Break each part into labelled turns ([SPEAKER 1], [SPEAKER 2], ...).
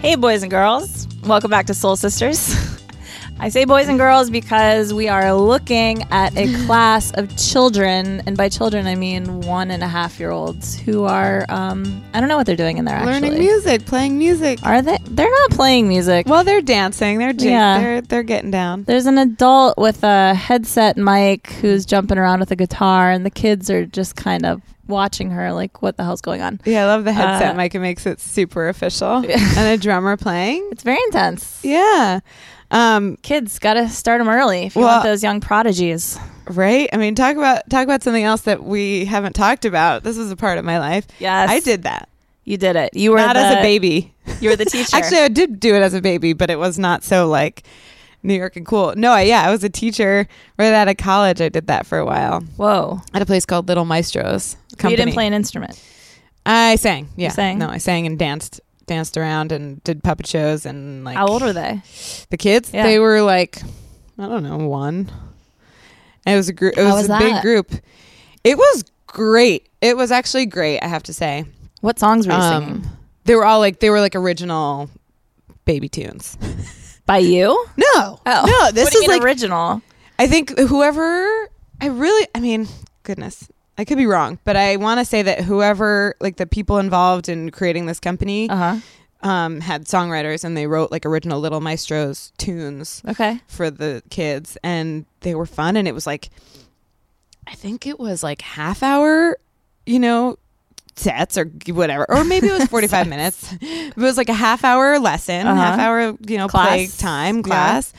[SPEAKER 1] Hey, boys and girls. Welcome back to Soul Sisters. I say boys and girls because we are looking at a class of children, and by children, I mean one and a half year olds who are, um, I don't know what they're doing in there actually.
[SPEAKER 2] Learning music, playing music.
[SPEAKER 1] Are they? They're not playing music.
[SPEAKER 2] Well, they're dancing. They're jig-
[SPEAKER 1] Yeah.
[SPEAKER 2] they're they're getting down.
[SPEAKER 1] There's an adult with a headset mic who's jumping around with a guitar, and the kids are just kind of watching her like, what the hell's going on?
[SPEAKER 2] Yeah, I love the headset
[SPEAKER 1] Uh,
[SPEAKER 2] mic. It makes it super official. and a drummer playing.
[SPEAKER 1] It's very intense.
[SPEAKER 2] Yeah. Um,
[SPEAKER 1] Kids, gotta start them early if you
[SPEAKER 2] Well-
[SPEAKER 1] want those young prodigies.
[SPEAKER 2] right? I mean, talk about talk about something else that we haven't talked about. This is a part of my life.
[SPEAKER 1] Yes.
[SPEAKER 2] I did that.
[SPEAKER 1] You did it. You were
[SPEAKER 2] not as
[SPEAKER 1] the-
[SPEAKER 2] a baby.
[SPEAKER 1] You were the teacher.
[SPEAKER 2] Actually, I did do it as a baby, but it was not so like New York and cool. No, I, yeah, I was a teacher right out of college. I did that for a while
[SPEAKER 1] whoa.
[SPEAKER 2] at a place called Little Maestros. Company.
[SPEAKER 1] You didn't play an instrument.
[SPEAKER 2] I sang. Yeah,
[SPEAKER 1] sang?
[SPEAKER 2] No, I sang and danced, danced around and did puppet shows and like.
[SPEAKER 1] How old were they?
[SPEAKER 2] the kids?
[SPEAKER 1] Yeah.
[SPEAKER 2] They were like, I don't know, one. And it was a group. It
[SPEAKER 1] How
[SPEAKER 2] was,
[SPEAKER 1] was
[SPEAKER 2] a big
[SPEAKER 1] that?
[SPEAKER 2] group. It was great. It was actually great. I have to say.
[SPEAKER 1] What songs were you
[SPEAKER 2] Um,
[SPEAKER 1] singing?
[SPEAKER 2] they were all like they were like original baby tunes.
[SPEAKER 1] By you?
[SPEAKER 2] No, no. This
[SPEAKER 1] Oh. What do you
[SPEAKER 2] is
[SPEAKER 1] mean
[SPEAKER 2] like
[SPEAKER 1] original.
[SPEAKER 2] I think whoever I really, I mean, goodness, I could be wrong, but I want to say that whoever, like the people involved in creating this company,
[SPEAKER 1] Uh
[SPEAKER 2] um, had songwriters and they wrote like original Little Maestros tunes
[SPEAKER 1] huh. Okay.
[SPEAKER 2] for the kids, and they were fun, and it was like, I think it was like half hour, you know. Sets or whatever, or maybe it was forty-five minutes. It was like a half hour lesson,
[SPEAKER 1] Uh-huh.
[SPEAKER 2] half hour, you know,
[SPEAKER 1] Class.
[SPEAKER 2] play time
[SPEAKER 1] Yeah.
[SPEAKER 2] class,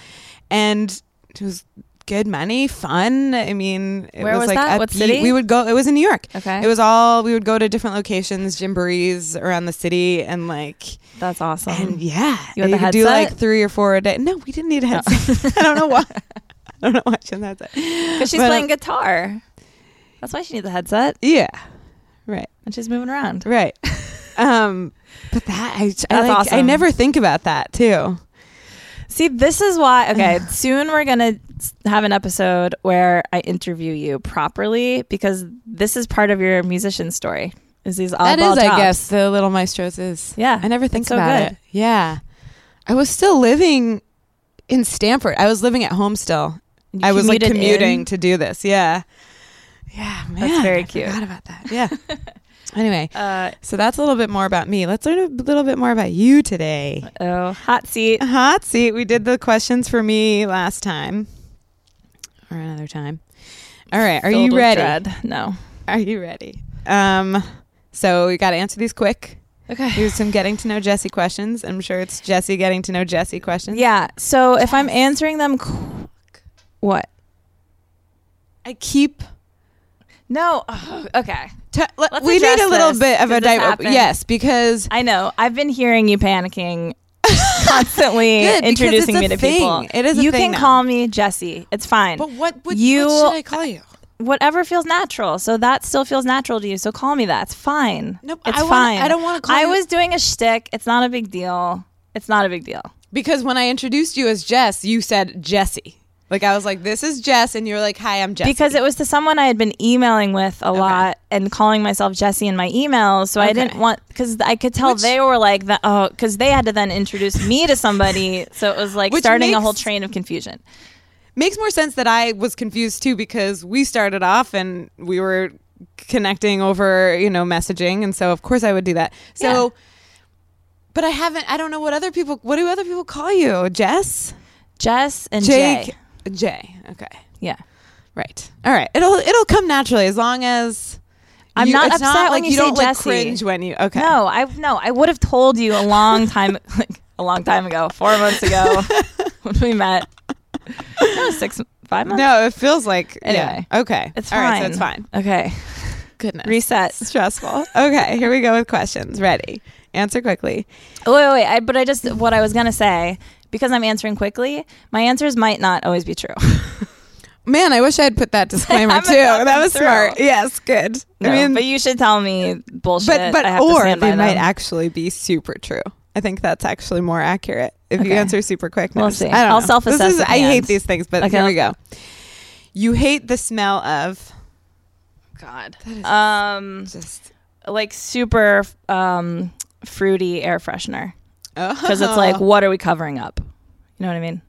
[SPEAKER 2] and it was good money, fun. I mean, it
[SPEAKER 1] Where was
[SPEAKER 2] like
[SPEAKER 1] that? What
[SPEAKER 2] upbeat.
[SPEAKER 1] city?
[SPEAKER 2] We would go. It was in New York.
[SPEAKER 1] Okay.
[SPEAKER 2] It was all we would go to different locations, jamborees around the city, and like,
[SPEAKER 1] That's awesome.
[SPEAKER 2] and yeah,
[SPEAKER 1] You had the
[SPEAKER 2] could
[SPEAKER 1] headset? Oh.
[SPEAKER 2] do like three or four a day. No, we didn't need a headset. I don't know why. I don't know why she had a headset.
[SPEAKER 1] Because she's
[SPEAKER 2] But,
[SPEAKER 1] playing guitar. That's why she needs a headset
[SPEAKER 2] Yeah. Right.
[SPEAKER 1] and she's moving around.
[SPEAKER 2] Right. um, but that I, I
[SPEAKER 1] That's
[SPEAKER 2] like. I
[SPEAKER 1] awesome.
[SPEAKER 2] never think about that too.
[SPEAKER 1] See, this is why. Okay, soon we're gonna s- have an episode where I interview you properly because this is part of your musician story. Is these oddball
[SPEAKER 2] that is, I
[SPEAKER 1] jobs.
[SPEAKER 2] guess, the little maestros is.
[SPEAKER 1] Yeah,
[SPEAKER 2] I never think
[SPEAKER 1] it's so
[SPEAKER 2] about
[SPEAKER 1] good.
[SPEAKER 2] it. Yeah, I was still living in Stanford. I was living at home still.
[SPEAKER 1] You
[SPEAKER 2] I was like
[SPEAKER 1] commuted
[SPEAKER 2] commuting
[SPEAKER 1] in?
[SPEAKER 2] to do this. Yeah, yeah, man,
[SPEAKER 1] very
[SPEAKER 2] I
[SPEAKER 1] cute.
[SPEAKER 2] Forgot about that. Yeah. anyway,
[SPEAKER 1] Uh,
[SPEAKER 2] so that's a little bit more about me. Let's learn a little bit more about you today.
[SPEAKER 1] oh, hot seat.
[SPEAKER 2] Hot seat. We did the questions for me last time, or another time. All right, are
[SPEAKER 1] Filled
[SPEAKER 2] you
[SPEAKER 1] with
[SPEAKER 2] ready?
[SPEAKER 1] dread. No.
[SPEAKER 2] Are you ready? Um, so we got to answer these quick.
[SPEAKER 1] Okay.
[SPEAKER 2] Here's some getting to know Jesse questions. I'm sure it's Jesse getting to know Jesse questions.
[SPEAKER 1] Yeah. So if I'm answering them, qu- what?
[SPEAKER 2] I keep.
[SPEAKER 1] No. Oh, okay.
[SPEAKER 2] T- le-
[SPEAKER 1] Let's
[SPEAKER 2] we need
[SPEAKER 1] address
[SPEAKER 2] a little
[SPEAKER 1] this.
[SPEAKER 2] bit of a
[SPEAKER 1] Did this
[SPEAKER 2] dive.
[SPEAKER 1] happen?
[SPEAKER 2] Yes, because
[SPEAKER 1] I know. I've been hearing you panicking constantly,
[SPEAKER 2] Good, because
[SPEAKER 1] introducing
[SPEAKER 2] it's
[SPEAKER 1] me
[SPEAKER 2] a
[SPEAKER 1] to
[SPEAKER 2] thing.
[SPEAKER 1] people.
[SPEAKER 2] It is a
[SPEAKER 1] You
[SPEAKER 2] thing
[SPEAKER 1] can
[SPEAKER 2] now.
[SPEAKER 1] call me Jesse. It's fine. you?
[SPEAKER 2] call you?
[SPEAKER 1] Whatever feels natural. So that still feels natural to you. So call me that. It's fine.
[SPEAKER 2] Nope,
[SPEAKER 1] It's
[SPEAKER 2] I wanna-
[SPEAKER 1] fine.
[SPEAKER 2] I don't wanna call
[SPEAKER 1] I
[SPEAKER 2] you-
[SPEAKER 1] was doing a shtick. It's not a big deal. It's not a big deal.
[SPEAKER 2] Because when I introduced you as Jess, you said Jesse. Like I was like, "This is Jess," and you're like, "Hi, I'm Jesse."
[SPEAKER 1] Because it was to someone I had been emailing with a lot and calling myself Jesse in my emails. So I didn't
[SPEAKER 2] Okay.
[SPEAKER 1] want, because I could tell
[SPEAKER 2] Which-
[SPEAKER 1] they were like, the, oh, because they had to then introduce me to somebody. So it was like
[SPEAKER 2] Which
[SPEAKER 1] starting a
[SPEAKER 2] makes-
[SPEAKER 1] whole train of confusion.
[SPEAKER 2] makes more sense that I was confused too because we started off and we were connecting over, you know, messaging. And so, of course, I would do that. So,
[SPEAKER 1] Yeah.
[SPEAKER 2] but I haven't, I don't know what other people, what do other people call you? Jess?
[SPEAKER 1] Jess and Jake. Jay.
[SPEAKER 2] Jay. Okay.
[SPEAKER 1] Yeah.
[SPEAKER 2] Right. All right. It'll, it'll come naturally as long as.
[SPEAKER 1] I'm
[SPEAKER 2] you-
[SPEAKER 1] not
[SPEAKER 2] it's
[SPEAKER 1] upset when
[SPEAKER 2] like
[SPEAKER 1] you
[SPEAKER 2] you
[SPEAKER 1] say
[SPEAKER 2] don't like
[SPEAKER 1] Jesse.
[SPEAKER 2] cringe when you okay.
[SPEAKER 1] No, I no, I would have told you a long time like a long time ago, 4 months ago when we met. No, 6 5 months.
[SPEAKER 2] No, it feels like
[SPEAKER 1] Anyway.
[SPEAKER 2] yeah. Okay.
[SPEAKER 1] It's
[SPEAKER 2] All
[SPEAKER 1] fine.
[SPEAKER 2] right, so it's fine.
[SPEAKER 1] Okay.
[SPEAKER 2] Goodness.
[SPEAKER 1] Reset.
[SPEAKER 2] Stressful. Okay, here we go with questions. Ready. Answer quickly.
[SPEAKER 1] Oh, wait, wait. I, but I just what I was gonna say because I'm answering quickly. My answers might not always be true.
[SPEAKER 2] Man, I wish I had put that disclaimer
[SPEAKER 1] haven't
[SPEAKER 2] too.
[SPEAKER 1] thought
[SPEAKER 2] That
[SPEAKER 1] them
[SPEAKER 2] was
[SPEAKER 1] through.
[SPEAKER 2] smart. Yes, good.
[SPEAKER 1] No,
[SPEAKER 2] I mean,
[SPEAKER 1] but you should tell me bullshit.
[SPEAKER 2] but, but
[SPEAKER 1] I have to
[SPEAKER 2] or they
[SPEAKER 1] stand by
[SPEAKER 2] might
[SPEAKER 1] them.
[SPEAKER 2] actually be super true. I think that's actually more accurate if you
[SPEAKER 1] Okay.
[SPEAKER 2] answer super quick.
[SPEAKER 1] We'll
[SPEAKER 2] notice.
[SPEAKER 1] see.
[SPEAKER 2] I don't
[SPEAKER 1] I'll
[SPEAKER 2] know.
[SPEAKER 1] self-assess
[SPEAKER 2] This is,
[SPEAKER 1] at the
[SPEAKER 2] I hate
[SPEAKER 1] end.
[SPEAKER 2] these things, but
[SPEAKER 1] Okay.
[SPEAKER 2] here we go. You hate the smell of
[SPEAKER 1] God. Um,
[SPEAKER 2] just
[SPEAKER 1] like super um fruity air freshener because
[SPEAKER 2] because
[SPEAKER 1] it's like, what are we covering up? You know what I mean?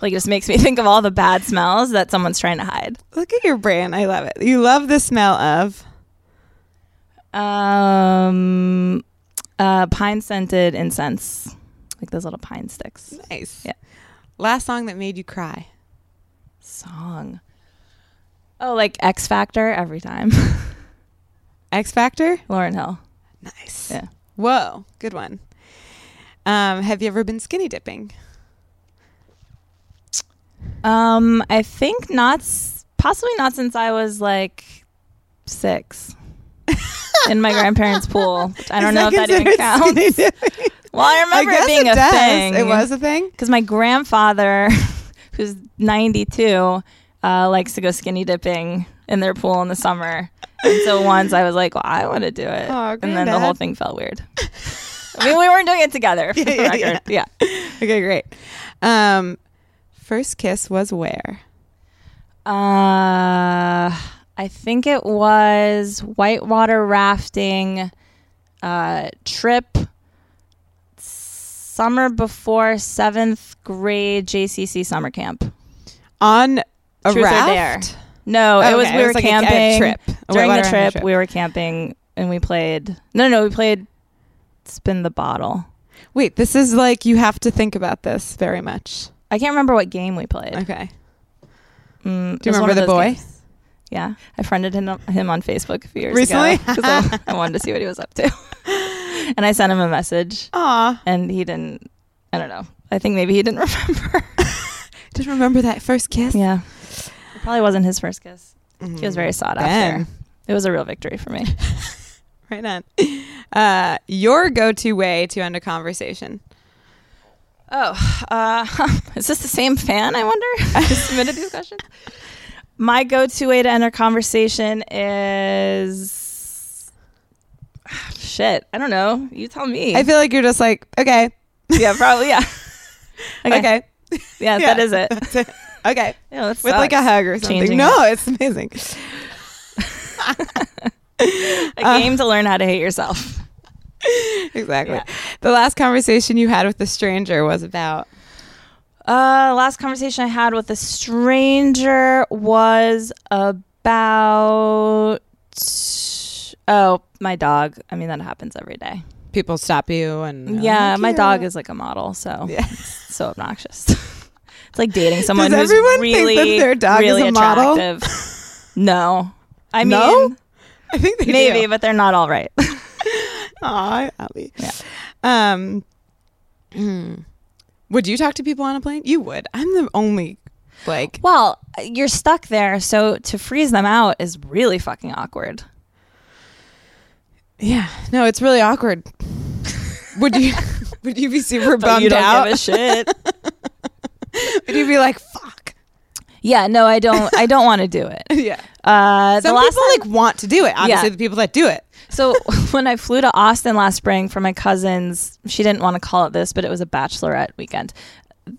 [SPEAKER 1] Like it just makes me think of all the bad smells that someone's trying to hide.
[SPEAKER 2] look at your brain. I love it. You love the smell of
[SPEAKER 1] Um, uh, pine scented incense, like those little pine sticks.
[SPEAKER 2] nice.
[SPEAKER 1] Yeah.
[SPEAKER 2] Last song that made you cry.
[SPEAKER 1] Song. Oh, like X Factor every time.
[SPEAKER 2] X Factor.
[SPEAKER 1] Lauren Hill.
[SPEAKER 2] Nice.
[SPEAKER 1] Yeah.
[SPEAKER 2] Whoa, good one. Um, have you ever been skinny dipping?
[SPEAKER 1] Um, I think not, s- possibly not since I was like six in my grandparents' pool. which I don't know if that even counts. Well, I remember it being a thing.
[SPEAKER 2] It was a thing.
[SPEAKER 1] because my grandfather, who's 92, uh, likes to go skinny dipping in their pool in the summer. And so once I was like, well, I want to do it.
[SPEAKER 2] Aw,
[SPEAKER 1] and then the whole
[SPEAKER 2] granddad.
[SPEAKER 1] thing felt weird. I mean, we weren't doing it together for the
[SPEAKER 2] yeah,
[SPEAKER 1] record. Yeah.
[SPEAKER 2] Okay, great. Um, first kiss was where?
[SPEAKER 1] Uh, I think it was whitewater rafting uh, trip summer before seventh grade JCC summer camp.
[SPEAKER 2] On a
[SPEAKER 1] Truth or
[SPEAKER 2] raft.
[SPEAKER 1] Dare. No,
[SPEAKER 2] Oh, Okay,
[SPEAKER 1] it was we were
[SPEAKER 2] like a- a
[SPEAKER 1] camping
[SPEAKER 2] trip. A
[SPEAKER 1] during the
[SPEAKER 2] whitewater rafting
[SPEAKER 1] trip, We were camping and we played. No, no, we played spin the bottle.
[SPEAKER 2] Wait, this is like you have to think about this very much.
[SPEAKER 1] I can't remember what game we played.
[SPEAKER 2] Okay.
[SPEAKER 1] Mm,
[SPEAKER 2] Do you
[SPEAKER 1] it was one
[SPEAKER 2] remember
[SPEAKER 1] of
[SPEAKER 2] the
[SPEAKER 1] those
[SPEAKER 2] boy?
[SPEAKER 1] games. Yeah, I friended him him on Facebook a few years
[SPEAKER 2] Recently?
[SPEAKER 1] ago because I, I wanted to see what he was up to, and I sent him a message,
[SPEAKER 2] Aw,
[SPEAKER 1] and he didn't. I don't know. I think maybe he didn't remember.
[SPEAKER 2] just remember that first kiss. Mm.
[SPEAKER 1] yeah, it probably wasn't his first kiss. He
[SPEAKER 2] Hmm.
[SPEAKER 1] was very sought after.
[SPEAKER 2] Ben.
[SPEAKER 1] It was a real victory for me.
[SPEAKER 2] Right on. Uh, your go-to way to end a conversation.
[SPEAKER 1] Oh, uh, is this the same fan? I wonder. I submitted these questions. My go-to way to enter conversation is ah, shit. I don't know. You tell me.
[SPEAKER 2] I feel like you're just like, okay,
[SPEAKER 1] yeah, probably. Yeah.
[SPEAKER 2] okay,
[SPEAKER 1] Yeah,
[SPEAKER 2] Yeah.
[SPEAKER 1] that is it.
[SPEAKER 2] That's it. okay.
[SPEAKER 1] Yeah, that
[SPEAKER 2] With like a
[SPEAKER 1] sucks.
[SPEAKER 2] hug or something.
[SPEAKER 1] Changing
[SPEAKER 2] no, it's amazing.
[SPEAKER 1] a
[SPEAKER 2] uh,
[SPEAKER 1] game to learn how to hate yourself.
[SPEAKER 2] Exactly.
[SPEAKER 1] Yeah.
[SPEAKER 2] The last conversation you had with a stranger was about
[SPEAKER 1] Uh, last conversation I had with a stranger was about oh my dog. I mean that happens every day.
[SPEAKER 2] people stop you and
[SPEAKER 1] Yeah, my dog is like a model, so
[SPEAKER 2] Yeah.
[SPEAKER 1] it's so obnoxious. it's like dating someone
[SPEAKER 2] Does
[SPEAKER 1] who's
[SPEAKER 2] everyone think
[SPEAKER 1] really,
[SPEAKER 2] that their dog is
[SPEAKER 1] really
[SPEAKER 2] a model?
[SPEAKER 1] attractive. no, I mean
[SPEAKER 2] No? I think they
[SPEAKER 1] maybe,
[SPEAKER 2] do.
[SPEAKER 1] but they're not all right.
[SPEAKER 2] Aw, Abby.
[SPEAKER 1] Yeah.
[SPEAKER 2] Um, hmm. would you talk to people on a plane? You would. I'm the only like
[SPEAKER 1] well, you're stuck there, so to freeze them out is really fucking awkward.
[SPEAKER 2] yeah. No, it's really awkward. would you would you be super
[SPEAKER 1] But
[SPEAKER 2] bummed
[SPEAKER 1] you don't
[SPEAKER 2] out?
[SPEAKER 1] give a shit.
[SPEAKER 2] would you be like fuck?
[SPEAKER 1] yeah, no, I don't. I don't want to do it.
[SPEAKER 2] yeah.
[SPEAKER 1] Uh, the
[SPEAKER 2] Some
[SPEAKER 1] last
[SPEAKER 2] people
[SPEAKER 1] time-
[SPEAKER 2] like want to do it. Obviously,
[SPEAKER 1] Yeah.
[SPEAKER 2] the people that do it.
[SPEAKER 1] So when I flew to Austin last spring for my cousin's, she didn't want to call it this, but it was a bachelorette weekend.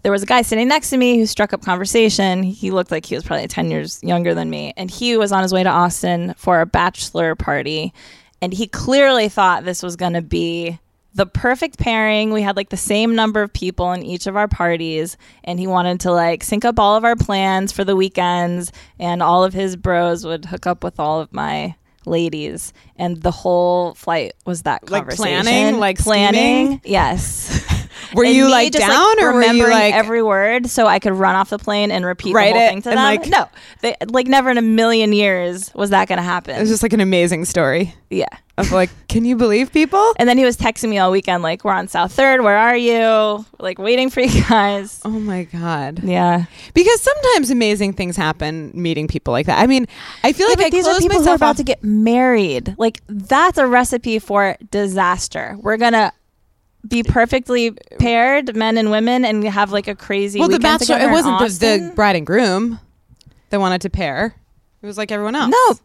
[SPEAKER 1] There was a guy sitting next to me who struck up conversation. He looked like he was probably 10 years younger than me. And he was on his way to Austin for a bachelor party. And he clearly thought this was going to be the perfect pairing. We had like the same number of people in each of our parties, and he wanted to like sync up all of our plans for the weekends, and all of his bros would hook up with all of my ladies, and the whole flight was that
[SPEAKER 2] Like
[SPEAKER 1] conversation.
[SPEAKER 2] planning, like
[SPEAKER 1] planning.
[SPEAKER 2] scheming?
[SPEAKER 1] Yes.
[SPEAKER 2] Were
[SPEAKER 1] And
[SPEAKER 2] you,
[SPEAKER 1] me
[SPEAKER 2] like,
[SPEAKER 1] just,
[SPEAKER 2] down, or were you,
[SPEAKER 1] remembering
[SPEAKER 2] like-
[SPEAKER 1] every word so I could run off the plane and repeat the
[SPEAKER 2] Write
[SPEAKER 1] whole
[SPEAKER 2] it
[SPEAKER 1] thing to
[SPEAKER 2] and,
[SPEAKER 1] them?
[SPEAKER 2] like-
[SPEAKER 1] no, they, like never in a million years was that going to happen.
[SPEAKER 2] It was just like an amazing story
[SPEAKER 1] yeah.
[SPEAKER 2] of like, can you believe people?
[SPEAKER 1] And then he was texting me all weekend, like, we're on South Third. Where are you? Like, waiting for you guys.
[SPEAKER 2] Oh my god.
[SPEAKER 1] Yeah.
[SPEAKER 2] Because sometimes amazing things happen meeting people like that. I mean, I feel like
[SPEAKER 1] but
[SPEAKER 2] I
[SPEAKER 1] these are
[SPEAKER 2] close
[SPEAKER 1] people who
[SPEAKER 2] myself
[SPEAKER 1] are about
[SPEAKER 2] off-
[SPEAKER 1] to get married. Like, that's a recipe for disaster. We're going to be perfectly paired, men and women, and have like a crazy
[SPEAKER 2] Well, the
[SPEAKER 1] weekend
[SPEAKER 2] bachelor.
[SPEAKER 1] together
[SPEAKER 2] It
[SPEAKER 1] in
[SPEAKER 2] wasn't the, the
[SPEAKER 1] Austin.
[SPEAKER 2] bride and groom that wanted to pair. It was like everyone else.
[SPEAKER 1] No.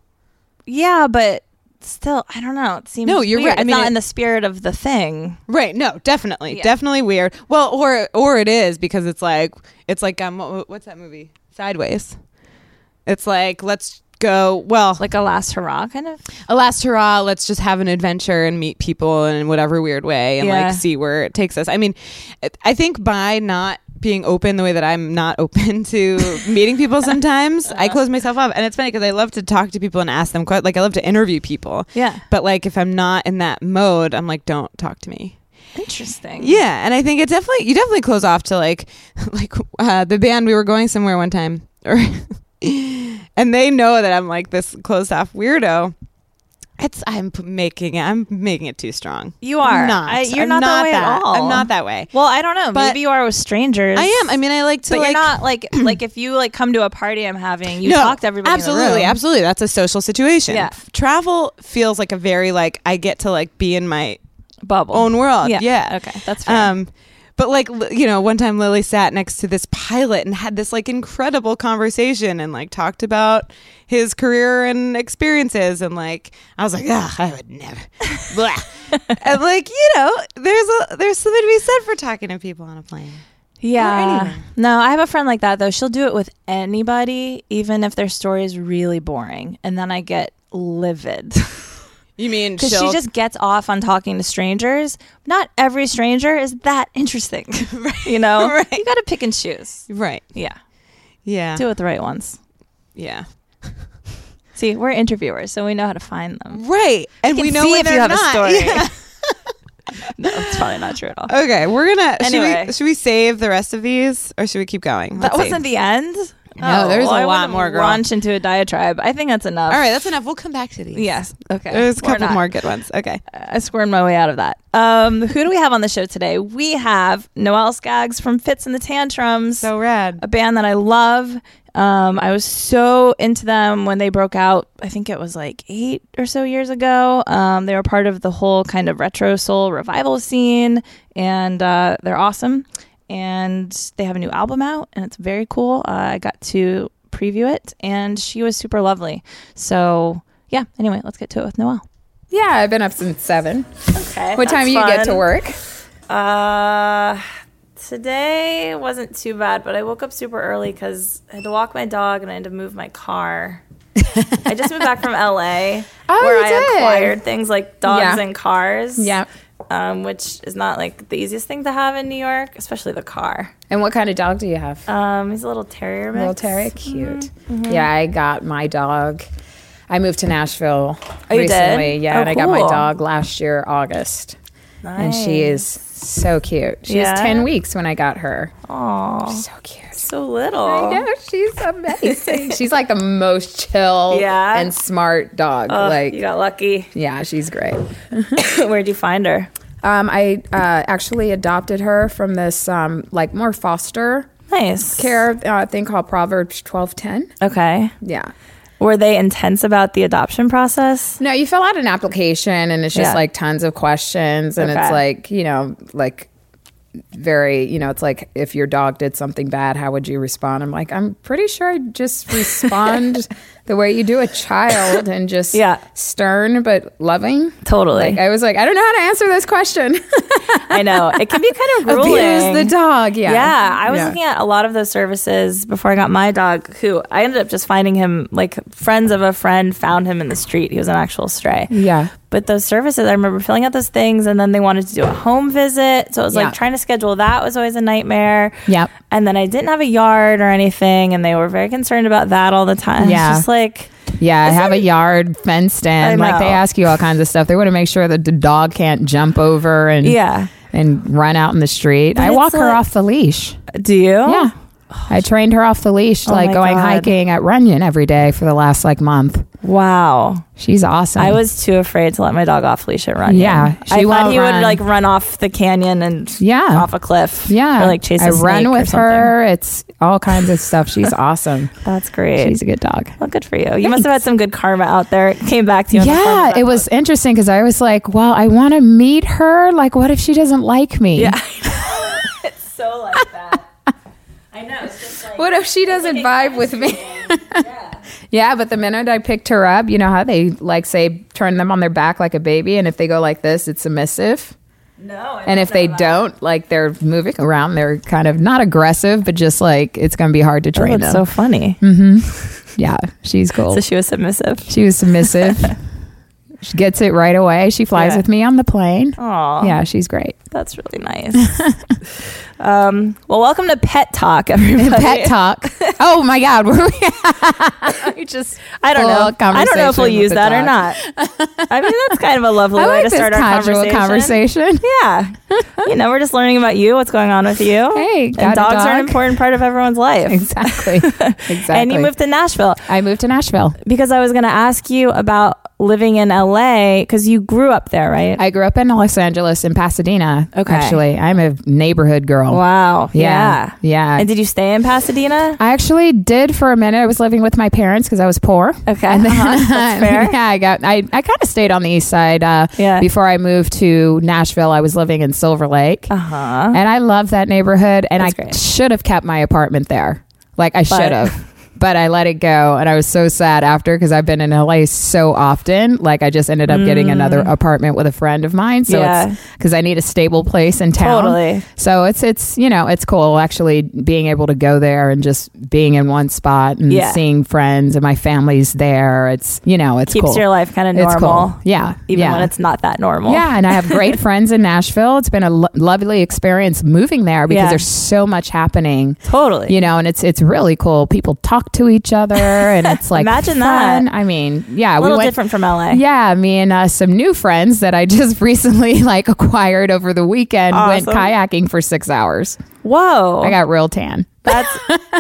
[SPEAKER 1] Yeah, but still, I don't know. It seems
[SPEAKER 2] No, you're
[SPEAKER 1] weird.
[SPEAKER 2] right. I
[SPEAKER 1] It's
[SPEAKER 2] mean,
[SPEAKER 1] not
[SPEAKER 2] it-
[SPEAKER 1] in the spirit of the thing.
[SPEAKER 2] Right. No, definitely.
[SPEAKER 1] Yeah.
[SPEAKER 2] Definitely weird. Well, or or it is because it's like it's like um what- what's that movie? Sideways. It's like let's go well like
[SPEAKER 1] Like a last hurrah kind of.
[SPEAKER 2] a last hurrah let's just have an adventure and meet people in whatever weird way and
[SPEAKER 1] Yeah.
[SPEAKER 2] like see where it takes us i mean it- i think by not being open the way that i'm not open to meeting people sometimes i close myself off and it's funny because i love to talk to people and ask them questions like i love to interview people
[SPEAKER 1] Yeah.
[SPEAKER 2] but like if i'm not in that mode i'm like don't talk to me
[SPEAKER 1] Interesting.
[SPEAKER 2] yeah, and I think it definitely you definitely close off to like like uh, the band we were going somewhere one time, or and they know that I'm like this closed off weirdo. It's I'm p- making it. I'm making it too strong.
[SPEAKER 1] You
[SPEAKER 2] I'm
[SPEAKER 1] are. I- you're
[SPEAKER 2] I'm
[SPEAKER 1] not that way at all.
[SPEAKER 2] I'm not that way.
[SPEAKER 1] Well, I don't know.
[SPEAKER 2] But-
[SPEAKER 1] Maybe you are with strangers.
[SPEAKER 2] I am. I mean, I like to
[SPEAKER 1] but you're
[SPEAKER 2] like
[SPEAKER 1] not like like if you like come to a party I'm having, you
[SPEAKER 2] no,
[SPEAKER 1] talk to everybody. in the
[SPEAKER 2] Absolutely,
[SPEAKER 1] room.
[SPEAKER 2] absolutely. That's a social situation.
[SPEAKER 1] Yeah.
[SPEAKER 2] Travel feels like a very like I get to like be in my
[SPEAKER 1] Bubble.
[SPEAKER 2] own world. Yeah.
[SPEAKER 1] Okay. That's fair.
[SPEAKER 2] Um, but like li- you know, one time Lily sat next to this pilot and had this like incredible conversation and like talked about his career and experiences and like I was like, ah, I would never. Blah. and like you know, there's a there's something to be said for talking to people on a plane.
[SPEAKER 1] yeah.
[SPEAKER 2] anyone.
[SPEAKER 1] No, I have a friend like that though. She'll do it with anybody, even if their story is really boring, and then I get livid.
[SPEAKER 2] You mean
[SPEAKER 1] Because she just gets off on talking to strangers. Not every stranger is that interesting. You know?
[SPEAKER 2] Right.
[SPEAKER 1] You got to pick and choose.
[SPEAKER 2] right?
[SPEAKER 1] Yeah.
[SPEAKER 2] Yeah,
[SPEAKER 1] Do it with the right ones.
[SPEAKER 2] yeah.
[SPEAKER 1] See, we're interviewers, so we know how to find them.
[SPEAKER 2] Right, and
[SPEAKER 1] can
[SPEAKER 2] we know
[SPEAKER 1] see
[SPEAKER 2] when
[SPEAKER 1] if you
[SPEAKER 2] they're
[SPEAKER 1] have a
[SPEAKER 2] not.
[SPEAKER 1] story.
[SPEAKER 2] Yeah.
[SPEAKER 1] No, it's probably not true at all.
[SPEAKER 2] Okay, we're gonna. Should
[SPEAKER 1] Anyway.
[SPEAKER 2] we, should we save the rest of these, or should we keep going?
[SPEAKER 1] That
[SPEAKER 2] Let's see.
[SPEAKER 1] wasn't the end. Oh,
[SPEAKER 2] No, there's a
[SPEAKER 1] I
[SPEAKER 2] lot
[SPEAKER 1] wouldn't
[SPEAKER 2] more, girl.
[SPEAKER 1] Launch into a diatribe. I think that's enough.
[SPEAKER 2] All right, that's enough. We'll come back to these.
[SPEAKER 1] Yes. Okay.
[SPEAKER 2] There's a
[SPEAKER 1] We're
[SPEAKER 2] couple
[SPEAKER 1] not-
[SPEAKER 2] more good ones. Okay.
[SPEAKER 1] I squirmed my way out of that. Um, who do we have on the show today? We have Noelle Skaggs from Fits and the Tantrums. a
[SPEAKER 3] Uh,
[SPEAKER 2] rad.
[SPEAKER 1] band that I love. Um, I was so into them when they broke out. I think it was like eight or so years ago. Um, they were part of the whole kind of retro soul revival scene, and uh, they're awesome. And they have a new album out, and it's very cool. Uh, I got to preview it, and she was super lovely. So yeah. Anyway, let's get to it with Noelle.
[SPEAKER 3] Yeah, I've been up since seven.
[SPEAKER 1] Okay.
[SPEAKER 3] What time do you get to work?
[SPEAKER 1] Uh, today wasn't too bad, but I woke up super early because I had to walk my dog and I had to move my car. I just moved back from LA,
[SPEAKER 3] Oh,
[SPEAKER 1] where
[SPEAKER 3] you
[SPEAKER 1] I
[SPEAKER 3] did.
[SPEAKER 1] acquired things like dogs
[SPEAKER 3] Yeah.
[SPEAKER 1] and cars.
[SPEAKER 3] Yeah.
[SPEAKER 1] Um, which is not like the easiest thing to have in New York, especially the car.
[SPEAKER 3] And what kind of dog do you have?
[SPEAKER 1] Um, he's a little terrier mix.
[SPEAKER 3] Little Terry, cute.
[SPEAKER 1] Mm-hmm.
[SPEAKER 3] Yeah, I got my dog. I moved to Nashville
[SPEAKER 1] Oh, you did?
[SPEAKER 3] recently. Yeah,
[SPEAKER 1] Oh,
[SPEAKER 3] and I got my
[SPEAKER 1] cool.
[SPEAKER 3] dog last year, August. And she is so cute. She
[SPEAKER 1] Yeah?
[SPEAKER 3] was ten weeks when I got her.
[SPEAKER 1] Aw,
[SPEAKER 3] So cute.
[SPEAKER 1] so little.
[SPEAKER 3] I know she's amazing. she's like the most chill
[SPEAKER 1] Yeah?
[SPEAKER 3] and smart dog.
[SPEAKER 1] Ugh,
[SPEAKER 3] like,
[SPEAKER 1] you got lucky.
[SPEAKER 3] yeah, she's great.
[SPEAKER 1] Where'd you find her?
[SPEAKER 3] Um, I uh, actually adopted her from this um, like more foster
[SPEAKER 1] Nice.
[SPEAKER 3] care uh, thing called Proverbs twelve ten.
[SPEAKER 1] Okay.
[SPEAKER 3] Yeah.
[SPEAKER 1] Were they intense about the adoption process?
[SPEAKER 3] No, you fill out an application and it's just
[SPEAKER 1] Yeah.
[SPEAKER 3] like tons of questions and
[SPEAKER 1] Okay.
[SPEAKER 3] it's like, you know, like very, you know, it's like if your dog did something bad, how would you respond? I'm like, I'm pretty sure I just respond the way you do a child and just
[SPEAKER 1] Yeah.
[SPEAKER 3] stern but loving.
[SPEAKER 1] Totally.
[SPEAKER 3] Like I was like, I don't know how to answer this question.
[SPEAKER 1] I know. It can be kind of grueling.
[SPEAKER 3] Abuse the dog. Yeah.
[SPEAKER 1] Yeah, I was
[SPEAKER 3] Yeah.
[SPEAKER 1] looking at a lot of those services before I got my dog, who I ended up just finding him like friends of a friend found him in the street. He was an actual stray.
[SPEAKER 3] Yeah.
[SPEAKER 1] But those services, I remember filling out those things and then they wanted to do a home visit. So it was
[SPEAKER 3] Yeah.
[SPEAKER 1] like trying to schedule that was always a nightmare.
[SPEAKER 3] Yep.
[SPEAKER 1] And then I didn't have a yard or anything and they were very concerned about that all the time. It's
[SPEAKER 3] Yeah.
[SPEAKER 1] just like
[SPEAKER 2] Yeah, have a yard fenced in.
[SPEAKER 1] I
[SPEAKER 2] Like they
[SPEAKER 1] know.
[SPEAKER 2] ask you all kinds of stuff. They want to make sure that the dog can't jump over and
[SPEAKER 1] Yeah.
[SPEAKER 2] and run out in the street. I
[SPEAKER 1] it's
[SPEAKER 2] walk her
[SPEAKER 1] like-
[SPEAKER 2] off the leash.
[SPEAKER 1] Do you?
[SPEAKER 2] Yeah. I trained her off the leash, like
[SPEAKER 1] Oh my
[SPEAKER 2] going
[SPEAKER 1] God.
[SPEAKER 2] hiking at Runyon every day for the last like month.
[SPEAKER 1] Wow.
[SPEAKER 2] She's awesome.
[SPEAKER 1] I was too afraid to let my dog off leash and run.
[SPEAKER 2] Yeah,
[SPEAKER 1] I
[SPEAKER 2] she won't
[SPEAKER 1] thought he
[SPEAKER 2] run.
[SPEAKER 1] would like run off the canyon and
[SPEAKER 2] Yeah.
[SPEAKER 1] off a cliff.
[SPEAKER 2] yeah.
[SPEAKER 1] or like chase. a
[SPEAKER 2] I
[SPEAKER 1] snake
[SPEAKER 2] run
[SPEAKER 1] or
[SPEAKER 2] with her. It's all kinds of stuff. She's awesome.
[SPEAKER 1] something. That's great.
[SPEAKER 2] She's a good dog.
[SPEAKER 1] well, good for you. You must have had some good karma out there. It Came back to you. on the farm
[SPEAKER 2] Yeah,
[SPEAKER 1] with
[SPEAKER 2] it
[SPEAKER 1] that
[SPEAKER 2] was interesting because I was like, well, I want to meet her. Like, what if she doesn't like me? Yeah.
[SPEAKER 1] so like that. I know. It's just like
[SPEAKER 2] What if she doesn't vibe with me? yeah, but the minute I picked her up, you know how they like say turn them on their back like a baby, and if they go like this, it's submissive.
[SPEAKER 1] no.
[SPEAKER 2] And if they don't, like they're moving around, they're kind of not aggressive, but just like it's going to be hard to train
[SPEAKER 1] That's
[SPEAKER 2] them. Mm-hmm.
[SPEAKER 1] so funny.
[SPEAKER 2] yeah, she's cool.
[SPEAKER 1] So she was submissive.
[SPEAKER 2] she was submissive. she gets it right away. She flies
[SPEAKER 1] Yeah.
[SPEAKER 2] with me on the plane.
[SPEAKER 1] Aw,
[SPEAKER 2] Yeah, she's great.
[SPEAKER 1] that's really nice. um, well, welcome to Pet Talk, everybody.
[SPEAKER 2] Pet talk. Oh my God, where we at? We just
[SPEAKER 1] I don't
[SPEAKER 2] full
[SPEAKER 1] know. I don't know if
[SPEAKER 2] conversation
[SPEAKER 1] we'll
[SPEAKER 2] with
[SPEAKER 1] use
[SPEAKER 2] the
[SPEAKER 1] that or
[SPEAKER 2] dog.
[SPEAKER 1] not. I mean, that's kind of a lovely
[SPEAKER 2] I
[SPEAKER 1] way
[SPEAKER 2] like
[SPEAKER 1] to
[SPEAKER 2] this
[SPEAKER 1] start our
[SPEAKER 2] casual conversation.
[SPEAKER 1] Yeah. you know, we're just learning about you, what's going on with you.
[SPEAKER 2] Hey,
[SPEAKER 1] and
[SPEAKER 2] got a
[SPEAKER 1] dogs are an
[SPEAKER 2] dog.
[SPEAKER 1] important part of everyone's life.
[SPEAKER 2] Exactly. Exactly.
[SPEAKER 1] And you moved to Nashville
[SPEAKER 2] I moved to Nashville.
[SPEAKER 1] because I was going to ask you about living in LA because you grew up there, right?
[SPEAKER 2] I grew up in Los Angeles in Pasadena.
[SPEAKER 1] Okay.
[SPEAKER 2] Actually, I'm a neighborhood girl.
[SPEAKER 1] wow.
[SPEAKER 2] Yeah. Yeah.
[SPEAKER 1] And did you stay in Pasadena?
[SPEAKER 2] I actually did for a minute. I was living with my parents because I was poor.
[SPEAKER 1] Okay.
[SPEAKER 2] And then-
[SPEAKER 1] Uh-huh. That's fair.
[SPEAKER 2] yeah, I got I, I kind of stayed on the east side. Uh,
[SPEAKER 1] Yeah.
[SPEAKER 2] Before I moved to Nashville, I was living in Silver Lake,
[SPEAKER 1] Uh-huh.
[SPEAKER 2] and I love that neighborhood. And
[SPEAKER 1] That's
[SPEAKER 2] I
[SPEAKER 1] great.
[SPEAKER 2] should have kept my apartment there. Like I should have. But I let it go, and I was so sad after because I've been in LA so often. Like I just ended up getting another apartment with a friend of mine, so
[SPEAKER 1] Mm. Yeah.
[SPEAKER 2] it's because I need a stable place in town.
[SPEAKER 1] Totally.
[SPEAKER 2] So it's it's you know it's cool actually being able to go there and just being in one spot and
[SPEAKER 1] Yeah.
[SPEAKER 2] seeing friends and my family's there. It's you know it's
[SPEAKER 1] Keeps
[SPEAKER 2] cool.
[SPEAKER 1] your life kind of
[SPEAKER 2] It's
[SPEAKER 1] normal.
[SPEAKER 2] cool. Yeah,
[SPEAKER 1] Even
[SPEAKER 2] yeah.
[SPEAKER 1] when it's not that normal.
[SPEAKER 2] yeah, and I have great friends in Nashville. It's been a lo- lovely experience moving there because
[SPEAKER 1] Yeah.
[SPEAKER 2] there's so much happening.
[SPEAKER 1] Totally.
[SPEAKER 2] You know, and it's it's really cool. People talk to each other, and it's like
[SPEAKER 1] Imagine
[SPEAKER 2] fun.
[SPEAKER 1] that.
[SPEAKER 2] I mean, yeah,
[SPEAKER 1] a little
[SPEAKER 2] went-
[SPEAKER 1] different from LA.
[SPEAKER 2] yeah, me and uh, some new friends that I just recently like acquired over the weekend
[SPEAKER 1] Awesome.
[SPEAKER 2] went kayaking for six hours.
[SPEAKER 1] Whoa.
[SPEAKER 2] I got real tan.
[SPEAKER 1] That's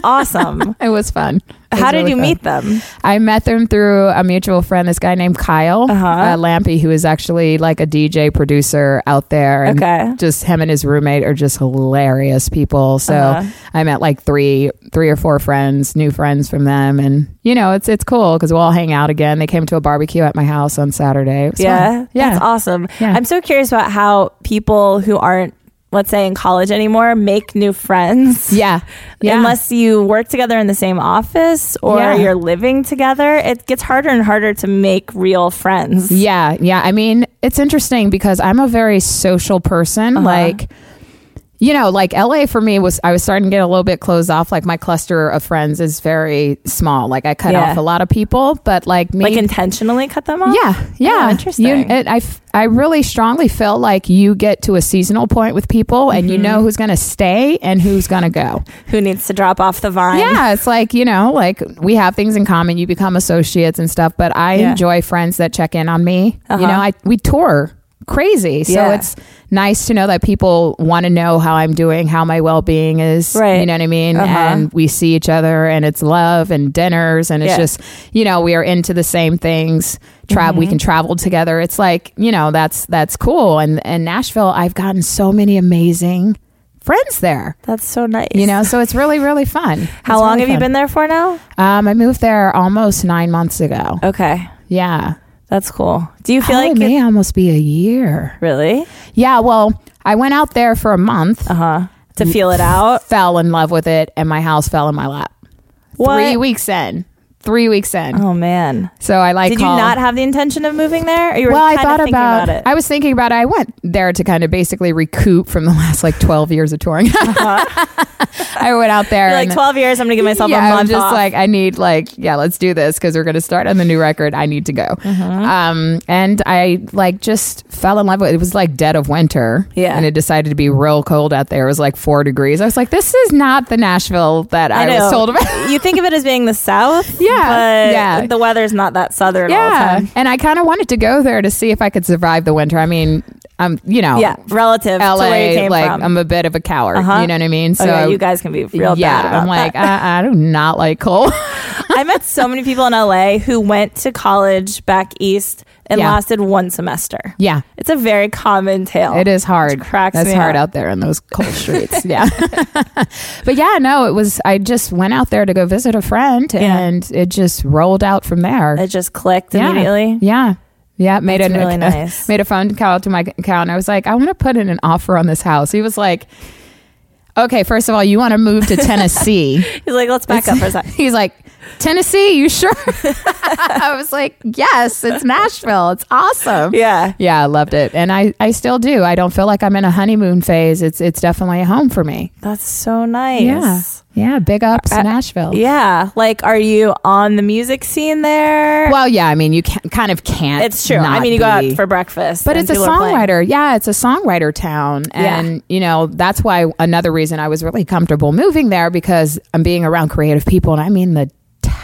[SPEAKER 1] awesome.
[SPEAKER 2] It was fun. It
[SPEAKER 1] How
[SPEAKER 2] was
[SPEAKER 1] did
[SPEAKER 2] really
[SPEAKER 1] you
[SPEAKER 2] fun.
[SPEAKER 1] meet them?
[SPEAKER 2] I met them through a mutual friend, this guy named Kyle
[SPEAKER 1] Uh-huh.
[SPEAKER 2] uh Lampy, who is actually like a DJ producer out there. And
[SPEAKER 1] Okay.
[SPEAKER 2] Just him and his roommate are just hilarious people. So
[SPEAKER 1] Uh-huh.
[SPEAKER 2] I met like three, three or four friends, new friends from them, and you know it's it's cool because we'll all hang out again. They came to a barbecue at my house on Saturday. It was
[SPEAKER 1] Yeah,
[SPEAKER 2] fun. yeah,
[SPEAKER 1] that's awesome.
[SPEAKER 2] Yeah.
[SPEAKER 1] I'm so curious about how people who aren't, let's say, in college anymore, make new friends.
[SPEAKER 2] yeah, yeah.
[SPEAKER 1] Unless you work together in the same office or
[SPEAKER 2] Yeah.
[SPEAKER 1] you're living together, it gets harder and harder to make real friends.
[SPEAKER 2] Yeah, yeah. I mean, it's interesting because I'm a very social person.
[SPEAKER 1] Uh-huh.
[SPEAKER 2] Like, you know, like LA for me was, I was starting to get a little bit closed off. Like, my cluster of friends is very small. Like, I cut
[SPEAKER 1] Yeah.
[SPEAKER 2] off a lot of people, but like me.
[SPEAKER 1] Like intentionally cut them off.
[SPEAKER 2] yeah, yeah.
[SPEAKER 1] Oh, interesting.
[SPEAKER 2] You, it, I, f- I really strongly feel like you get to a seasonal point with people and
[SPEAKER 1] Mm-hmm.
[SPEAKER 2] you know who's going to stay and who's going to go.
[SPEAKER 1] who needs to drop off the vine?
[SPEAKER 2] Yeah, it's like, you know, like we have things in common. You become associates and stuff, but I
[SPEAKER 1] Yeah. Uh-huh.
[SPEAKER 2] enjoy friends that check in on me. You know, I we tour crazy. So
[SPEAKER 1] Yeah.
[SPEAKER 2] it's nice to know that people want to know how I'm doing, how my well-being is,
[SPEAKER 1] Right.
[SPEAKER 2] you know what I mean?
[SPEAKER 1] Uh-huh.
[SPEAKER 2] And we see each other and it's love and dinners and it's
[SPEAKER 1] Yeah.
[SPEAKER 2] just, you know, we are into the same things. Travel,
[SPEAKER 1] Mm-hmm.
[SPEAKER 2] we can travel together. It's like, you know, that's that's cool. And and Nashville, I've gotten so many amazing friends there.
[SPEAKER 1] That's so nice.
[SPEAKER 2] You know, so it's really, really fun.
[SPEAKER 1] how long have you been there for now?
[SPEAKER 2] there? Um, I moved there almost nine months ago.
[SPEAKER 1] Okay.
[SPEAKER 2] Yeah.
[SPEAKER 1] That's cool. Do you feel
[SPEAKER 2] Oh,
[SPEAKER 1] like
[SPEAKER 2] it
[SPEAKER 1] it-
[SPEAKER 2] may almost be a year.
[SPEAKER 1] really?
[SPEAKER 2] Yeah. Well, I went out there for a month,
[SPEAKER 1] Uh huh. To feel it out?
[SPEAKER 2] fell in love with it, and my house fell in my lap.
[SPEAKER 1] What?
[SPEAKER 2] Three weeks in. Three weeks in.
[SPEAKER 1] Oh man.
[SPEAKER 2] So I like.
[SPEAKER 1] Did
[SPEAKER 2] called-
[SPEAKER 1] you not have the intention of moving there? Or you were
[SPEAKER 2] well, I
[SPEAKER 1] kind
[SPEAKER 2] thought
[SPEAKER 1] of thinking about, it.
[SPEAKER 2] I was thinking about it. I went there to kind of basically recoup from the last like twelve years of touring. I went out there.
[SPEAKER 1] Uh-huh. You're like
[SPEAKER 2] and-
[SPEAKER 1] 12 years, I'm going to give myself
[SPEAKER 2] yeah,
[SPEAKER 1] a month
[SPEAKER 2] I'm just
[SPEAKER 1] off.
[SPEAKER 2] like I need like yeah, let's do this because we're gonna start on the new record. I need to go.
[SPEAKER 1] Mm-hmm.
[SPEAKER 2] Um, and I like just fell in love with it. was like dead of winter.
[SPEAKER 1] Yeah.
[SPEAKER 2] and it decided to be real cold out there. It was like four degrees. I was like, this is not the Nashville that I, was told about.
[SPEAKER 1] you think of it as being the South?
[SPEAKER 2] Yeah, Yeah,
[SPEAKER 1] but
[SPEAKER 2] yeah.
[SPEAKER 1] the weather's not that southern all the
[SPEAKER 2] yeah.
[SPEAKER 1] time.
[SPEAKER 2] And I kind of wanted to go there to see if I could survive the winter. I mean, um, you know,
[SPEAKER 1] Yeah, relative
[SPEAKER 2] LA,
[SPEAKER 1] to where you came
[SPEAKER 2] like
[SPEAKER 1] from.
[SPEAKER 2] I'm a bit of a coward.
[SPEAKER 1] Uh-huh.
[SPEAKER 2] You know what I mean?
[SPEAKER 1] Oh, yeah, you guys can be real
[SPEAKER 2] yeah,
[SPEAKER 1] bad about
[SPEAKER 2] I'm like, uh-uh, uh,
[SPEAKER 1] that.
[SPEAKER 2] I, I do not like cold.
[SPEAKER 1] I met so many people in LA who went to college back east and
[SPEAKER 2] Yeah.
[SPEAKER 1] lasted one semester.
[SPEAKER 2] yeah.
[SPEAKER 1] It's a very common tale.
[SPEAKER 2] It is hard.
[SPEAKER 1] cracks
[SPEAKER 2] That's
[SPEAKER 1] me
[SPEAKER 2] hard
[SPEAKER 1] up.
[SPEAKER 2] out there in those cold streets. yeah. but yeah, no, it was I just went out there to go visit a friend
[SPEAKER 1] Yeah.
[SPEAKER 2] and it just rolled out from there.
[SPEAKER 1] It just clicked
[SPEAKER 2] yeah.
[SPEAKER 1] immediately.
[SPEAKER 2] Yeah. Yeah, made
[SPEAKER 1] That's
[SPEAKER 2] a
[SPEAKER 1] really
[SPEAKER 2] a-
[SPEAKER 1] nice.
[SPEAKER 2] made a phone call to my account. I was like, I want to put in an offer on this house. He was like, Okay, first of all, you want to move to Tennessee.
[SPEAKER 1] He's like, let's back up for a second.
[SPEAKER 2] He's like, Tennessee, you sure? I was like, Yes, it's Nashville. It's awesome.
[SPEAKER 1] Yeah.
[SPEAKER 2] Yeah, I loved it. And I, I still do. I don't feel like I'm in a honeymoon phase. It's it's definitely a home for me.
[SPEAKER 1] That's so nice. Uh,
[SPEAKER 2] Yeah. Yeah. Big ups Nashville.
[SPEAKER 1] Yeah. Like, are you on the music scene there?
[SPEAKER 2] Well, yeah, I mean you can, kind of can't.
[SPEAKER 1] it's true. I
[SPEAKER 2] not
[SPEAKER 1] mean, you go
[SPEAKER 2] be-
[SPEAKER 1] out for breakfast,
[SPEAKER 2] But
[SPEAKER 1] and
[SPEAKER 2] it's a
[SPEAKER 1] people are playing.
[SPEAKER 2] songwriter. Yeah, it's a songwriter town.
[SPEAKER 1] Yeah.
[SPEAKER 2] And, you know, that's why another reason I was really comfortable moving there because I'm being around creative people. And I mean, the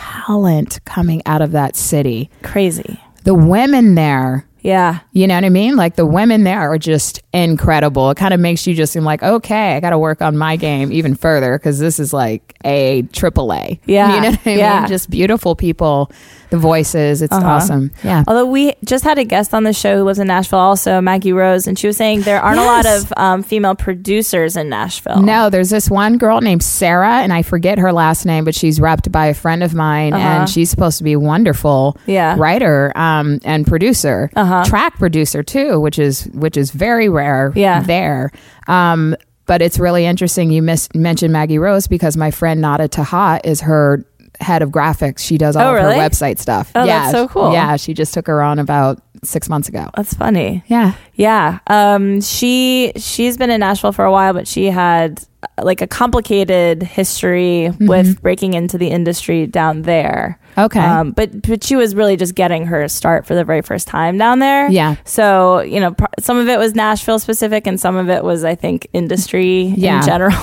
[SPEAKER 2] talent coming out of that city,
[SPEAKER 1] Crazy.
[SPEAKER 2] the women there,
[SPEAKER 1] Yeah.
[SPEAKER 2] You know what I mean? Like the women there are just incredible. It kind of makes you just seem like, okay, I got to work on my game even further because this is like a triple A.
[SPEAKER 1] Yeah.
[SPEAKER 2] You know what I
[SPEAKER 1] Yeah. Uh-huh.
[SPEAKER 2] mean? Just beautiful people, the voices. It's awesome. Yeah.
[SPEAKER 1] Although we just had a guest on the show who lives in Nashville, also Maggie Rose, and she was saying there aren't a lot
[SPEAKER 2] Yes.
[SPEAKER 1] of um, female producers in Nashville.
[SPEAKER 2] Oh. No, there's this one girl named Sarah, and I forget her last name, but she's repped by a friend of mine,
[SPEAKER 1] Uh-huh.
[SPEAKER 2] and she's supposed to be a wonderful
[SPEAKER 1] Yeah. Uh-huh.
[SPEAKER 2] writer um, and producer, track producer too, which is which is very rare
[SPEAKER 1] Yeah.
[SPEAKER 2] there. Um, but it's really interesting you miss, mentioned Maggie Rose because my friend Nada Taha is her head of graphics. She does all
[SPEAKER 1] Oh,
[SPEAKER 2] of
[SPEAKER 1] really?
[SPEAKER 2] her website stuff.
[SPEAKER 1] Oh, that's so cool.
[SPEAKER 2] Yeah, she just took her on about six months ago.
[SPEAKER 1] That's funny.
[SPEAKER 2] Yeah.
[SPEAKER 1] Yeah. Um, she she's been in Nashville for a while, but she had uh, like a complicated history
[SPEAKER 2] Mm-hmm.
[SPEAKER 1] with breaking into the industry down there.
[SPEAKER 2] Okay.
[SPEAKER 1] Um, but but she was really just getting her start for the very first time down there.
[SPEAKER 2] Yeah.
[SPEAKER 1] So you know, pr- some of it was Nashville specific, and some of it was I think industry in general.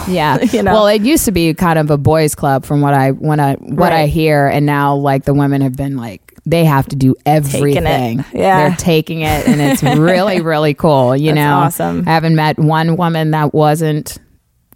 [SPEAKER 2] Yeah.
[SPEAKER 1] you know.
[SPEAKER 2] Well, it used to be kind of a boys' club from what I when I what I
[SPEAKER 1] Right.
[SPEAKER 2] hear, and now like the women have been like they have to do everything.
[SPEAKER 1] Yeah.
[SPEAKER 2] They're taking it, and it's really really cool. You
[SPEAKER 1] That's
[SPEAKER 2] know,
[SPEAKER 1] awesome.
[SPEAKER 2] I haven't met one woman that wasn't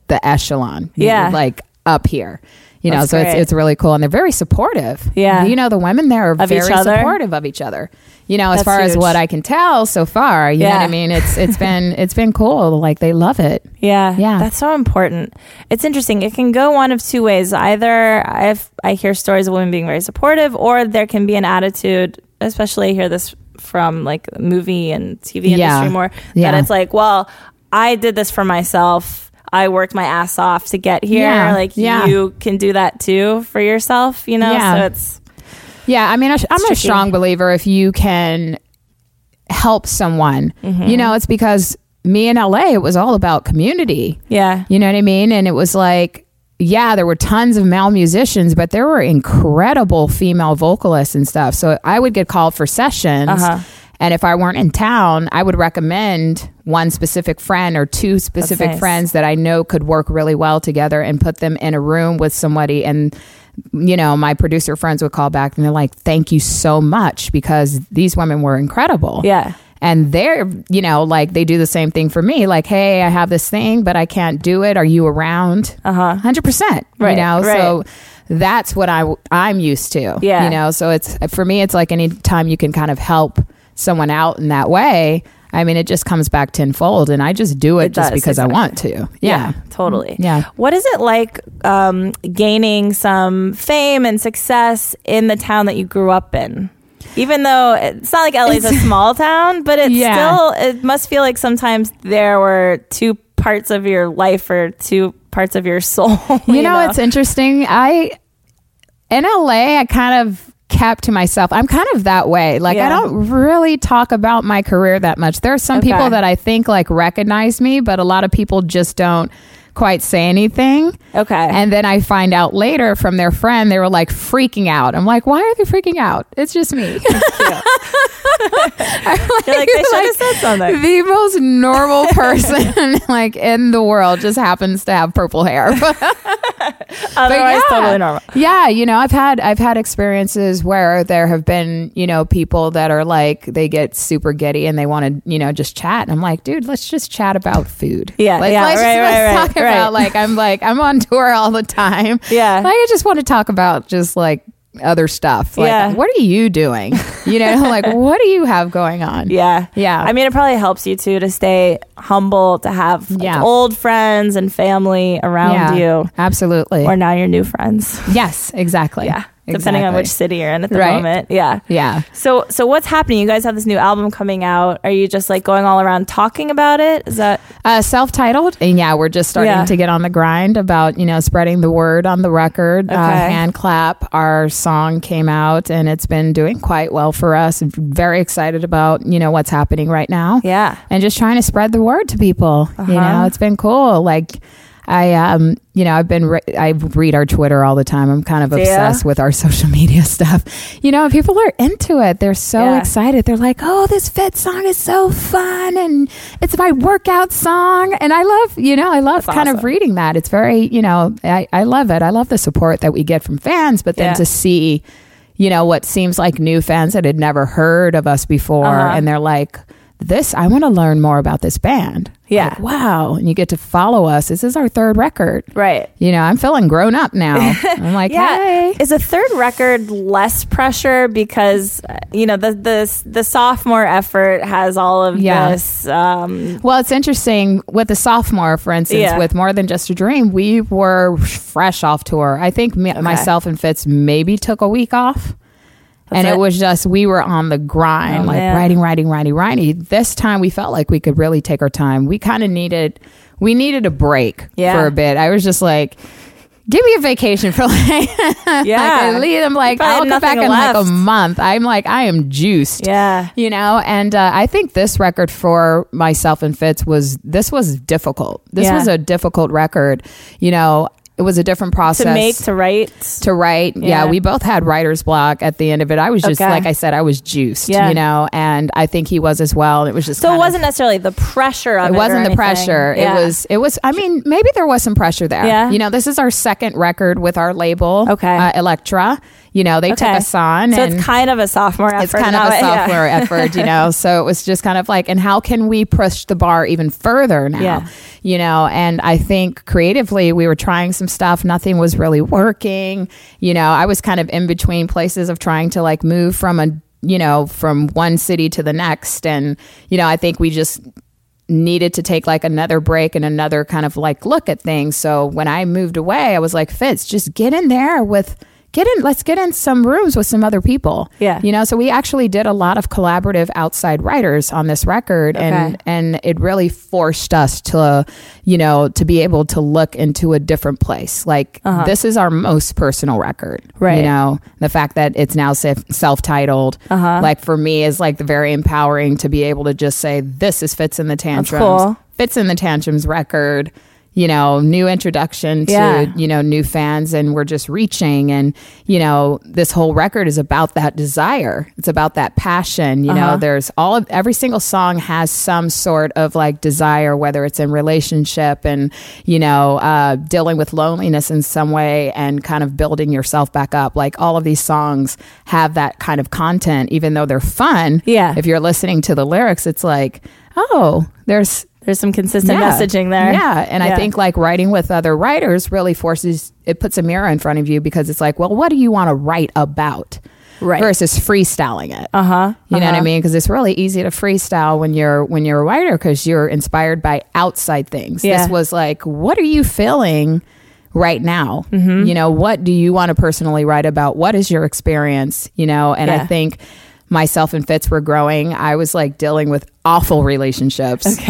[SPEAKER 2] the echelon. you
[SPEAKER 1] Yeah.
[SPEAKER 2] know, like up here. You know,
[SPEAKER 1] That's
[SPEAKER 2] so it's,
[SPEAKER 1] great.
[SPEAKER 2] it's really cool, and they're very supportive.
[SPEAKER 1] Yeah.
[SPEAKER 2] you know, the women there are
[SPEAKER 1] Of each
[SPEAKER 2] very
[SPEAKER 1] other?
[SPEAKER 2] supportive of each other. You know, as
[SPEAKER 1] That's
[SPEAKER 2] far as
[SPEAKER 1] huge.
[SPEAKER 2] what I can tell so far, you know what
[SPEAKER 1] Yeah.
[SPEAKER 2] I mean. It's it's been it's been cool. Like they love it.
[SPEAKER 1] Yeah,
[SPEAKER 2] Yeah.
[SPEAKER 1] that's so important. It's interesting. It can go one of two ways. Either I I hear stories of women being very supportive, or there can be an attitude. Especially I hear this from like movie and TV
[SPEAKER 2] Yeah.
[SPEAKER 1] industry more
[SPEAKER 2] Yeah.
[SPEAKER 1] that it's like, well, I did this for myself. I worked my ass off to get here.
[SPEAKER 2] Yeah.
[SPEAKER 1] Like
[SPEAKER 2] Yeah.
[SPEAKER 1] you can do that too for yourself. You know,
[SPEAKER 2] Yeah.
[SPEAKER 1] so it's
[SPEAKER 2] Yeah, I mean, I sh- I'm a
[SPEAKER 1] tricky.
[SPEAKER 2] strong believer if you can help someone.
[SPEAKER 1] Mm-hmm.
[SPEAKER 2] You know, it's because me in LA, it was all about community.
[SPEAKER 1] yeah,
[SPEAKER 2] You know what I mean? And it was like, yeah, there were tons of male musicians, but there were incredible female vocalists and stuff. So I would get called for sessions.
[SPEAKER 1] Uh-huh.
[SPEAKER 2] And if I weren't in town, I would recommend one specific friend or two specific
[SPEAKER 1] nice.
[SPEAKER 2] friends that I know could work really well together and put them in a room with somebody. And, you know, my producer friends would call back and they're like, thank you so much because these women were incredible
[SPEAKER 1] yeah,
[SPEAKER 2] and they're you know like they do the same thing for me like hey i have this thing but i can't do it are you around uh-huh 100%
[SPEAKER 1] Right,
[SPEAKER 2] you know
[SPEAKER 1] right.
[SPEAKER 2] so that's what i i'm used to
[SPEAKER 1] Yeah.
[SPEAKER 2] you know so it's for me it's like any time you can kind of help someone out in that way i mean it just comes back tenfold and i just do it,
[SPEAKER 1] It
[SPEAKER 2] just
[SPEAKER 1] does,
[SPEAKER 2] because
[SPEAKER 1] exactly.
[SPEAKER 2] i want to yeah,
[SPEAKER 1] totally.
[SPEAKER 2] Yeah.
[SPEAKER 1] What is it like um, gaining some fame and success in the town that you grew up in? Even though it's not like LA's a small town, but it's
[SPEAKER 2] Yeah.
[SPEAKER 1] still, it must feel like sometimes there were two parts of your life or two parts of your soul.
[SPEAKER 2] you, know, it's interesting i in la i kind of kept to myself i'm kind of that way like
[SPEAKER 1] Yeah.
[SPEAKER 2] i don't really talk about my career that much there are some
[SPEAKER 1] Okay.
[SPEAKER 2] people that i think like recognize me but a lot of people just don't quite say anything.
[SPEAKER 1] Okay.
[SPEAKER 2] And then I find out later from their friend, they were like freaking out. I'm like, why are they freaking out? It's just me.
[SPEAKER 1] You're like, they should have said something.
[SPEAKER 2] the most normal person like in the world just happens to have purple hair. But
[SPEAKER 1] Otherwise, totally normal.
[SPEAKER 2] Yeah, you know, I've had I've had experiences where there have been, you know, people that are like they get super giddy and they want to, you know, just chat. And I'm like, dude, let's just chat about food.
[SPEAKER 1] Yeah,
[SPEAKER 2] like,
[SPEAKER 1] yeah,
[SPEAKER 2] let's,
[SPEAKER 1] right,
[SPEAKER 2] just, let's
[SPEAKER 1] right,
[SPEAKER 2] talk
[SPEAKER 1] right,
[SPEAKER 2] about
[SPEAKER 1] right.
[SPEAKER 2] like I'm like I'm on tour all the time.
[SPEAKER 1] Yeah.
[SPEAKER 2] like I just want to talk about just like other stuff. Like,
[SPEAKER 1] Yeah.
[SPEAKER 2] what are you doing? You know, like what do you have going on?
[SPEAKER 1] Yeah.
[SPEAKER 2] Yeah.
[SPEAKER 1] I mean, it probably helps you too to stay humble, to have like,
[SPEAKER 2] Yeah.
[SPEAKER 1] old friends and family around
[SPEAKER 2] Yeah,
[SPEAKER 1] you,
[SPEAKER 2] absolutely.
[SPEAKER 1] or now your new friends.
[SPEAKER 2] yes, exactly.
[SPEAKER 1] Yeah. Depending on
[SPEAKER 2] Exactly.
[SPEAKER 1] which city you're in at the
[SPEAKER 2] Right.
[SPEAKER 1] moment. Yeah.
[SPEAKER 2] Yeah.
[SPEAKER 1] So, so what's happening? You guys have this new album coming out. Are you just like going all around talking about it? Is that
[SPEAKER 2] Uh, self-titled, and yeah, we're just starting
[SPEAKER 1] Yeah.
[SPEAKER 2] to get on the grind about you know spreading the word on the record. Uh,
[SPEAKER 1] Okay.
[SPEAKER 2] hand clap, our song came out, and it's been doing quite well for us. Very excited about you know what's happening right now,
[SPEAKER 1] yeah?
[SPEAKER 2] and just trying to spread the word to people. You
[SPEAKER 1] Uh-huh.
[SPEAKER 2] know, it's been cool. Like I, um, you know, I've been re- I read our Twitter all the time. I'm kind of
[SPEAKER 1] Yeah.
[SPEAKER 2] obsessed with our social media stuff. You know, and people are into it. They're so
[SPEAKER 1] Yeah.
[SPEAKER 2] excited. They're like, "Oh, this Fit song is so fun, and it's my workout song." And I love, you know, I love
[SPEAKER 1] That's
[SPEAKER 2] kind of
[SPEAKER 1] awesome.
[SPEAKER 2] reading that. It's very, you know, I, I love it. I love the support that we get from fans, but then
[SPEAKER 1] Yeah.
[SPEAKER 2] to see, you know, what seems like new fans that had never heard of us before,
[SPEAKER 1] Uh-huh.
[SPEAKER 2] and they're like. This I want to learn more about this band.
[SPEAKER 1] Yeah.
[SPEAKER 2] Like, wow. And you get to follow us. This is our third record.
[SPEAKER 1] Right.
[SPEAKER 2] You know, I'm feeling grown up now. I'm like,
[SPEAKER 1] Yeah.
[SPEAKER 2] hey.
[SPEAKER 1] Is a third record less pressure because uh, you know the the the sophomore effort has all of
[SPEAKER 2] Yeah.
[SPEAKER 1] this um
[SPEAKER 2] Well, it's interesting with the sophomore, for instance,
[SPEAKER 1] Yeah.
[SPEAKER 2] with More Than Just a Dream, we were fresh off tour. I think me, myself and Fitz maybe took a week off. and it,
[SPEAKER 1] it.
[SPEAKER 2] was just, we were on the grind,
[SPEAKER 1] Oh,
[SPEAKER 2] like
[SPEAKER 1] man.
[SPEAKER 2] writing, writing, writing, writing. This time we felt like we could really take our time. We kind of needed, we needed a break
[SPEAKER 1] Yeah.
[SPEAKER 2] for a bit. I was just like, give me a vacation for like,
[SPEAKER 1] yeah
[SPEAKER 2] like I leave, I'm like,
[SPEAKER 1] probably had
[SPEAKER 2] I'll come back
[SPEAKER 1] nothing
[SPEAKER 2] in like
[SPEAKER 1] left.
[SPEAKER 2] a month. I'm like, I am juiced.
[SPEAKER 1] Yeah.
[SPEAKER 2] You know, and uh, I think this record for myself and Fitz was, this was difficult. This
[SPEAKER 1] Yeah.
[SPEAKER 2] was a difficult record. You know, it was a different process
[SPEAKER 1] to make to write
[SPEAKER 2] to write.
[SPEAKER 1] Yeah.
[SPEAKER 2] Yeah. we both had writer's block at the end of it. I was just,
[SPEAKER 1] Okay.
[SPEAKER 2] like I said, I was juiced,
[SPEAKER 1] Yeah.
[SPEAKER 2] you know, and I think he was as well. It was just
[SPEAKER 1] so it
[SPEAKER 2] kind of-
[SPEAKER 1] wasn't necessarily the pressure of it,
[SPEAKER 2] it
[SPEAKER 1] or
[SPEAKER 2] wasn't the
[SPEAKER 1] anything.
[SPEAKER 2] pressure.
[SPEAKER 1] Yeah.
[SPEAKER 2] It was. It was. I mean, maybe there was some pressure there.
[SPEAKER 1] Yeah.
[SPEAKER 2] You know, this is our second record with our label.
[SPEAKER 1] Okay.
[SPEAKER 2] Uh, Electra. You know, they took us on.
[SPEAKER 1] so
[SPEAKER 2] and
[SPEAKER 1] it's kind of a sophomore effort
[SPEAKER 2] it's
[SPEAKER 1] in
[SPEAKER 2] kind of a
[SPEAKER 1] that way. Yeah.
[SPEAKER 2] sophomore effort, you know. So it was just kind of like, and how can we push the bar even further now?
[SPEAKER 1] Yeah.
[SPEAKER 2] You know, and I think creatively we were trying some stuff. Nothing was really working. You know, I was kind of in between places of trying to like move from a you know from one city to the next, and you know, I think we just needed to take like another break and another kind of like look at things. So when I moved away, I was like, Fitz, just get in there with get in let's get in some rooms with some other people.
[SPEAKER 1] Yeah.
[SPEAKER 2] You know, so we actually did a lot of collaborative outside writers on this record and and it really forced us to you know, to be able to look into a different place. Like this is our most personal record.
[SPEAKER 1] Uh-huh. Right.
[SPEAKER 2] You know, the fact that it's now self titled,
[SPEAKER 1] Uh-huh.
[SPEAKER 2] like for me is like very empowering to be able to just say this is Fits in the Tan
[SPEAKER 1] That's
[SPEAKER 2] tantrums.
[SPEAKER 1] cool.
[SPEAKER 2] Fits in the tantrums record. You know, new introduction to
[SPEAKER 1] Yeah.
[SPEAKER 2] you know new fans, and we're just reaching. And you know, this whole record is about that desire. It's about that passion. You
[SPEAKER 1] Uh-huh.
[SPEAKER 2] know, there's all of every single song has some sort of like desire, whether it's in relationship and you know uh, dealing with loneliness in some way, and kind of building yourself back up. Like all of these songs have that kind of content, even though they're fun.
[SPEAKER 1] Yeah.
[SPEAKER 2] if you're listening to the lyrics, it's like, oh, there's
[SPEAKER 1] there's some consistent
[SPEAKER 2] yeah.
[SPEAKER 1] messaging there
[SPEAKER 2] Yeah. And I think like writing with other writers really forces it puts a mirror in front of you because it's like, well, what do you want to write about?
[SPEAKER 1] Right. Uh-huh,
[SPEAKER 2] Versus freestyling it. Uh huh. You know what I mean? Because it's really easy to freestyle when you're when you're a writer because you're inspired by outside things.
[SPEAKER 1] Yeah.
[SPEAKER 2] This was like, what are you feeling? Right now,
[SPEAKER 1] Mm-hmm.
[SPEAKER 2] you know, what do you want to personally write about? What is your experience? You know, and
[SPEAKER 1] Yeah.
[SPEAKER 2] I think myself and Fitz were growing, I was like dealing with awful relationships.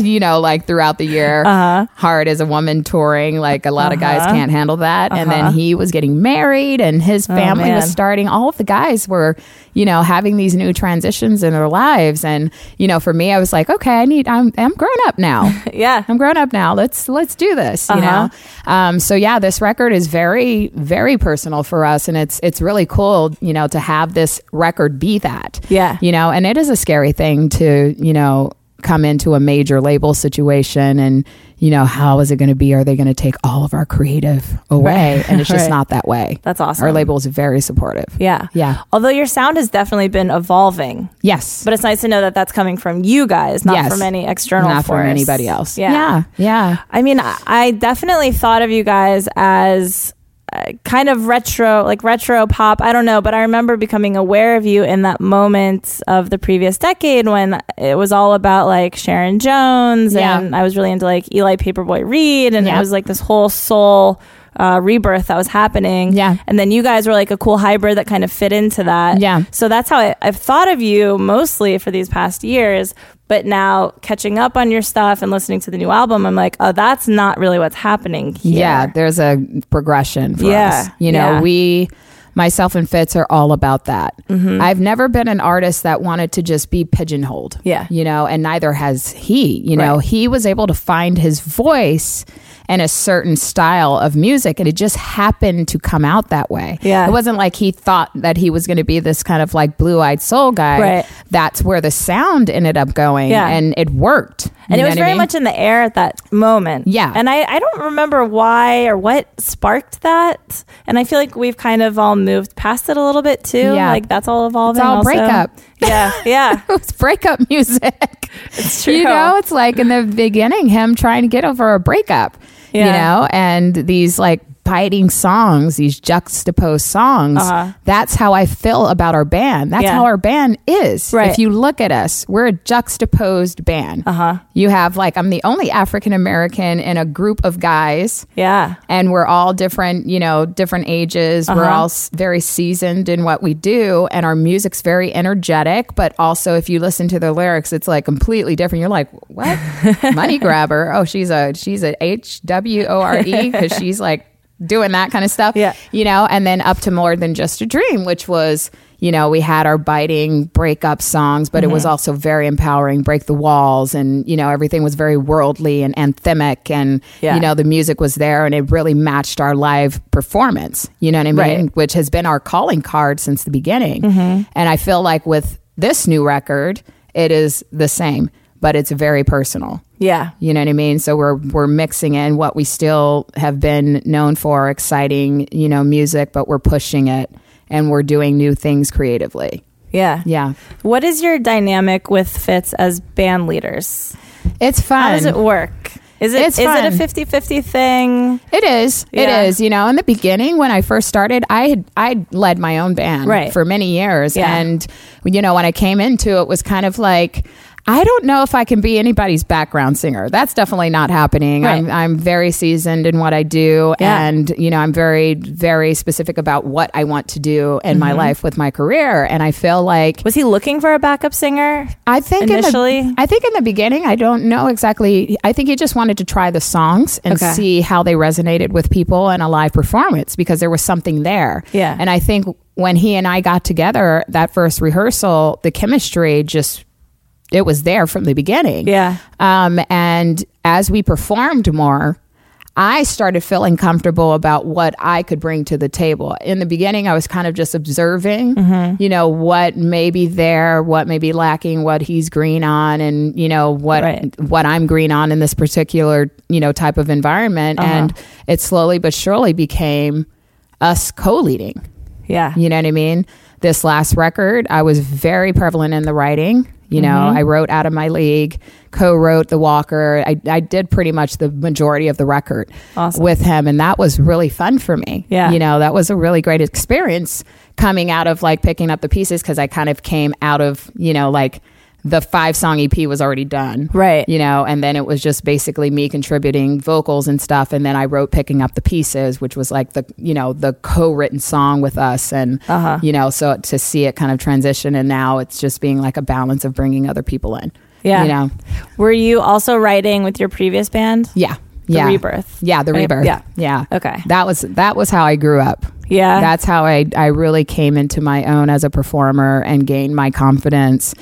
[SPEAKER 2] you know, like throughout the year,
[SPEAKER 1] Uh-huh.
[SPEAKER 2] hard as a woman touring, like a lot of guys can't handle that. And then he was getting married and his family was
[SPEAKER 1] Uh-huh. Oh, man.
[SPEAKER 2] starting. All of the guys were, you know, having these new transitions in their lives. And, you know, for me, I was like, okay, I need, I'm, I'm grown up now.
[SPEAKER 1] Yeah.
[SPEAKER 2] I'm grown up now. Let's let's do this. You
[SPEAKER 1] Uh-huh.
[SPEAKER 2] know. Um, so yeah, this record is very very personal for us, and it's it's really cool. You know, to have this record be that.
[SPEAKER 1] Yeah.
[SPEAKER 2] You know, and it is a scary thing to you know come into a major label situation and you know how is it going to be are they going to take all of our creative away and it's just
[SPEAKER 1] Right.
[SPEAKER 2] not that way
[SPEAKER 1] That's awesome.
[SPEAKER 2] our label is very supportive
[SPEAKER 1] Yeah.
[SPEAKER 2] Yeah.
[SPEAKER 1] Although your sound has definitely been evolving,
[SPEAKER 2] yes
[SPEAKER 1] but it's nice to know that that's coming from you guys, not
[SPEAKER 2] Yes.
[SPEAKER 1] from any external
[SPEAKER 2] not
[SPEAKER 1] force.
[SPEAKER 2] from anybody else
[SPEAKER 1] Yeah.
[SPEAKER 2] yeah, yeah.
[SPEAKER 1] I mean, I- I definitely thought of you guys as uh, kind of retro, like retro pop. I don't know, but I remember becoming aware of you in that moment of the previous decade when it was all about like Sharon Jones,
[SPEAKER 2] Yeah.
[SPEAKER 1] and I was really into like Eli Paperboy Reed, and
[SPEAKER 2] Yeah.
[SPEAKER 1] it was like this whole soul. Uh, rebirth that was happening
[SPEAKER 2] Yeah.
[SPEAKER 1] and then you guys were like a cool hybrid that kind of fit into that
[SPEAKER 2] Yeah.
[SPEAKER 1] Uh, so that's how I, I've thought of you mostly for these past years. But now catching up on your stuff and listening to the new album, I'm like, oh, that's not really what's happening here.
[SPEAKER 2] Yeah, there's a progression for
[SPEAKER 1] Yeah,
[SPEAKER 2] us. You know,
[SPEAKER 1] yeah.
[SPEAKER 2] we, myself and Fitz are all about that.
[SPEAKER 1] Mm-hmm.
[SPEAKER 2] I've never been an artist that wanted to just be pigeonholed.
[SPEAKER 1] Yeah.
[SPEAKER 2] You know, and neither has he. You know,
[SPEAKER 1] Right.
[SPEAKER 2] he was able to find his voice and a certain style of music and it just happened to come out that way.
[SPEAKER 1] Yeah.
[SPEAKER 2] It wasn't like he thought that he was going to be this kind of like blue-eyed soul guy.
[SPEAKER 1] Right.
[SPEAKER 2] That's where the sound ended up going
[SPEAKER 1] Yeah.
[SPEAKER 2] and it worked.
[SPEAKER 1] And it
[SPEAKER 2] You know
[SPEAKER 1] was
[SPEAKER 2] what I
[SPEAKER 1] very
[SPEAKER 2] mean?
[SPEAKER 1] much in the air at that moment.
[SPEAKER 2] Yeah.
[SPEAKER 1] And I, I don't remember why or what sparked that. And I feel like we've kind of all moved past it a little bit too.
[SPEAKER 2] Yeah.
[SPEAKER 1] Like that's all evolving.
[SPEAKER 2] all
[SPEAKER 1] also.
[SPEAKER 2] breakup.
[SPEAKER 1] Yeah. Yeah.
[SPEAKER 2] it was breakup music.
[SPEAKER 1] It's true.
[SPEAKER 2] You know, it's like in the beginning, him trying to get over a breakup, you
[SPEAKER 1] Yeah.
[SPEAKER 2] know, and these like biting songs, these juxtaposed songs. That's how I feel about our band. That's
[SPEAKER 1] Uh-huh. Yeah.
[SPEAKER 2] how our band is.
[SPEAKER 1] Right.
[SPEAKER 2] If you look at us, we're a juxtaposed band. Uh-huh. You have like, I'm the only African American in a group of guys
[SPEAKER 1] yeah. Uh-huh.
[SPEAKER 2] and we're all different, you know, different ages. We're all s- very seasoned in what we do, and our music's very energetic. But also, if you listen to the lyrics, it's like completely different. You're like, what? Money grabber? Oh, she's a she's a H W O R E because she's like doing that kind of stuff.
[SPEAKER 1] Yeah.
[SPEAKER 2] you know. And then up to more than just a dream, which was. You know, we had our biting breakup songs, but it
[SPEAKER 1] Mm-hmm.
[SPEAKER 2] was also very empowering. Break the walls, and you know, everything was very worldly and anthemic, and
[SPEAKER 1] Yeah.
[SPEAKER 2] you know, the music was there and it really matched our live performance. You know what I mean?
[SPEAKER 1] Right. Mm-hmm.
[SPEAKER 2] Which has been our calling card since the beginning. And I feel like with this new record, it is the same, but it's very personal.
[SPEAKER 1] Yeah.
[SPEAKER 2] You know what I mean? So we're we're mixing in what we still have been known for, exciting, you know, music, but we're pushing it and we're doing new things creatively.
[SPEAKER 1] Yeah.
[SPEAKER 2] Yeah.
[SPEAKER 1] What is your dynamic with Fitz as band leaders?
[SPEAKER 2] It's fun.
[SPEAKER 1] How does it work? Is it
[SPEAKER 2] It's
[SPEAKER 1] is
[SPEAKER 2] fun.
[SPEAKER 1] it a 50-50 thing?
[SPEAKER 2] It is.
[SPEAKER 1] Yeah.
[SPEAKER 2] It is. You know, in the beginning when I first started, I had I led my own band
[SPEAKER 1] Right.
[SPEAKER 2] for many years,
[SPEAKER 1] Yeah.
[SPEAKER 2] and you know when I came into it was kind of like. I don't know if I can be anybody's background singer. That's definitely not happening.
[SPEAKER 1] Right.
[SPEAKER 2] I'm, I'm very seasoned in what I do.
[SPEAKER 1] Yeah.
[SPEAKER 2] And, you know, I'm very, very specific about what I want to do in
[SPEAKER 1] Mm-hmm.
[SPEAKER 2] my life with my career. And I feel like
[SPEAKER 1] Was he looking for a backup singer?
[SPEAKER 2] I think in
[SPEAKER 1] Initially?
[SPEAKER 2] the, I think in the beginning, I don't know exactly. I think he just wanted to try the songs and
[SPEAKER 1] Okay.
[SPEAKER 2] see how they resonated with people in a live performance because there was something there.
[SPEAKER 1] Yeah.
[SPEAKER 2] and I think when he and I got together that first rehearsal, the chemistry just it was there from the beginning.
[SPEAKER 1] Yeah.
[SPEAKER 2] Um, and as we performed more, I started feeling comfortable about what I could bring to the table. In the beginning, I was kind of just observing, you know, what may be there, what may be lacking, what he's green on, and you know what
[SPEAKER 1] Right.
[SPEAKER 2] what I'm green on in this particular you know type of environment. And it slowly but surely became us co-leading.
[SPEAKER 1] Yeah.
[SPEAKER 2] You know what I mean? This last record, I was very prevalent in the writing. You know,
[SPEAKER 1] Mm-hmm.
[SPEAKER 2] I wrote Out of My League, co wrote The Walker. I, I did pretty much the majority of the record
[SPEAKER 1] Awesome.
[SPEAKER 2] with him. And that was really fun for me.
[SPEAKER 1] Yeah.
[SPEAKER 2] You know, that was a really great experience coming out of like picking up the pieces because I kind of came out of, you know, like the five song EP was already done.
[SPEAKER 1] Right.
[SPEAKER 2] You know, and then it was just basically me contributing vocals and stuff. And then I wrote Picking Up the Pieces, which was like the, you know, the co written song with us. And,
[SPEAKER 1] Uh-huh.
[SPEAKER 2] you know, so to see it kind of transition. And now it's just being like a balance of bringing other people in.
[SPEAKER 1] Yeah.
[SPEAKER 2] You know,
[SPEAKER 1] Were you also writing with your previous band?
[SPEAKER 2] yeah. Yeah.
[SPEAKER 1] Rebirth.
[SPEAKER 2] Yeah. The
[SPEAKER 1] Right?
[SPEAKER 2] rebirth.
[SPEAKER 1] Yeah.
[SPEAKER 2] Yeah.
[SPEAKER 1] Okay.
[SPEAKER 2] That was, that was how I grew up.
[SPEAKER 1] Yeah.
[SPEAKER 2] That's how I, I really came into my own as a performer and gained my confidence.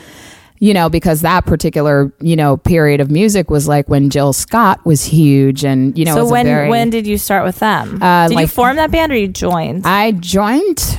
[SPEAKER 2] You know, because that particular, you know, period of music was like when Jill Scott was huge and you know, it
[SPEAKER 1] so
[SPEAKER 2] was a
[SPEAKER 1] when
[SPEAKER 2] very-
[SPEAKER 1] when did you start with them?
[SPEAKER 2] Uh,
[SPEAKER 1] did you
[SPEAKER 2] like-
[SPEAKER 1] form that band or you joined?
[SPEAKER 2] I joined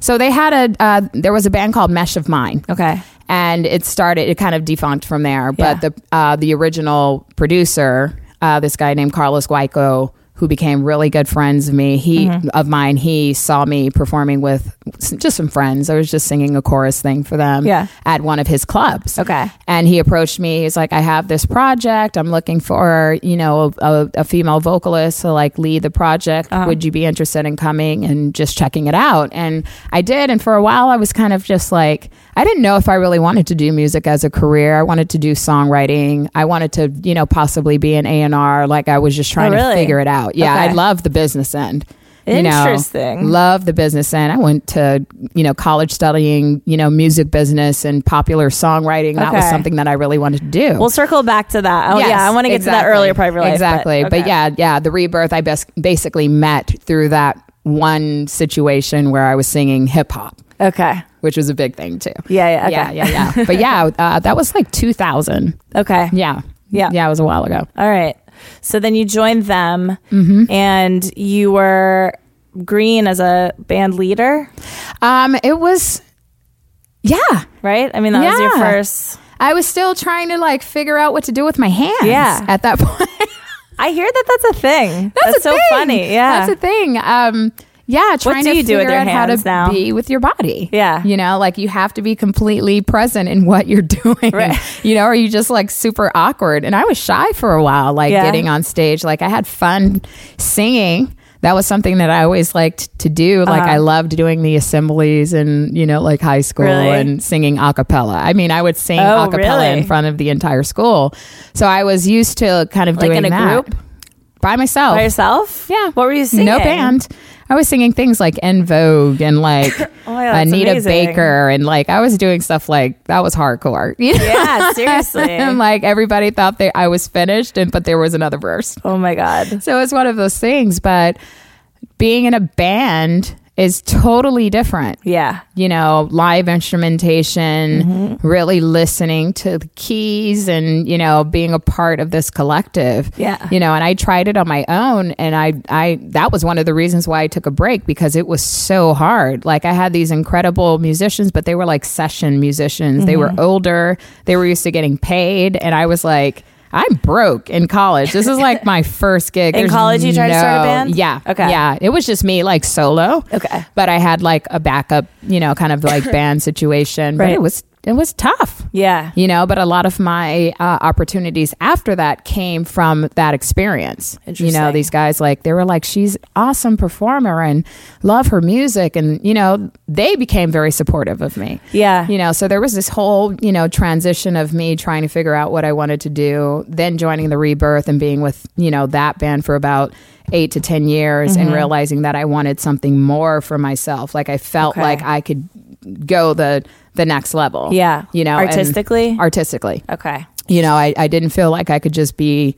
[SPEAKER 2] so they had a uh, there was a band called Mesh of Mine.
[SPEAKER 1] okay.
[SPEAKER 2] and it started it kind of defunct from there but
[SPEAKER 1] Yeah.
[SPEAKER 2] the uh, the original producer uh, this guy named carlos guaico who became really good friends of me he
[SPEAKER 1] Mm-hmm.
[SPEAKER 2] of mine he saw me performing with s- just some friends i was just singing a chorus thing for them
[SPEAKER 1] Yeah.
[SPEAKER 2] at one of his clubs
[SPEAKER 1] Okay.
[SPEAKER 2] and he approached me he's like i have this project i'm looking for you know a, a, a female vocalist to like lead the project
[SPEAKER 1] Uh-huh.
[SPEAKER 2] would you be interested in coming and just checking it out and i did and for a while i was kind of just like i didn't know if i really wanted to do music as a career i wanted to do songwriting i wanted to you know possibly be an a&r like i was just trying
[SPEAKER 1] Oh, really?
[SPEAKER 2] to figure it out yeah
[SPEAKER 1] Okay.
[SPEAKER 2] i love the business end you know.
[SPEAKER 1] Interesting.
[SPEAKER 2] love the business end. I went to you know college studying you know music business and popular songwriting. That was
[SPEAKER 1] Okay.
[SPEAKER 2] something that I really wanted to do.
[SPEAKER 1] We'll circle back to that. Oh
[SPEAKER 2] Yes,
[SPEAKER 1] yeah, I want to get to that
[SPEAKER 2] exactly.
[SPEAKER 1] earlier part of your life.
[SPEAKER 2] Exactly, but,
[SPEAKER 1] okay.
[SPEAKER 2] yeah, yeah. The rebirth I bas- basically met through that one situation where I was singing hip hop,
[SPEAKER 1] Okay.
[SPEAKER 2] which was a big thing too.
[SPEAKER 1] Yeah, yeah, okay.
[SPEAKER 2] yeah, yeah, yeah. but yeah, uh, that was like 2000.
[SPEAKER 1] Okay.
[SPEAKER 2] Yeah,
[SPEAKER 1] Yeah.
[SPEAKER 2] yeah. It was a while ago.
[SPEAKER 1] All right. So then you joined them Mm-hmm. and you were green as a band leader,
[SPEAKER 2] Um, it was, yeah.
[SPEAKER 1] right? I mean, that was your
[SPEAKER 2] Yeah.
[SPEAKER 1] first.
[SPEAKER 2] I was still trying to like figure out what to do with my hands.
[SPEAKER 1] Yeah.
[SPEAKER 2] at that point.
[SPEAKER 1] I hear that that's a thing. That's,
[SPEAKER 2] a
[SPEAKER 1] so
[SPEAKER 2] thing.
[SPEAKER 1] funny. Yeah.
[SPEAKER 2] that's a thing. Um, yeah, trying
[SPEAKER 1] do
[SPEAKER 2] to
[SPEAKER 1] you do
[SPEAKER 2] figure
[SPEAKER 1] with your
[SPEAKER 2] out how to
[SPEAKER 1] hands now?
[SPEAKER 2] be with your body.
[SPEAKER 1] Yeah.
[SPEAKER 2] you know, like you have to be completely present in what you're doing.
[SPEAKER 1] Right.
[SPEAKER 2] You know, or you just like super awkward. And I was shy for a while, like
[SPEAKER 1] Yeah.
[SPEAKER 2] getting on stage. Like I had fun singing. That was something that I always liked to do. Like
[SPEAKER 1] Uh-huh.
[SPEAKER 2] I loved doing the assemblies and you know, like high school
[SPEAKER 1] Really?
[SPEAKER 2] and singing a cappella. I mean, I would sing
[SPEAKER 1] Oh,
[SPEAKER 2] a cappella
[SPEAKER 1] really?
[SPEAKER 2] in front of the entire school. So I was used to kind of
[SPEAKER 1] Like
[SPEAKER 2] doing
[SPEAKER 1] in a
[SPEAKER 2] that
[SPEAKER 1] group?
[SPEAKER 2] by myself.
[SPEAKER 1] By yourself?
[SPEAKER 2] Yeah.
[SPEAKER 1] What were you singing?
[SPEAKER 2] No band. I was singing things like En Vogue and like
[SPEAKER 1] my God, Oh, that's
[SPEAKER 2] Anita
[SPEAKER 1] amazing.
[SPEAKER 2] Baker and like I was doing stuff like that was hardcore. You know?
[SPEAKER 1] Yeah, seriously.
[SPEAKER 2] and like everybody thought they I was finished and but there was another verse.
[SPEAKER 1] oh my God.
[SPEAKER 2] So it's one of those things, but being in a band is totally different
[SPEAKER 1] Yeah.
[SPEAKER 2] you know, live instrumentation,
[SPEAKER 1] Mm-hmm.
[SPEAKER 2] really listening to the keys and, you know, being a part of this collective.
[SPEAKER 1] Yeah.
[SPEAKER 2] You know, and I tried it on my own and I I that was one of the reasons why I took a break because it was so hard. Like I had these incredible musicians, but they were like session musicians. They
[SPEAKER 1] Mm-hmm.
[SPEAKER 2] were older, they were used to getting paid, and I was like I'm broke in college. This is like my first gig.
[SPEAKER 1] In
[SPEAKER 2] There's
[SPEAKER 1] college, you tried to start a
[SPEAKER 2] no-
[SPEAKER 1] band?
[SPEAKER 2] Yeah.
[SPEAKER 1] Okay.
[SPEAKER 2] Yeah. It was just me, like solo.
[SPEAKER 1] Okay.
[SPEAKER 2] But I had like a backup, you know, kind of like band situation. But
[SPEAKER 1] Right.
[SPEAKER 2] it was it was tough.
[SPEAKER 1] Yeah.
[SPEAKER 2] You know, but a lot of my uh, opportunities after that came from that experience. You know,
[SPEAKER 1] Interesting.
[SPEAKER 2] these guys like they were like, "She's awesome performer and love her music," and you know, they became very supportive of me.
[SPEAKER 1] Yeah.
[SPEAKER 2] you know, so there was this whole you know transition of me trying to figure out what I wanted to do, then joining the Rebirth and being with you know that band for about eight to ten years,
[SPEAKER 1] Mm-hmm.
[SPEAKER 2] and realizing that I wanted something more for myself. Like I felt
[SPEAKER 1] Okay.
[SPEAKER 2] like I could go the the next level
[SPEAKER 1] Yeah.
[SPEAKER 2] you know and-
[SPEAKER 1] Artistically?
[SPEAKER 2] artistically
[SPEAKER 1] Okay.
[SPEAKER 2] you know I, I didn't feel like i could just be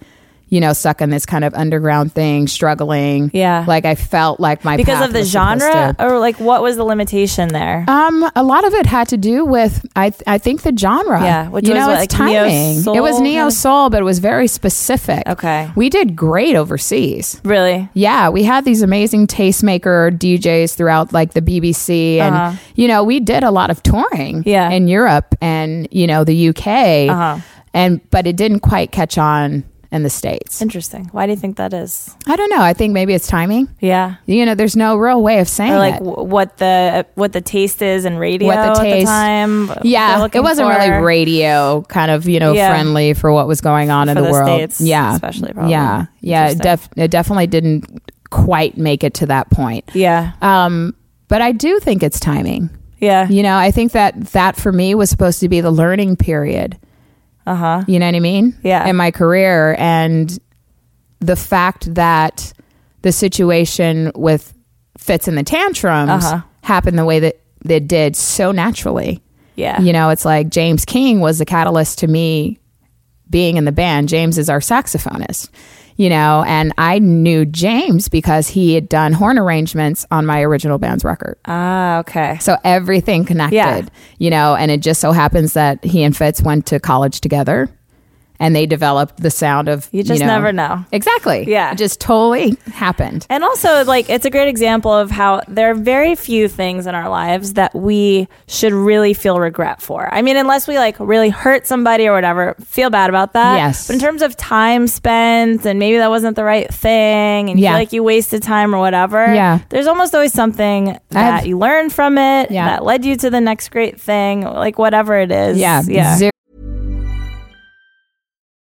[SPEAKER 2] you know stuck in this kind of underground thing struggling
[SPEAKER 1] Yeah.
[SPEAKER 2] like i felt like my
[SPEAKER 1] Because
[SPEAKER 2] path
[SPEAKER 1] of the
[SPEAKER 2] was supposed
[SPEAKER 1] genre?
[SPEAKER 2] to-
[SPEAKER 1] Or like what was the limitation there?
[SPEAKER 2] um, a lot of it had to do with I I think the genre.
[SPEAKER 1] Yeah, which
[SPEAKER 2] you
[SPEAKER 1] was
[SPEAKER 2] know,
[SPEAKER 1] what,
[SPEAKER 2] it's
[SPEAKER 1] like neo
[SPEAKER 2] timing.
[SPEAKER 1] soul
[SPEAKER 2] it was
[SPEAKER 1] kind
[SPEAKER 2] neo
[SPEAKER 1] of-
[SPEAKER 2] soul, but it was very specific.
[SPEAKER 1] Okay.
[SPEAKER 2] we did great overseas.
[SPEAKER 1] really?
[SPEAKER 2] Yeah, we had these amazing tastemaker DJs throughout like the BBC and you know, we did a lot of touring
[SPEAKER 1] Uh-huh. Yeah.
[SPEAKER 2] in Europe and you know, the UK.
[SPEAKER 1] Uh-huh.
[SPEAKER 2] And but it didn't quite catch on in the states.
[SPEAKER 1] Interesting. Why do you think that is?
[SPEAKER 2] I don't know, I think maybe it's timing.
[SPEAKER 1] Yeah.
[SPEAKER 2] You know, there's no real way of saying
[SPEAKER 1] Or like
[SPEAKER 2] it.
[SPEAKER 1] w- what the what the taste is in radio
[SPEAKER 2] What the
[SPEAKER 1] at the
[SPEAKER 2] taste-
[SPEAKER 1] time. what they're
[SPEAKER 2] yeah,
[SPEAKER 1] looking
[SPEAKER 2] it wasn't
[SPEAKER 1] for.
[SPEAKER 2] really radio kind of, you know,
[SPEAKER 1] Yeah.
[SPEAKER 2] friendly for what was going on in
[SPEAKER 1] For
[SPEAKER 2] the,
[SPEAKER 1] the
[SPEAKER 2] world.
[SPEAKER 1] States
[SPEAKER 2] yeah.
[SPEAKER 1] especially, probably.
[SPEAKER 2] Yeah. Yeah, it,
[SPEAKER 1] Interesting.
[SPEAKER 2] def- it definitely didn't quite make it to that point.
[SPEAKER 1] Yeah.
[SPEAKER 2] Um, but I do think it's timing.
[SPEAKER 1] Yeah.
[SPEAKER 2] You know, I think that that for me was supposed to be the learning period.
[SPEAKER 1] Uh huh.
[SPEAKER 2] You know what I mean?
[SPEAKER 1] Yeah.
[SPEAKER 2] In my career. And the fact that the situation with fits and the tantrums
[SPEAKER 1] Uh-huh.
[SPEAKER 2] happened the way that it did so naturally.
[SPEAKER 1] Yeah.
[SPEAKER 2] You know, it's like James King was the catalyst to me being in the band. James is our saxophonist, you know, and I knew James because he had done horn arrangements on my original band's record.
[SPEAKER 1] Ah, okay.
[SPEAKER 2] So everything connected,
[SPEAKER 1] Yeah.
[SPEAKER 2] you know, and it just so happens that he and Fitz went to college together and they developed the sound of
[SPEAKER 1] You just
[SPEAKER 2] know-
[SPEAKER 1] never know.
[SPEAKER 2] Exactly.
[SPEAKER 1] Yeah.
[SPEAKER 2] It just totally happened.
[SPEAKER 1] And also, like, it's a great example of how there are very few things in our lives that we should really feel regret for. I mean, unless we like really hurt somebody or whatever, feel bad about that.
[SPEAKER 2] Yes.
[SPEAKER 1] But in terms of time spent and maybe that wasn't the right thing and you
[SPEAKER 2] Yeah.
[SPEAKER 1] feel like you wasted time or whatever,
[SPEAKER 2] Yeah.
[SPEAKER 1] there's almost always something that
[SPEAKER 2] have-
[SPEAKER 1] you learned from it
[SPEAKER 2] Yeah.
[SPEAKER 1] that led you to the next great thing, like whatever it is.
[SPEAKER 2] Yeah.
[SPEAKER 1] Yeah.
[SPEAKER 2] Zero-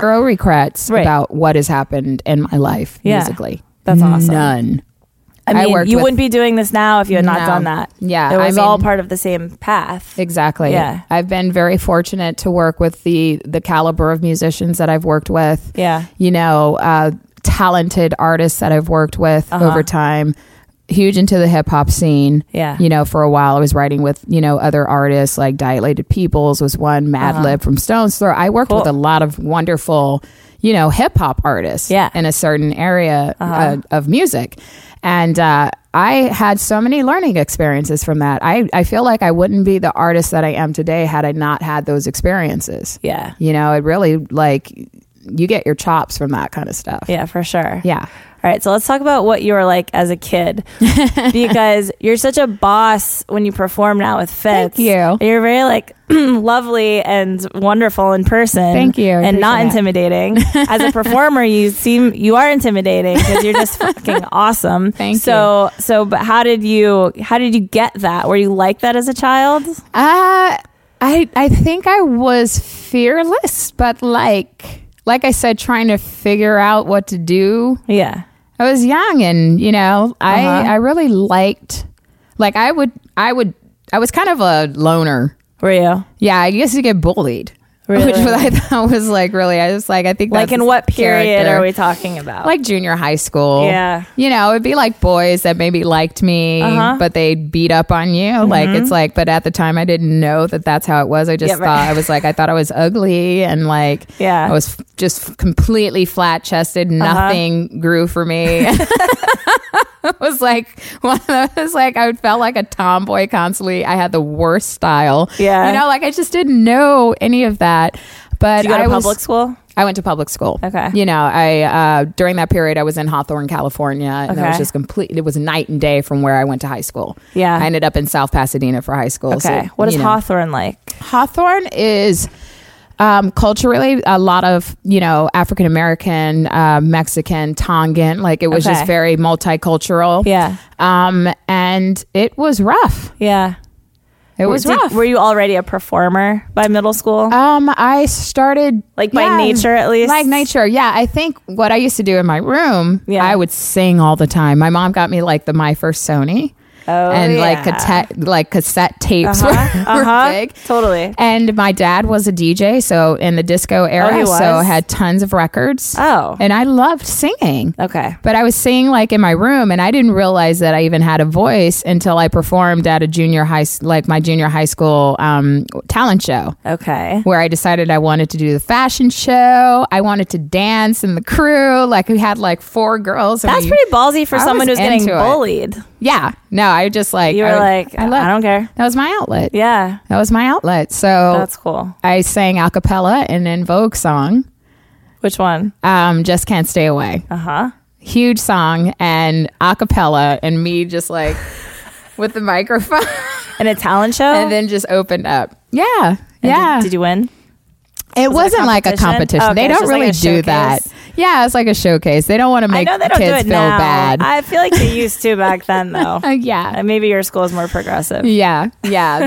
[SPEAKER 2] zero regrets
[SPEAKER 1] Right.
[SPEAKER 2] about what has happened in my life
[SPEAKER 1] Yeah.
[SPEAKER 2] musically.
[SPEAKER 1] That's awesome.
[SPEAKER 2] None.
[SPEAKER 1] I
[SPEAKER 2] I
[SPEAKER 1] mean,
[SPEAKER 2] worked
[SPEAKER 1] you
[SPEAKER 2] with-
[SPEAKER 1] wouldn't be doing this now if you had not
[SPEAKER 2] No.
[SPEAKER 1] done that.
[SPEAKER 2] Yeah,
[SPEAKER 1] It
[SPEAKER 2] I
[SPEAKER 1] was all
[SPEAKER 2] mean-
[SPEAKER 1] part of the same path.
[SPEAKER 2] Exactly.
[SPEAKER 1] Yeah.
[SPEAKER 2] I've been very fortunate to work with the the caliber of musicians that I've worked with.
[SPEAKER 1] Yeah.
[SPEAKER 2] You know, uh, talented artists that I've worked with
[SPEAKER 1] Uh-huh.
[SPEAKER 2] over time. Huge into the hip hop scene.
[SPEAKER 1] Yeah.
[SPEAKER 2] You know, for a while I was writing with, you know, other artists like Dilated Peoples was one, Mad
[SPEAKER 1] Uh-huh.
[SPEAKER 2] Lib from Stones Throw. I worked with a lot of wonderful, you know, hip hop artists
[SPEAKER 1] Yeah. Uh-huh.
[SPEAKER 2] in a certain area uh, of music. And uh, I had so many learning experiences from that. I, I feel like I wouldn't be the artist that I am today had I not had those experiences.
[SPEAKER 1] Yeah.
[SPEAKER 2] You know, it really like you get your chops from that kind of stuff.
[SPEAKER 1] Yeah, for sure.
[SPEAKER 2] Yeah.
[SPEAKER 1] All right, so let's talk about what you were like as a kid, because you're such a boss when you perform now with Fitz.
[SPEAKER 2] Thank you.
[SPEAKER 1] And you're very like lovely and wonderful in person.
[SPEAKER 2] Thank you. I
[SPEAKER 1] and not
[SPEAKER 2] appreciate
[SPEAKER 1] intimidating. as a performer, you seem you are intimidating because you're just fucking awesome.
[SPEAKER 2] Thank
[SPEAKER 1] so, you. So so, but how did you how did you get that? Were you like that as a child?
[SPEAKER 2] Uh, I I think I was fearless, but like like I said, trying to figure out what to do.
[SPEAKER 1] Yeah.
[SPEAKER 2] I was young and you know, I
[SPEAKER 1] Uh-huh.
[SPEAKER 2] I really liked like I would I would I was kind of a loner.
[SPEAKER 1] Were you?
[SPEAKER 2] Yeah, I guess you get bullied.
[SPEAKER 1] Really?
[SPEAKER 2] which I thought was like really. I was like, I think
[SPEAKER 1] like
[SPEAKER 2] that's
[SPEAKER 1] in what
[SPEAKER 2] his
[SPEAKER 1] period
[SPEAKER 2] character.
[SPEAKER 1] are we talking about?
[SPEAKER 2] Like junior high school.
[SPEAKER 1] Yeah.
[SPEAKER 2] You know, it'd be like boys that maybe liked me,
[SPEAKER 1] Uh-huh. Mm-hmm.
[SPEAKER 2] but they beat up on you. Like, it's like, but at the time I didn't know that that's how it was. I just
[SPEAKER 1] Yeah,
[SPEAKER 2] thought,
[SPEAKER 1] right.
[SPEAKER 2] I was like, I thought I was ugly and like,
[SPEAKER 1] Yeah. Uh-huh.
[SPEAKER 2] I was f- just completely flat chested. Nothing grew for me. it was like one of those, like, I felt like a tomboy constantly. I had the worst style.
[SPEAKER 1] Yeah.
[SPEAKER 2] You know, like I just didn't know any of that. But
[SPEAKER 1] Did you go to
[SPEAKER 2] I was,
[SPEAKER 1] public school?
[SPEAKER 2] I went to public school.
[SPEAKER 1] Okay.
[SPEAKER 2] You know, I uh, during that period I was in Hawthorne, California, and that
[SPEAKER 1] Okay.
[SPEAKER 2] was just complete. It was night and day from where I went to high school.
[SPEAKER 1] Yeah.
[SPEAKER 2] I ended up in South Pasadena for high school. so,
[SPEAKER 1] Okay. what is
[SPEAKER 2] you know.
[SPEAKER 1] Hawthorne like?
[SPEAKER 2] Hawthorne is um, culturally a lot of you know African American, uh, Mexican, Tongan. Like it was
[SPEAKER 1] Okay.
[SPEAKER 2] just very multicultural.
[SPEAKER 1] Yeah.
[SPEAKER 2] Um, and it was rough.
[SPEAKER 1] Yeah.
[SPEAKER 2] It was
[SPEAKER 1] Did-
[SPEAKER 2] rough.
[SPEAKER 1] Were you already a performer by middle school?
[SPEAKER 2] Um, I started
[SPEAKER 1] Like by nature, at least?
[SPEAKER 2] Like nature, yeah. I think what I used to do in my room,
[SPEAKER 1] Yeah.
[SPEAKER 2] I would sing all the time. My mom got me like the my first Sony,
[SPEAKER 1] oh,
[SPEAKER 2] and like
[SPEAKER 1] yeah.
[SPEAKER 2] cassette, like cassette tapes
[SPEAKER 1] Uh-huh,
[SPEAKER 2] were, were
[SPEAKER 1] uh-huh,
[SPEAKER 2] big.
[SPEAKER 1] Totally. Oh,
[SPEAKER 2] And my dad was a DJ, so in the disco era,
[SPEAKER 1] he
[SPEAKER 2] so
[SPEAKER 1] was?
[SPEAKER 2] had tons of records.
[SPEAKER 1] Oh.
[SPEAKER 2] and I loved singing.
[SPEAKER 1] Okay.
[SPEAKER 2] But I was singing like in my room, and I didn't realize that I even had a voice until I performed at a junior high, s- like my junior high school um, talent show
[SPEAKER 1] Okay.
[SPEAKER 2] where I decided I wanted to do the fashion show. I wanted to dance in the crew. Like we had like four girls. and
[SPEAKER 1] That's
[SPEAKER 2] we-
[SPEAKER 1] pretty ballsy for
[SPEAKER 2] I
[SPEAKER 1] someone who's
[SPEAKER 2] was
[SPEAKER 1] getting
[SPEAKER 2] into it.
[SPEAKER 1] bullied.
[SPEAKER 2] Yeah. No, I just like
[SPEAKER 1] You were
[SPEAKER 2] I,
[SPEAKER 1] like, I,
[SPEAKER 2] love-
[SPEAKER 1] don't care.
[SPEAKER 2] That was my outlet.
[SPEAKER 1] Yeah.
[SPEAKER 2] That was my outlet. So
[SPEAKER 1] That's cool.
[SPEAKER 2] I sang a cappella in an Vogue song.
[SPEAKER 1] Which one?
[SPEAKER 2] Um, just can't stay away.
[SPEAKER 1] Uh huh.
[SPEAKER 2] Huge song and a cappella and me just like with the microphone
[SPEAKER 1] And a talent show?
[SPEAKER 2] and then just opened up. Yeah.
[SPEAKER 1] Oh. And
[SPEAKER 2] yeah.
[SPEAKER 1] Did, did you win? Was
[SPEAKER 2] It
[SPEAKER 1] it a
[SPEAKER 2] wasn't like a
[SPEAKER 1] competition?
[SPEAKER 2] competition.
[SPEAKER 1] Oh, okay.
[SPEAKER 2] They
[SPEAKER 1] It's
[SPEAKER 2] don't
[SPEAKER 1] just like
[SPEAKER 2] really
[SPEAKER 1] a
[SPEAKER 2] do that.
[SPEAKER 1] showcase.
[SPEAKER 2] Yeah, it's like a showcase. They don't want to make
[SPEAKER 1] I know they don't
[SPEAKER 2] kids
[SPEAKER 1] do it
[SPEAKER 2] feel
[SPEAKER 1] now.
[SPEAKER 2] bad.
[SPEAKER 1] I feel like they used to back then, though.
[SPEAKER 2] Uh, yeah.
[SPEAKER 1] And maybe your school is more progressive.
[SPEAKER 2] yeah, yeah.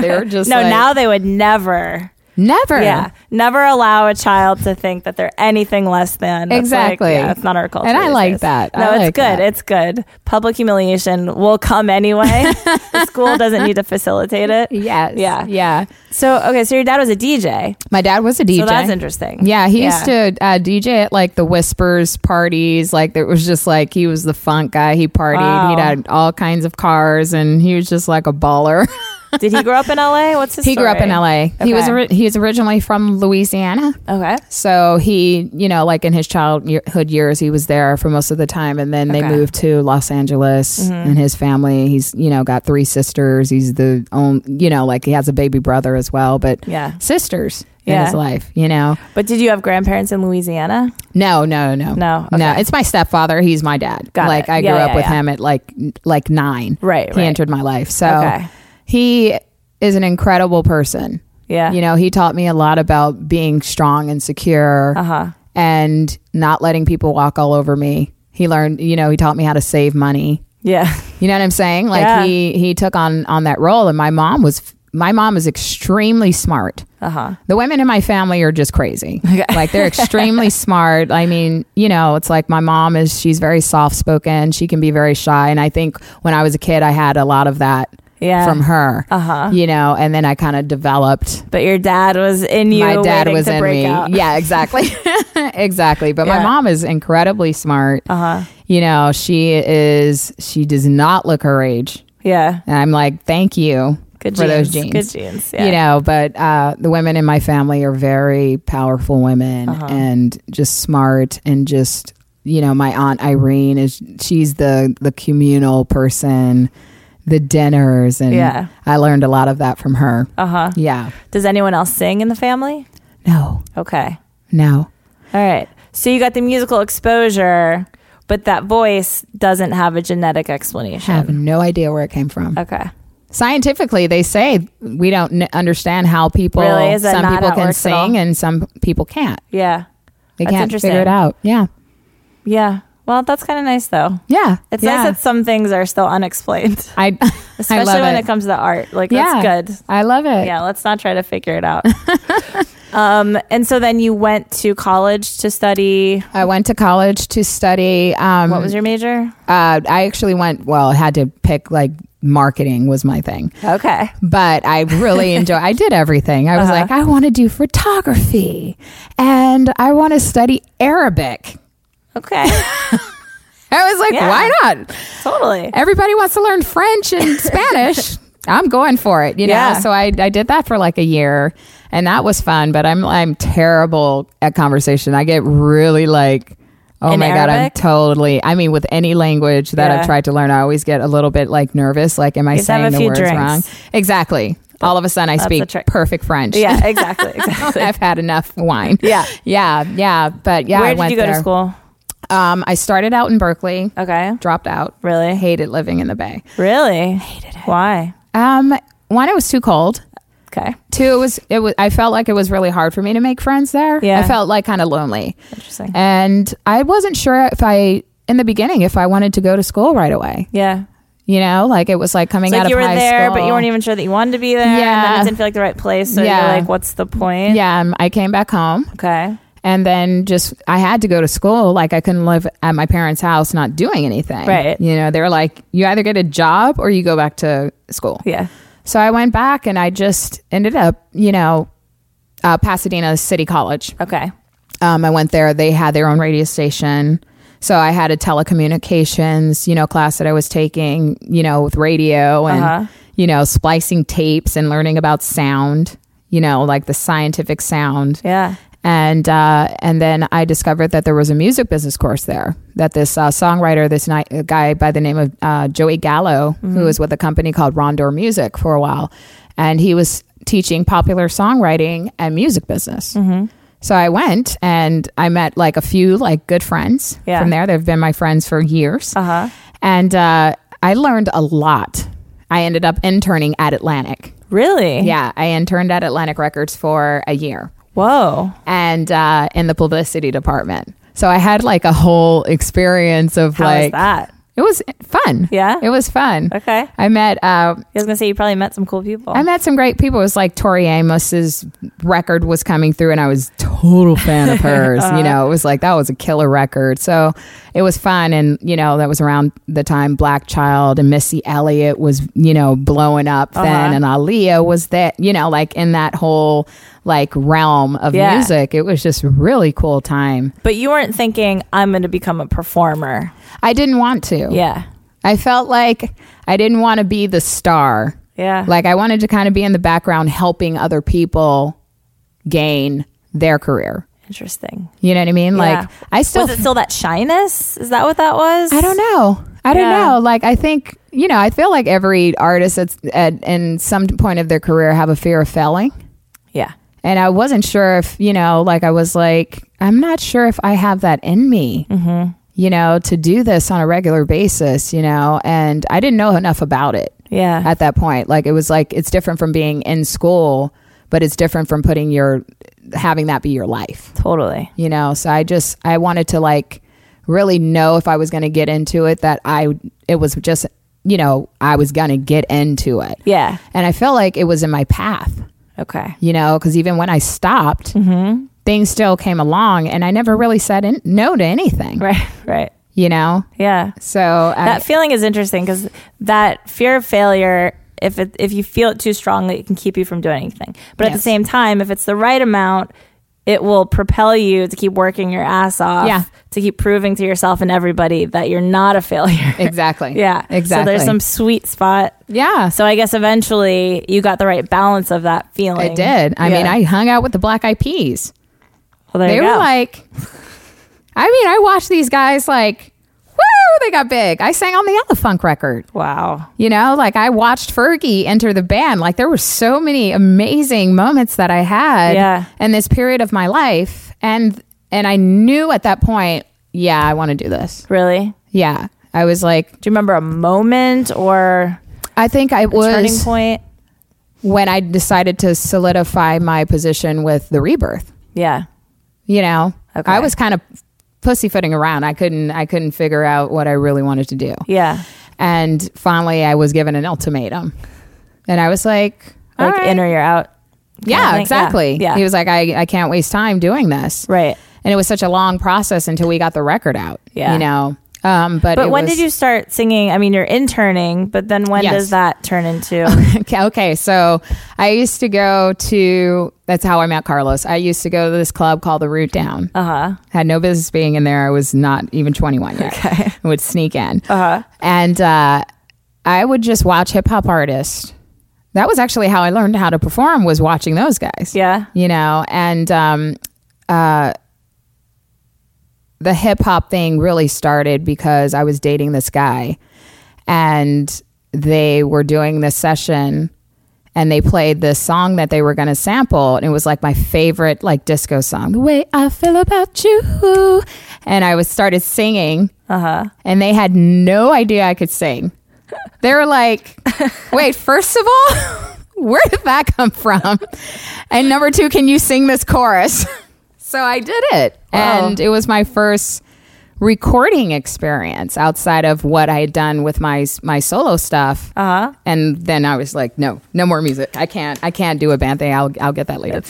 [SPEAKER 2] They were just
[SPEAKER 1] No,
[SPEAKER 2] like,
[SPEAKER 1] now they would never.
[SPEAKER 2] never.
[SPEAKER 1] Yeah, never allow a child to think that they're anything less than. It's like,
[SPEAKER 2] Exactly.
[SPEAKER 1] yeah, it's not our culture.
[SPEAKER 2] And I
[SPEAKER 1] these
[SPEAKER 2] like
[SPEAKER 1] days.
[SPEAKER 2] that.
[SPEAKER 1] No,
[SPEAKER 2] I
[SPEAKER 1] it's
[SPEAKER 2] like
[SPEAKER 1] good.
[SPEAKER 2] that.
[SPEAKER 1] It's good. Public humiliation will come anyway. the school doesn't need to facilitate it.
[SPEAKER 2] Yes.
[SPEAKER 1] Yeah.
[SPEAKER 2] Yeah.
[SPEAKER 1] So okay, so your dad was a DJ.
[SPEAKER 2] My dad was a DJ.
[SPEAKER 1] So that's interesting.
[SPEAKER 2] Yeah, he used to uh, DJ at like the Whispers parties. Like there was just like he was the funk guy. He partied.
[SPEAKER 1] Wow.
[SPEAKER 2] He had all kinds of cars, and he was just like a baller.
[SPEAKER 1] Did he grow up in LA? What's his?
[SPEAKER 2] he grew up in
[SPEAKER 1] story?
[SPEAKER 2] L.A. He was
[SPEAKER 1] Okay.
[SPEAKER 2] ori- he was originally from Louisiana.
[SPEAKER 1] Okay.
[SPEAKER 2] So he, you know, like in his childhood years, he was there for most of the time, and then they
[SPEAKER 1] Okay. Mm-hmm.
[SPEAKER 2] moved to Los Angeles and his family. He's, you know, got three sisters. He's the own, you know, like he has a baby brother as well, but
[SPEAKER 1] Yeah.
[SPEAKER 2] sisters
[SPEAKER 1] Yeah.
[SPEAKER 2] in his life, you know.
[SPEAKER 1] But did you have grandparents in Louisiana?
[SPEAKER 2] No, no, no,
[SPEAKER 1] No,
[SPEAKER 2] no.
[SPEAKER 1] okay.
[SPEAKER 2] It's my stepfather. He's my dad.
[SPEAKER 1] Got
[SPEAKER 2] like
[SPEAKER 1] it.
[SPEAKER 2] I
[SPEAKER 1] Yeah,
[SPEAKER 2] grew up
[SPEAKER 1] yeah,
[SPEAKER 2] with
[SPEAKER 1] yeah.
[SPEAKER 2] him at like n- like nine.
[SPEAKER 1] Right,
[SPEAKER 2] He
[SPEAKER 1] right.
[SPEAKER 2] entered my life. So
[SPEAKER 1] Okay.
[SPEAKER 2] he is an incredible person.
[SPEAKER 1] Yeah.
[SPEAKER 2] You know, he taught me a lot about being strong and secure
[SPEAKER 1] Uh-huh.
[SPEAKER 2] and not letting people walk all over me. He learned, you know, he taught me how to save money.
[SPEAKER 1] Yeah.
[SPEAKER 2] You know what I'm saying? Like
[SPEAKER 1] Yeah.
[SPEAKER 2] he he took on on that role and my mom was my mom is extremely smart. Uh-huh. The women in my family are just crazy. Like they're extremely smart. I mean, you know, it's like my mom is she's very soft-spoken. She can be very shy and I think when I was a kid I had a lot of that
[SPEAKER 1] Yeah.
[SPEAKER 2] from her. Uh-huh. You know, and then I kind of developed
[SPEAKER 1] But your dad was in you.
[SPEAKER 2] my dad
[SPEAKER 1] waiting
[SPEAKER 2] was
[SPEAKER 1] to
[SPEAKER 2] in
[SPEAKER 1] break
[SPEAKER 2] me.
[SPEAKER 1] out.
[SPEAKER 2] Yeah, exactly. exactly. But
[SPEAKER 1] Yeah.
[SPEAKER 2] my mom is incredibly smart. Uh-huh. You know, she is she does not look her age.
[SPEAKER 1] Yeah.
[SPEAKER 2] And I'm like, thank you
[SPEAKER 1] Good
[SPEAKER 2] for those
[SPEAKER 1] genes.
[SPEAKER 2] jeans.
[SPEAKER 1] Good genes, yeah.
[SPEAKER 2] You know, but uh, the women in my family are very powerful women
[SPEAKER 1] Uh-huh.
[SPEAKER 2] and just smart and just you know, my aunt Irene is she's the the communal person, the dinners and
[SPEAKER 1] Yeah.
[SPEAKER 2] I learned a lot of that from her.
[SPEAKER 1] Uh-huh.
[SPEAKER 2] Yeah.
[SPEAKER 1] Does anyone else sing in the family?
[SPEAKER 2] No.
[SPEAKER 1] Okay.
[SPEAKER 2] No.
[SPEAKER 1] All right. So you got the musical exposure, but that voice doesn't have a genetic explanation.
[SPEAKER 2] have no idea where it came from.
[SPEAKER 1] Okay.
[SPEAKER 2] Scientifically, they say we don't n- understand how people.
[SPEAKER 1] Really? Is that
[SPEAKER 2] some
[SPEAKER 1] not
[SPEAKER 2] people
[SPEAKER 1] how it
[SPEAKER 2] can
[SPEAKER 1] works at all?
[SPEAKER 2] sing and some people can't.
[SPEAKER 1] Yeah.
[SPEAKER 2] They
[SPEAKER 1] That's
[SPEAKER 2] can't
[SPEAKER 1] interesting.
[SPEAKER 2] figure it out. Yeah,
[SPEAKER 1] Yeah. Well, that's kind of nice though.
[SPEAKER 2] yeah.
[SPEAKER 1] It's
[SPEAKER 2] yeah.
[SPEAKER 1] nice that some things are still unexplained,
[SPEAKER 2] I,
[SPEAKER 1] especially
[SPEAKER 2] I love
[SPEAKER 1] when
[SPEAKER 2] it.
[SPEAKER 1] it. comes to art. Like
[SPEAKER 2] yeah,
[SPEAKER 1] that's good.
[SPEAKER 2] I love it.
[SPEAKER 1] Yeah, let's not try to figure it out. um, and so then you went to college to study.
[SPEAKER 2] I went to college to study. Um,
[SPEAKER 1] What was your major?
[SPEAKER 2] Uh, I actually went. Well, I had to pick like marketing was my thing.
[SPEAKER 1] Okay.
[SPEAKER 2] But I really enjoy. I did everything. I was
[SPEAKER 1] Uh-huh.
[SPEAKER 2] like, I want to do photography, and I want to study Arabic.
[SPEAKER 1] Okay.
[SPEAKER 2] I was like,
[SPEAKER 1] Yeah.
[SPEAKER 2] why not?
[SPEAKER 1] totally.
[SPEAKER 2] Everybody wants to learn French and Spanish. I'm going for it, you know.
[SPEAKER 1] Yeah.
[SPEAKER 2] So I, I did that for like a year, and that was fun. But I'm I'm terrible at conversation. I get really like, oh
[SPEAKER 1] In
[SPEAKER 2] my god, I'm
[SPEAKER 1] Arabic?
[SPEAKER 2] totally. I mean, with any language that
[SPEAKER 1] Yeah.
[SPEAKER 2] I've tried to learn, I always get a little bit like nervous. Like, am I
[SPEAKER 1] Just have
[SPEAKER 2] saying
[SPEAKER 1] a
[SPEAKER 2] the
[SPEAKER 1] few
[SPEAKER 2] words
[SPEAKER 1] drinks.
[SPEAKER 2] wrong? Exactly. All of a sudden, I
[SPEAKER 1] the
[SPEAKER 2] speak
[SPEAKER 1] trick.
[SPEAKER 2] perfect French.
[SPEAKER 1] Yeah, exactly. Exactly.
[SPEAKER 2] I've had enough wine.
[SPEAKER 1] Yeah.
[SPEAKER 2] yeah, yeah. But yeah, I
[SPEAKER 1] Where did
[SPEAKER 2] went
[SPEAKER 1] you go to
[SPEAKER 2] there.
[SPEAKER 1] school?
[SPEAKER 2] Um, I started out in Berkeley.
[SPEAKER 1] Okay.
[SPEAKER 2] Dropped out.
[SPEAKER 1] Really?
[SPEAKER 2] hated living in the Bay.
[SPEAKER 1] Really? Hated it. Why?
[SPEAKER 2] Um, one, it was too cold.
[SPEAKER 1] Okay.
[SPEAKER 2] Two, it was it was. I felt like it was really hard for me to make friends there.
[SPEAKER 1] Yeah.
[SPEAKER 2] I felt like kind of lonely,
[SPEAKER 1] Interesting.
[SPEAKER 2] and I wasn't sure if I in the beginning if I wanted to go to school right away.
[SPEAKER 1] Yeah.
[SPEAKER 2] You know, like it was like coming
[SPEAKER 1] It's like
[SPEAKER 2] out
[SPEAKER 1] you
[SPEAKER 2] of
[SPEAKER 1] were
[SPEAKER 2] high
[SPEAKER 1] there, but you
[SPEAKER 2] school.
[SPEAKER 1] weren't even sure that you wanted to be there. And then
[SPEAKER 2] Yeah.
[SPEAKER 1] it didn't feel like the right place. So
[SPEAKER 2] Yeah.
[SPEAKER 1] you're like, what's the point?
[SPEAKER 2] Yeah, um, I came back home,
[SPEAKER 1] Okay.
[SPEAKER 2] and then just I had to go to school. Like I couldn't live at my parents' house not doing anything.
[SPEAKER 1] Right.
[SPEAKER 2] You know, they were like, you either get a job or you go back to school.
[SPEAKER 1] Yeah.
[SPEAKER 2] So I went back and I just ended up, you know, uh, Pasadena City College.
[SPEAKER 1] Okay.
[SPEAKER 2] Um, I went there. They had their own radio station. So I had a telecommunications, you know, class that I was taking, you know, with radio and, you know, splicing tapes and learning about sound, you know, like the scientific sound.
[SPEAKER 1] Yeah.
[SPEAKER 2] And uh, and then I discovered that there was a music business course there. That this uh, songwriter, this ni- a guy by the name of uh, Joey Gallo, who was with a company called Rondor Music for a while, and he was teaching popular songwriting and music business. So I went and I met like a few like good friends
[SPEAKER 1] Yeah.
[SPEAKER 2] from there. They've been my friends for years. Uh-huh. And uh, I learned a lot. I ended up interning at Atlantic.
[SPEAKER 1] Mm-hmm. Really?
[SPEAKER 2] Yeah, I interned at Atlantic Records for a year
[SPEAKER 1] Whoa.
[SPEAKER 2] and uh, in the publicity department. So I had like a whole experience of
[SPEAKER 1] How was
[SPEAKER 2] like
[SPEAKER 1] that?
[SPEAKER 2] It was fun.
[SPEAKER 1] Yeah?
[SPEAKER 2] it was fun.
[SPEAKER 1] Okay.
[SPEAKER 2] I met uh,
[SPEAKER 1] I was going to say you probably met some cool people.
[SPEAKER 2] I met some great people. It was like Tori Amos's record was coming through, and I was total fan of hers.
[SPEAKER 1] Uh-huh.
[SPEAKER 2] You know, it was like that was a killer record. So it was fun, and you know that was around the time Black Child and Missy Elliott was you know blowing up then,
[SPEAKER 1] Uh-huh.
[SPEAKER 2] and Aaliyah was that you know like in that whole like realm of
[SPEAKER 1] Yeah.
[SPEAKER 2] music. It was just really cool time.
[SPEAKER 1] but you weren't thinking, I'm going to become a performer.
[SPEAKER 2] I didn't want to.
[SPEAKER 1] Yeah.
[SPEAKER 2] I felt like I didn't want to be the star.
[SPEAKER 1] Yeah.
[SPEAKER 2] Like I wanted to kind of be in the background helping other people gain their career.
[SPEAKER 1] Interesting.
[SPEAKER 2] You know what I mean? Like
[SPEAKER 1] Yeah.
[SPEAKER 2] I still
[SPEAKER 1] was it still that shyness? Is that what that was?
[SPEAKER 2] I don't know. I don't
[SPEAKER 1] Yeah.
[SPEAKER 2] know. Like I think, you know, I feel like every artist that's at in some point of their career have a fear of failing.
[SPEAKER 1] Yeah.
[SPEAKER 2] And I wasn't sure if, you know, like I was like, I'm not sure if I have that in me,
[SPEAKER 1] Mm-hmm.
[SPEAKER 2] you know, to do this on a regular basis, you know, and I didn't know enough about it.
[SPEAKER 1] Yeah.
[SPEAKER 2] at that point. Like it was like it's different from being in school, but it's different from putting your having that be your life,
[SPEAKER 1] totally.
[SPEAKER 2] you know? So I just I wanted to like really know if I was going to get into it that I it was just, you know, I was going to get into it.
[SPEAKER 1] Yeah.
[SPEAKER 2] And I felt like it was in my path,
[SPEAKER 1] Okay.
[SPEAKER 2] you know, cuz even when I stopped,
[SPEAKER 1] Mm-hmm.
[SPEAKER 2] things still came along and I never really said in, no to anything,
[SPEAKER 1] Right. Right.
[SPEAKER 2] you know?
[SPEAKER 1] Yeah.
[SPEAKER 2] So I,
[SPEAKER 1] that feeling is interesting because that fear of failure if it, if you feel it too strongly it can keep you from doing anything but at the
[SPEAKER 2] Yes.
[SPEAKER 1] same time if it's the right amount it will propel you to keep working your ass off
[SPEAKER 2] Yeah.
[SPEAKER 1] to keep proving to yourself and everybody that you're not a failure
[SPEAKER 2] exactly.
[SPEAKER 1] yeah so
[SPEAKER 2] Exactly.
[SPEAKER 1] there's some sweet spot
[SPEAKER 2] yeah.
[SPEAKER 1] so i guess eventually you got the right balance of that feeling
[SPEAKER 2] It did. I mean,
[SPEAKER 1] Yeah.
[SPEAKER 2] I hung out with the Black Eyed Peas.
[SPEAKER 1] well, there
[SPEAKER 2] They
[SPEAKER 1] you go.
[SPEAKER 2] were like, I mean, I watched these guys like, woo, they got big. I sang on the Yellow Funk record.
[SPEAKER 1] wow
[SPEAKER 2] You know, like I watched Fergie enter the band. Like there were so many amazing moments that I had
[SPEAKER 1] Yeah.
[SPEAKER 2] in this period of my life, and and I knew at that point, yeah, I want to do this.
[SPEAKER 1] really
[SPEAKER 2] Yeah, I was like,
[SPEAKER 1] do you remember a moment or
[SPEAKER 2] I think I was
[SPEAKER 1] turning point
[SPEAKER 2] when I decided to solidify my position with the Rebirth.
[SPEAKER 1] yeah
[SPEAKER 2] you know
[SPEAKER 1] Okay.
[SPEAKER 2] i was kind of pussyfooting around i couldn't i couldn't figure out what i really wanted to do
[SPEAKER 1] yeah
[SPEAKER 2] and finally i was given an ultimatum and i was like
[SPEAKER 1] like
[SPEAKER 2] "All right."
[SPEAKER 1] in or you're out
[SPEAKER 2] yeah
[SPEAKER 1] thing. Yeah.
[SPEAKER 2] exactly
[SPEAKER 1] Yeah.
[SPEAKER 2] he was like I, I can't waste time doing this
[SPEAKER 1] right
[SPEAKER 2] and it was such a long process until we got the record out
[SPEAKER 1] Yeah.
[SPEAKER 2] you know Um, but
[SPEAKER 1] But
[SPEAKER 2] it
[SPEAKER 1] when
[SPEAKER 2] was-
[SPEAKER 1] did you start singing? I mean, you're interning, but then when
[SPEAKER 2] Yes.
[SPEAKER 1] does that turn into?
[SPEAKER 2] okay, okay, so I used to go to that's how I met Carlos. I used to go to this club called the Root Down. Uh huh. Had no business being in there. I was not even 21 yet. Okay. I would sneak in. Uh huh. And uh, I would just watch hip hop artists. That was actually how I learned how to perform was watching those guys.
[SPEAKER 1] Yeah.
[SPEAKER 2] You know, and um, uh, the hip hop thing really started because I was dating this guy and they were doing this session and they played this song that they were going to sample and it was like my favorite like disco song the way i feel about you and i was started singing uh-huh and they had no idea i could sing they were like wait first of all where did that come from and number two can you sing this chorus so i did it
[SPEAKER 1] Wow.
[SPEAKER 2] and it was my first recording experience outside of what I had done with my my solo stuff. Uh-huh. And then I was like, no, no more music. I can't. I can't do a band thing. I'll I'll get that later.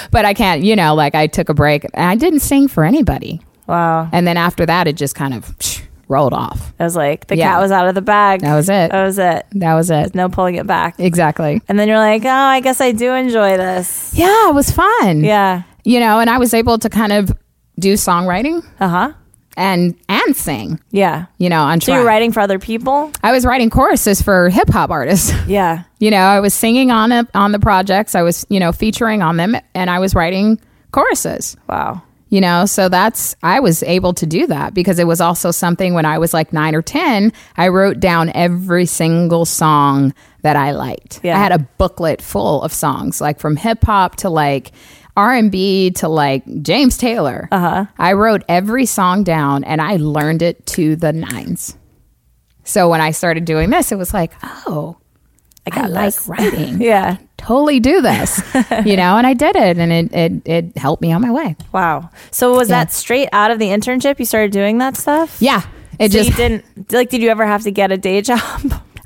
[SPEAKER 2] but I can't. You know, like I took a break. And I didn't sing for anybody.
[SPEAKER 1] wow.
[SPEAKER 2] And then after that, it just kind of psh, rolled off.
[SPEAKER 1] I was like, the
[SPEAKER 2] Yeah.
[SPEAKER 1] cat was out of the bag.
[SPEAKER 2] That was it.
[SPEAKER 1] That was it.
[SPEAKER 2] That was it.
[SPEAKER 1] No pulling it back.
[SPEAKER 2] Exactly.
[SPEAKER 1] And then you're like, oh, I guess I do enjoy this.
[SPEAKER 2] Yeah, it was fun.
[SPEAKER 1] Yeah.
[SPEAKER 2] You know, and I was able to kind of do songwriting
[SPEAKER 1] Uh huh.
[SPEAKER 2] and and sing.
[SPEAKER 1] Yeah.
[SPEAKER 2] You know, on
[SPEAKER 1] So
[SPEAKER 2] track.
[SPEAKER 1] you're writing for other people?
[SPEAKER 2] I was writing choruses for hip hop artists.
[SPEAKER 1] Yeah.
[SPEAKER 2] you know i was singing on a, on the projects i was you know featuring on them and i was writing choruses
[SPEAKER 1] Wow.
[SPEAKER 2] you know so that's i was able to do that because it was also something when i was like 9 or 10 i wrote down every single song that i liked
[SPEAKER 1] Yeah.
[SPEAKER 2] i had a booklet full of songs like from hip hop to like r&b to like james taylor uh-huh. i wrote every song down and i learned it to the nines so when i started doing this it was like oh
[SPEAKER 1] I,
[SPEAKER 2] I
[SPEAKER 1] got
[SPEAKER 2] like
[SPEAKER 1] this.
[SPEAKER 2] writing
[SPEAKER 1] Yeah.
[SPEAKER 2] totally do this, you know, and I did it and it, it, it helped me on my way.
[SPEAKER 1] Wow. So was
[SPEAKER 2] Yeah.
[SPEAKER 1] that straight out of the internship? You started doing that stuff?
[SPEAKER 2] Yeah. It
[SPEAKER 1] so
[SPEAKER 2] just,
[SPEAKER 1] you didn't like. Did you ever have to get a day job?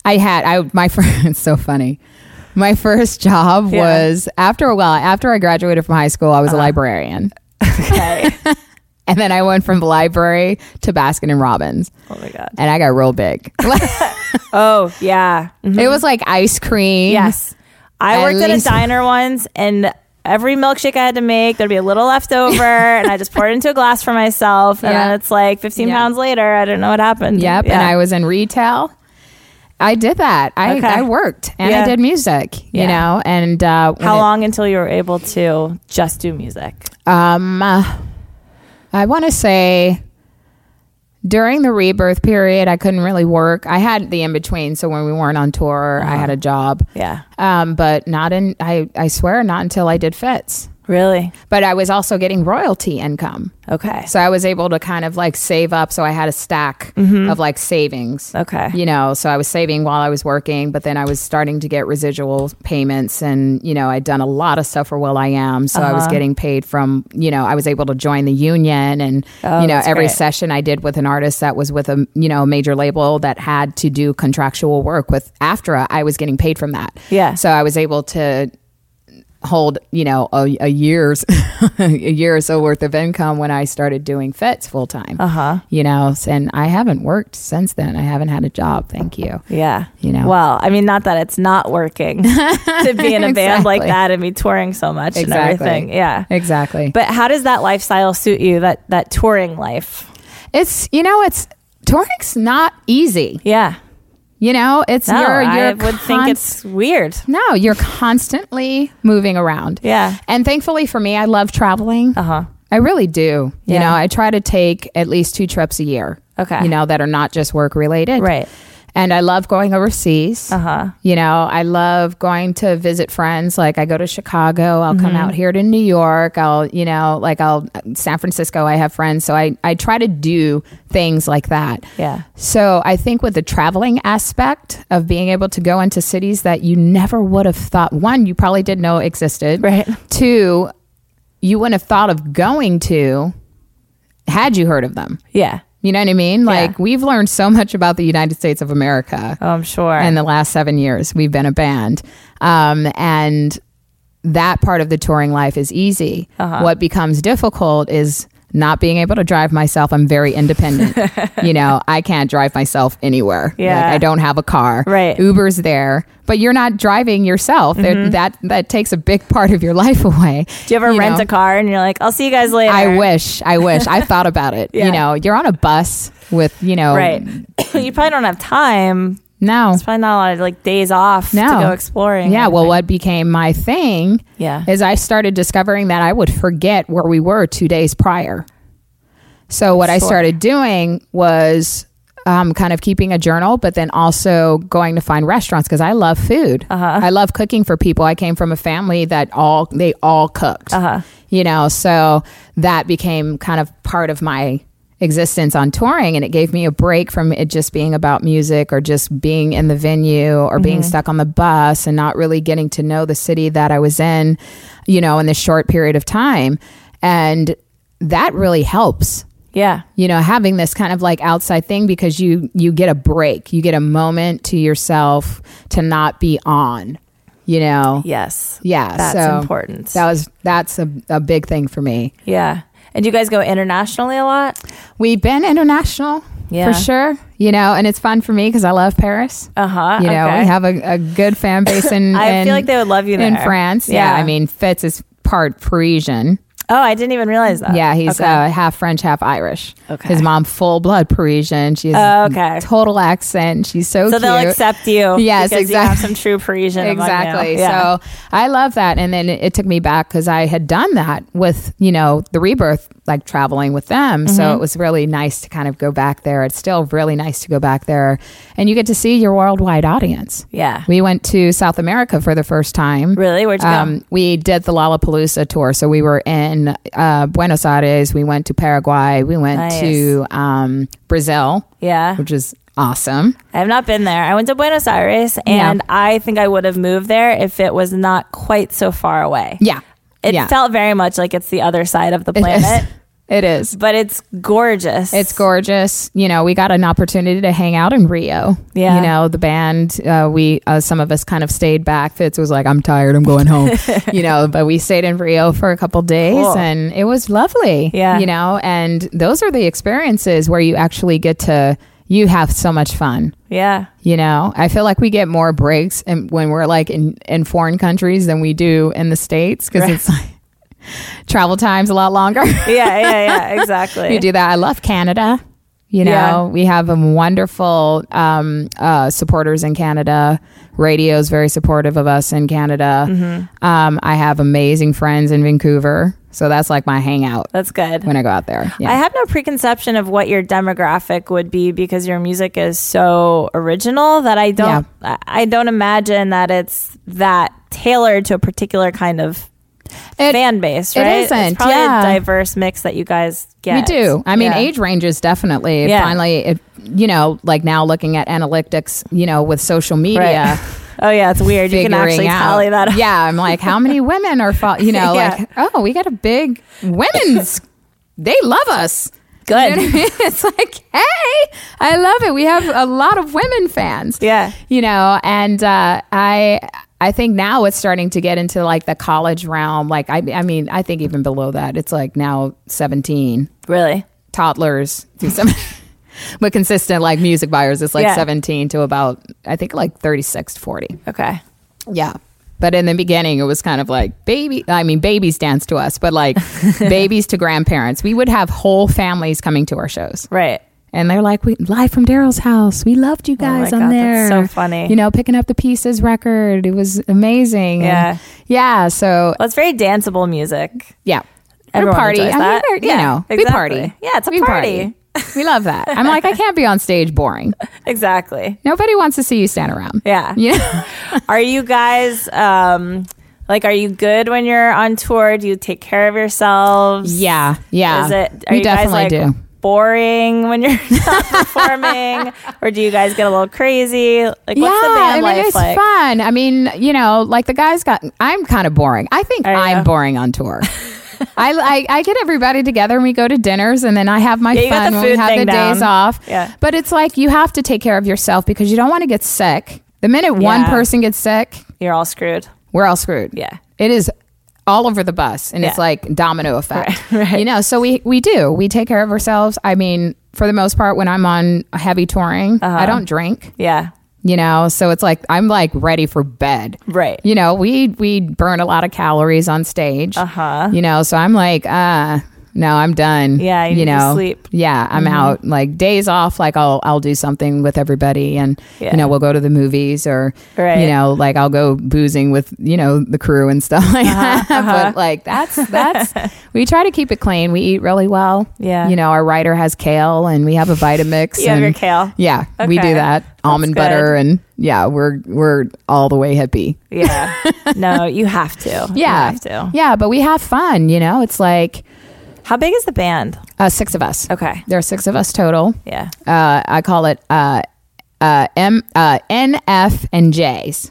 [SPEAKER 2] I had, I, my first, it's so funny. My first job
[SPEAKER 1] Yeah. Uh-huh.
[SPEAKER 2] was after a while, after I graduated from high school, I was a librarian.
[SPEAKER 1] Okay.
[SPEAKER 2] And then I went from the library to Baskin and Robbins
[SPEAKER 1] oh my god.
[SPEAKER 2] and I got real big. Like,
[SPEAKER 1] Oh yeah.
[SPEAKER 2] it was like ice cream.
[SPEAKER 1] Yes. I
[SPEAKER 2] Mhm. At
[SPEAKER 1] worked at a
[SPEAKER 2] least-
[SPEAKER 1] diner once and every milkshake I had to make, there'd be a little left over and I just poured it into a glass for myself. And
[SPEAKER 2] Yeah.
[SPEAKER 1] then it's like 15
[SPEAKER 2] Yeah.
[SPEAKER 1] pounds later, I don't know what happened.
[SPEAKER 2] Yep.
[SPEAKER 1] Yeah.
[SPEAKER 2] And I was in retail. I did that. I,
[SPEAKER 1] Okay.
[SPEAKER 2] I worked and
[SPEAKER 1] Yeah.
[SPEAKER 2] I did music, you
[SPEAKER 1] Yeah.
[SPEAKER 2] know, and uh, when
[SPEAKER 1] How
[SPEAKER 2] it-
[SPEAKER 1] long until you were able to just do music?
[SPEAKER 2] Um, uh, I want to say during the rebirth period, I couldn't really work. I had the in between, so when we weren't on tour, I had a job.
[SPEAKER 1] Yeah.
[SPEAKER 2] Um, but not in. I I swear, not until I did fits.
[SPEAKER 1] Really?
[SPEAKER 2] But I was also getting royalty income,
[SPEAKER 1] Okay.
[SPEAKER 2] so I was able to kind of like save up. So I had a stack of like savings.
[SPEAKER 1] Mm-hmm. Okay.
[SPEAKER 2] You know, so I was saving while I was working, but then I was starting to get residual payments and, you know, I'd done a lot of stuff for Will I Am. So I was
[SPEAKER 1] Uh-huh.
[SPEAKER 2] getting paid from, you know, I was able to join the union and, you know,
[SPEAKER 1] Oh, that's
[SPEAKER 2] every
[SPEAKER 1] great.
[SPEAKER 2] session I did with an artist that was with a, you know, major label that had to do contractual work with AFTRA, I was getting paid from that.
[SPEAKER 1] Yeah.
[SPEAKER 2] So I was able to hold you know a, a year's a year or so worth of income when i started doing fets full time uh-huh you know and i haven't worked since then i haven't had a job thank you
[SPEAKER 1] Yeah.
[SPEAKER 2] You know.
[SPEAKER 1] Well, I mean, not that it's not working to be in a band like
[SPEAKER 2] Exactly.
[SPEAKER 1] that and be touring so much and everything. Yeah.
[SPEAKER 2] exactly
[SPEAKER 1] But how does that lifestyle suit you? That that touring life?
[SPEAKER 2] it's you know it's touring's not easy
[SPEAKER 1] Yeah.
[SPEAKER 2] you know it's
[SPEAKER 1] No,
[SPEAKER 2] you're,
[SPEAKER 1] I
[SPEAKER 2] you're
[SPEAKER 1] would think
[SPEAKER 2] const-
[SPEAKER 1] it's weird.
[SPEAKER 2] no you're constantly moving around
[SPEAKER 1] Yeah.
[SPEAKER 2] and thankfully for me i love traveling
[SPEAKER 1] Uh-huh.
[SPEAKER 2] I really do. You
[SPEAKER 1] Yeah.
[SPEAKER 2] know, I try to take at least two trips a year.
[SPEAKER 1] Okay.
[SPEAKER 2] You know, that are not just work related.
[SPEAKER 1] Right.
[SPEAKER 2] And I love going overseas. Uh
[SPEAKER 1] Uh-huh.
[SPEAKER 2] huh. You know, I love going to visit friends. Like I go to Chicago, I'll
[SPEAKER 1] Mm-hmm.
[SPEAKER 2] come out here to New York. I'll, you know, like I'll San Francisco. I have friends, so I I try to do things like that.
[SPEAKER 1] Yeah.
[SPEAKER 2] So I think with the traveling aspect of being able to go into cities that you never would have thought one, you probably didn't know existed.
[SPEAKER 1] Right.
[SPEAKER 2] Two, you wouldn't have thought of going to had you heard of them.
[SPEAKER 1] Yeah.
[SPEAKER 2] You know what I mean? Like we've learned so much about the United States of America
[SPEAKER 1] Oh, I'm sure.
[SPEAKER 2] in the last seven years. We've been a band, um,
[SPEAKER 1] Uh-huh.
[SPEAKER 2] and that part of the touring life is easy. What becomes difficult is not being able to drive myself. I'm very independent. you know, I can't drive myself anywhere.
[SPEAKER 1] Yeah.
[SPEAKER 2] Like, I don't have a car.
[SPEAKER 1] Right.
[SPEAKER 2] Uber's there, but you're not driving yourself. There-
[SPEAKER 1] Mhm.
[SPEAKER 2] That that takes a big part of your life away.
[SPEAKER 1] Do you ever
[SPEAKER 2] you
[SPEAKER 1] rent
[SPEAKER 2] know.
[SPEAKER 1] a car and you're like, I'll see you guys later?
[SPEAKER 2] I wish. I wish. I thought about it.
[SPEAKER 1] Yeah.
[SPEAKER 2] You know, you're on a bus with, you know,
[SPEAKER 1] Right. you probably don't have time.
[SPEAKER 2] No.
[SPEAKER 1] It's probably not a lot of like days off
[SPEAKER 2] No.
[SPEAKER 1] to go exploring.
[SPEAKER 2] Yeah. Well, what became my thing
[SPEAKER 1] Yeah.
[SPEAKER 2] is I started discovering that I would forget where we were two days prior. So what I
[SPEAKER 1] Sure.
[SPEAKER 2] started doing was um, kind of keeping a journal, but then also going to find restaurants because I love food.
[SPEAKER 1] Uh-huh.
[SPEAKER 2] I love cooking for people. I came from a family that all they all cooked.
[SPEAKER 1] Uh-huh.
[SPEAKER 2] You know, so that became kind of part of my existence on touring and it gave me a break from it just being about music or just being in the venue or
[SPEAKER 1] Mm-hmm.
[SPEAKER 2] being stuck on the bus and not really getting to know the city that I was in, you know, in this short period of time. And that really helps
[SPEAKER 1] Yeah.
[SPEAKER 2] you know having this kind of like outside thing because you you get a break you get a moment to yourself to not be on you know
[SPEAKER 1] Yes.
[SPEAKER 2] yeah
[SPEAKER 1] That's
[SPEAKER 2] so
[SPEAKER 1] important.
[SPEAKER 2] that was that's a, a big thing for me
[SPEAKER 1] yeah. And do you guys go internationally a lot?
[SPEAKER 2] we've been international
[SPEAKER 1] Yeah.
[SPEAKER 2] for sure you know and it's fun for me because i love paris
[SPEAKER 1] Uh huh.
[SPEAKER 2] you know we have a, a good fan base in
[SPEAKER 1] I
[SPEAKER 2] in-
[SPEAKER 1] feel like they would love you
[SPEAKER 2] in
[SPEAKER 1] there.
[SPEAKER 2] france yeah.
[SPEAKER 1] Yeah.
[SPEAKER 2] i mean fitz is part parisian
[SPEAKER 1] Oh, I didn't even realize that.
[SPEAKER 2] Yeah, he's
[SPEAKER 1] Okay.
[SPEAKER 2] uh, half French, half Irish.
[SPEAKER 1] Okay.
[SPEAKER 2] His mom, full blood Parisian. She has
[SPEAKER 1] Oh, okay.
[SPEAKER 2] total accent. She's so,
[SPEAKER 1] so
[SPEAKER 2] cute.
[SPEAKER 1] they'll accept you.
[SPEAKER 2] Yes,
[SPEAKER 1] because You have some
[SPEAKER 2] exactly.
[SPEAKER 1] true Parisian. among you.
[SPEAKER 2] Exactly.
[SPEAKER 1] Yeah.
[SPEAKER 2] So I love that. And then it, it took me back because I had done that with, you know, the rebirth, like traveling with them.
[SPEAKER 1] Mm-hmm.
[SPEAKER 2] So it was really nice to kind of go back there. It's still really nice to go back there. And you get to see your worldwide audience.
[SPEAKER 1] yeah.
[SPEAKER 2] We went to South America for the first time.
[SPEAKER 1] Really? Where'd you go?
[SPEAKER 2] Um, we did the Lollapalooza tour. So we were in uh, Buenos Aires. We went to Paraguay. We went
[SPEAKER 1] Nice.
[SPEAKER 2] to um, Brazil,
[SPEAKER 1] yeah.
[SPEAKER 2] which is awesome.
[SPEAKER 1] I have not been there. I went to Buenos Aires, and I think I would have moved there if it was not quite so far away.
[SPEAKER 2] Yeah.
[SPEAKER 1] It
[SPEAKER 2] yeah.
[SPEAKER 1] felt very much like it's the other side of the
[SPEAKER 2] It is.
[SPEAKER 1] planet,
[SPEAKER 2] It is.
[SPEAKER 1] but it's gorgeous.
[SPEAKER 2] It's gorgeous. You know, we got an opportunity to hang out in Rio.
[SPEAKER 1] Yeah.
[SPEAKER 2] You know, the band, uh, we, uh, some of us kind of stayed back. Fitz was like, I'm tired. I'm going home. you know, but we stayed in Rio for a couple days
[SPEAKER 1] Cool.
[SPEAKER 2] and it was lovely.
[SPEAKER 1] Yeah.
[SPEAKER 2] You know, and those are the experiences where you actually get to, you have so much fun.
[SPEAKER 1] Yeah.
[SPEAKER 2] You know, I feel like we get more breaks and when we're like in, in foreign countries than we do in the States because it's like travel time's a lot longer.
[SPEAKER 1] Yeah, yeah, yeah, exactly.
[SPEAKER 2] You do that. I love Canada. You know,
[SPEAKER 1] Yeah.
[SPEAKER 2] we have um, wonderful um, uh, supporters in Canada. Radio is very supportive of us in Canada.
[SPEAKER 1] Mm-hmm.
[SPEAKER 2] Um, I have amazing friends in Vancouver. So that's like my hangout
[SPEAKER 1] That's good.
[SPEAKER 2] when I go out there. Yeah.
[SPEAKER 1] I have no preconception of what your demographic would be because your music is so original that I don't I I don't imagine that it's that tailored to a particular kind of
[SPEAKER 2] It-
[SPEAKER 1] fan base,
[SPEAKER 2] it
[SPEAKER 1] right? It's
[SPEAKER 2] isn't,
[SPEAKER 1] probably
[SPEAKER 2] yeah.
[SPEAKER 1] a diverse mix that you guys get.
[SPEAKER 2] We do. I mean,
[SPEAKER 1] Yeah.
[SPEAKER 2] age ranges definitely. It
[SPEAKER 1] Yeah.
[SPEAKER 2] Finally, it, you know, like now looking at analytics, you know, with social media.
[SPEAKER 1] Right. Oh yeah, it's weird. You can
[SPEAKER 2] figuring
[SPEAKER 1] actually
[SPEAKER 2] out.
[SPEAKER 1] tally that up.
[SPEAKER 2] Yeah, I'm like, how many women are, fo- you know,
[SPEAKER 1] Yeah.
[SPEAKER 2] like, oh, we got a big women's. they love us. You know what
[SPEAKER 1] Good.
[SPEAKER 2] I mean? It's like, hey, I love it. We have a lot of women fans.
[SPEAKER 1] Yeah.
[SPEAKER 2] You know, and uh, I I think now it's starting to get into like the college realm. Like I I mean, I think even below that, it's like now 17
[SPEAKER 1] Really?
[SPEAKER 2] toddlers do some but consistent like music buyers it's like
[SPEAKER 1] Yeah.
[SPEAKER 2] 17 to about I think like 36 to 40.
[SPEAKER 1] Okay.
[SPEAKER 2] Yeah. But in the beginning, it was kind of like baby. I mean, babies dance to us, but like babies to grandparents. We would have whole families coming to our shows,
[SPEAKER 1] Right.
[SPEAKER 2] and they're like, "We live from Daryl's house. We loved you
[SPEAKER 1] Oh my
[SPEAKER 2] guys on
[SPEAKER 1] God,
[SPEAKER 2] there.
[SPEAKER 1] that's so funny.
[SPEAKER 2] You know, picking up the pieces record. It was amazing. And
[SPEAKER 1] Yeah.
[SPEAKER 2] yeah. So
[SPEAKER 1] Well, it's very danceable music.
[SPEAKER 2] yeah,
[SPEAKER 1] Everyone
[SPEAKER 2] we party.
[SPEAKER 1] enjoys
[SPEAKER 2] I mean,
[SPEAKER 1] that.
[SPEAKER 2] we're- you
[SPEAKER 1] Yeah,
[SPEAKER 2] know, we
[SPEAKER 1] exactly.
[SPEAKER 2] party.
[SPEAKER 1] Yeah, it's a
[SPEAKER 2] we
[SPEAKER 1] party.
[SPEAKER 2] we love that. I'm like, I can't be on stage boring.
[SPEAKER 1] Exactly.
[SPEAKER 2] Nobody wants to see you stand around.
[SPEAKER 1] Yeah.
[SPEAKER 2] Yeah.
[SPEAKER 1] Are you guys um like are you good when you're on tour? Do you take care of yourselves?
[SPEAKER 2] Yeah. Yeah.
[SPEAKER 1] Is it are
[SPEAKER 2] we
[SPEAKER 1] you guys
[SPEAKER 2] definitely
[SPEAKER 1] like
[SPEAKER 2] do.
[SPEAKER 1] boring when you're not performing? Or do you guys get a little crazy? Like what's the
[SPEAKER 2] I
[SPEAKER 1] band
[SPEAKER 2] mean,
[SPEAKER 1] life
[SPEAKER 2] it's
[SPEAKER 1] like?
[SPEAKER 2] fun. I mean, you know, like the guys got. I'm kind of boring. I think
[SPEAKER 1] Are
[SPEAKER 2] I'm
[SPEAKER 1] you?
[SPEAKER 2] boring on tour. I, I I get everybody together and we go to dinners and then I have my
[SPEAKER 1] Yeah, you got
[SPEAKER 2] fun
[SPEAKER 1] the
[SPEAKER 2] when we
[SPEAKER 1] food
[SPEAKER 2] have
[SPEAKER 1] thing
[SPEAKER 2] the days
[SPEAKER 1] down.
[SPEAKER 2] off.
[SPEAKER 1] Yeah.
[SPEAKER 2] But it's like you have to take care of yourself because you don't want to get sick. The minute one
[SPEAKER 1] Yeah.
[SPEAKER 2] person gets sick,
[SPEAKER 1] You're all screwed.
[SPEAKER 2] we're all screwed.
[SPEAKER 1] Yeah.
[SPEAKER 2] It is all over the bus and it's
[SPEAKER 1] Yeah.
[SPEAKER 2] like domino effect you know so we we do we take care of ourselves i mean for the most part when i'm on heavy touring
[SPEAKER 1] Uh-huh.
[SPEAKER 2] i don't drink
[SPEAKER 1] Yeah.
[SPEAKER 2] you know so it's like i'm like ready for bed
[SPEAKER 1] Right.
[SPEAKER 2] you know we we burn a lot of calories on stage uh-huh you know so i'm like uh no i'm done
[SPEAKER 1] Yeah, you need to
[SPEAKER 2] know
[SPEAKER 1] sleep. Mm-hmm.
[SPEAKER 2] yeah i'm out like days off like i'll i'll do something with everybody and
[SPEAKER 1] Yeah.
[SPEAKER 2] you know we'll go to the movies or
[SPEAKER 1] Right.
[SPEAKER 2] you know like i'll go boozing with you know the crew and stuff like
[SPEAKER 1] Uh-huh,
[SPEAKER 2] that but like that's that's we try to keep it clean we eat really well
[SPEAKER 1] Yeah.
[SPEAKER 2] you know our writer has kale and we have a vitamix
[SPEAKER 1] You have your
[SPEAKER 2] and-
[SPEAKER 1] kale.
[SPEAKER 2] yeah we
[SPEAKER 1] Okay.
[SPEAKER 2] do that almond
[SPEAKER 1] good.
[SPEAKER 2] butter and yeah we're we're all the way hippie
[SPEAKER 1] Yeah. no, you have to. You
[SPEAKER 2] yeah
[SPEAKER 1] have to.
[SPEAKER 2] yeah but we have fun you know it's like
[SPEAKER 1] How big is the band?
[SPEAKER 2] uh, six of us
[SPEAKER 1] Okay.
[SPEAKER 2] there are six of us total
[SPEAKER 1] Yeah.
[SPEAKER 2] uh, I call it uh, uh, M, uh, N, F, and J's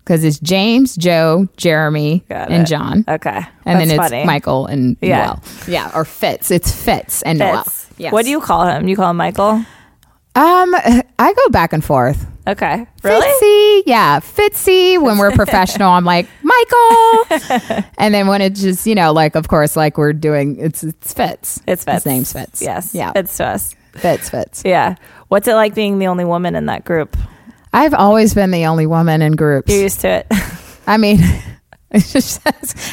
[SPEAKER 2] because it's James, Joe, Jeremy,
[SPEAKER 1] Got
[SPEAKER 2] and
[SPEAKER 1] it.
[SPEAKER 2] John.
[SPEAKER 1] Okay.
[SPEAKER 2] And
[SPEAKER 1] That's
[SPEAKER 2] then it's
[SPEAKER 1] funny.
[SPEAKER 2] Michael and
[SPEAKER 1] Yeah.
[SPEAKER 2] Noel. Yeah, or Fitz. It's Fitz and Noel.
[SPEAKER 1] Fitz.
[SPEAKER 2] Yes.
[SPEAKER 1] What do you call him? You call him Michael?
[SPEAKER 2] Um, I go back and forth.
[SPEAKER 1] Okay. Really?
[SPEAKER 2] Fitzy, yeah, Fitzy. When we're professional, I'm like Michael, and then when it's just you know, like of course, like we're doing, it's it's Fitz.
[SPEAKER 1] It's Fitz.
[SPEAKER 2] His name's Fitz.
[SPEAKER 1] Yes.
[SPEAKER 2] yeah,
[SPEAKER 1] Fitz to us.
[SPEAKER 2] Fitz. Fitz.
[SPEAKER 1] Yeah. What's it like being the only woman in that group?
[SPEAKER 2] I've always been the only woman in groups.
[SPEAKER 1] You're used to it.
[SPEAKER 2] I mean, it's just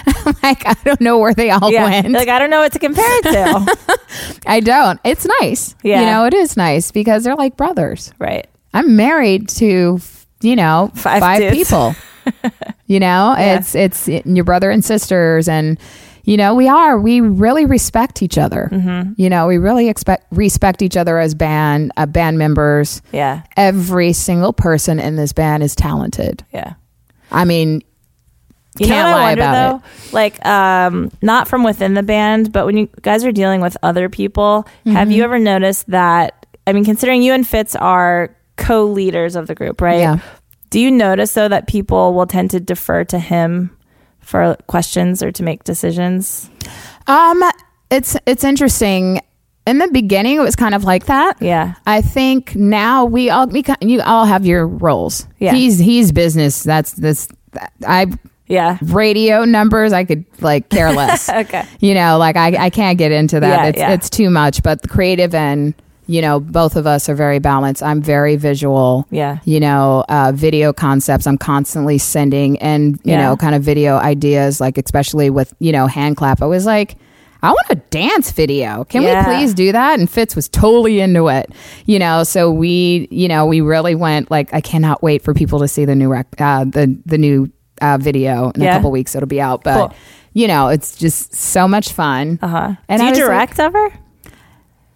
[SPEAKER 2] I'm like I don't know where they all
[SPEAKER 1] yeah.
[SPEAKER 2] went.
[SPEAKER 1] Like I don't know what to compare it to.
[SPEAKER 2] I don't. It's nice.
[SPEAKER 1] Yeah.
[SPEAKER 2] you know, it is nice because they're like brothers.
[SPEAKER 1] right.
[SPEAKER 2] I'm married to you know
[SPEAKER 1] Five
[SPEAKER 2] five,
[SPEAKER 1] dudes.
[SPEAKER 2] people. you know, it's it's your brother and sisters, and you know we are we really respect each other.
[SPEAKER 1] Mm-hmm.
[SPEAKER 2] You know, we really expect respect each other as band uh, band members.
[SPEAKER 1] Yeah.
[SPEAKER 2] Every single person in this band is talented.
[SPEAKER 1] Yeah.
[SPEAKER 2] I mean,
[SPEAKER 1] You
[SPEAKER 2] Can't
[SPEAKER 1] know what I
[SPEAKER 2] lie
[SPEAKER 1] wonder
[SPEAKER 2] about
[SPEAKER 1] though? Like, um, not from within the band, but when you guys are dealing with other people, have
[SPEAKER 2] Mm-hmm.
[SPEAKER 1] you ever noticed that? I mean, considering you and Fitz are co leaders of the group, right?
[SPEAKER 2] Yeah.
[SPEAKER 1] Do you notice though that people will tend to defer to him for questions or to make decisions?
[SPEAKER 2] Um, it's it's interesting. In the beginning, it was kind of like that.
[SPEAKER 1] Yeah.
[SPEAKER 2] I think now we all we ki- you all have your roles.
[SPEAKER 1] Yeah.
[SPEAKER 2] he's he's business. That's this. that- I
[SPEAKER 1] Yeah.
[SPEAKER 2] radio numbers. I could like care less.
[SPEAKER 1] Okay.
[SPEAKER 2] you know, like I I can't get into that.
[SPEAKER 1] Yeah,
[SPEAKER 2] it's
[SPEAKER 1] yeah.
[SPEAKER 2] it's too much. But the creative and you know both of us are very balanced. I'm very visual.
[SPEAKER 1] Yeah.
[SPEAKER 2] you know, uh, video concepts. I'm constantly sending and you
[SPEAKER 1] Yeah.
[SPEAKER 2] know kind of video ideas. Like especially with you know hand clap. I was like. I want a dance video. Can
[SPEAKER 1] Yeah.
[SPEAKER 2] we please do that? And Fitz was totally into it, you know. So we, you know, we really went like, I cannot wait for people to see the new rec- uh, the the new uh, video in
[SPEAKER 1] Yeah.
[SPEAKER 2] a couple weeks. It'll be out, but
[SPEAKER 1] Cool. Uh-huh.
[SPEAKER 2] you know, it's just so much fun. Uh huh.
[SPEAKER 1] Do you direct ever?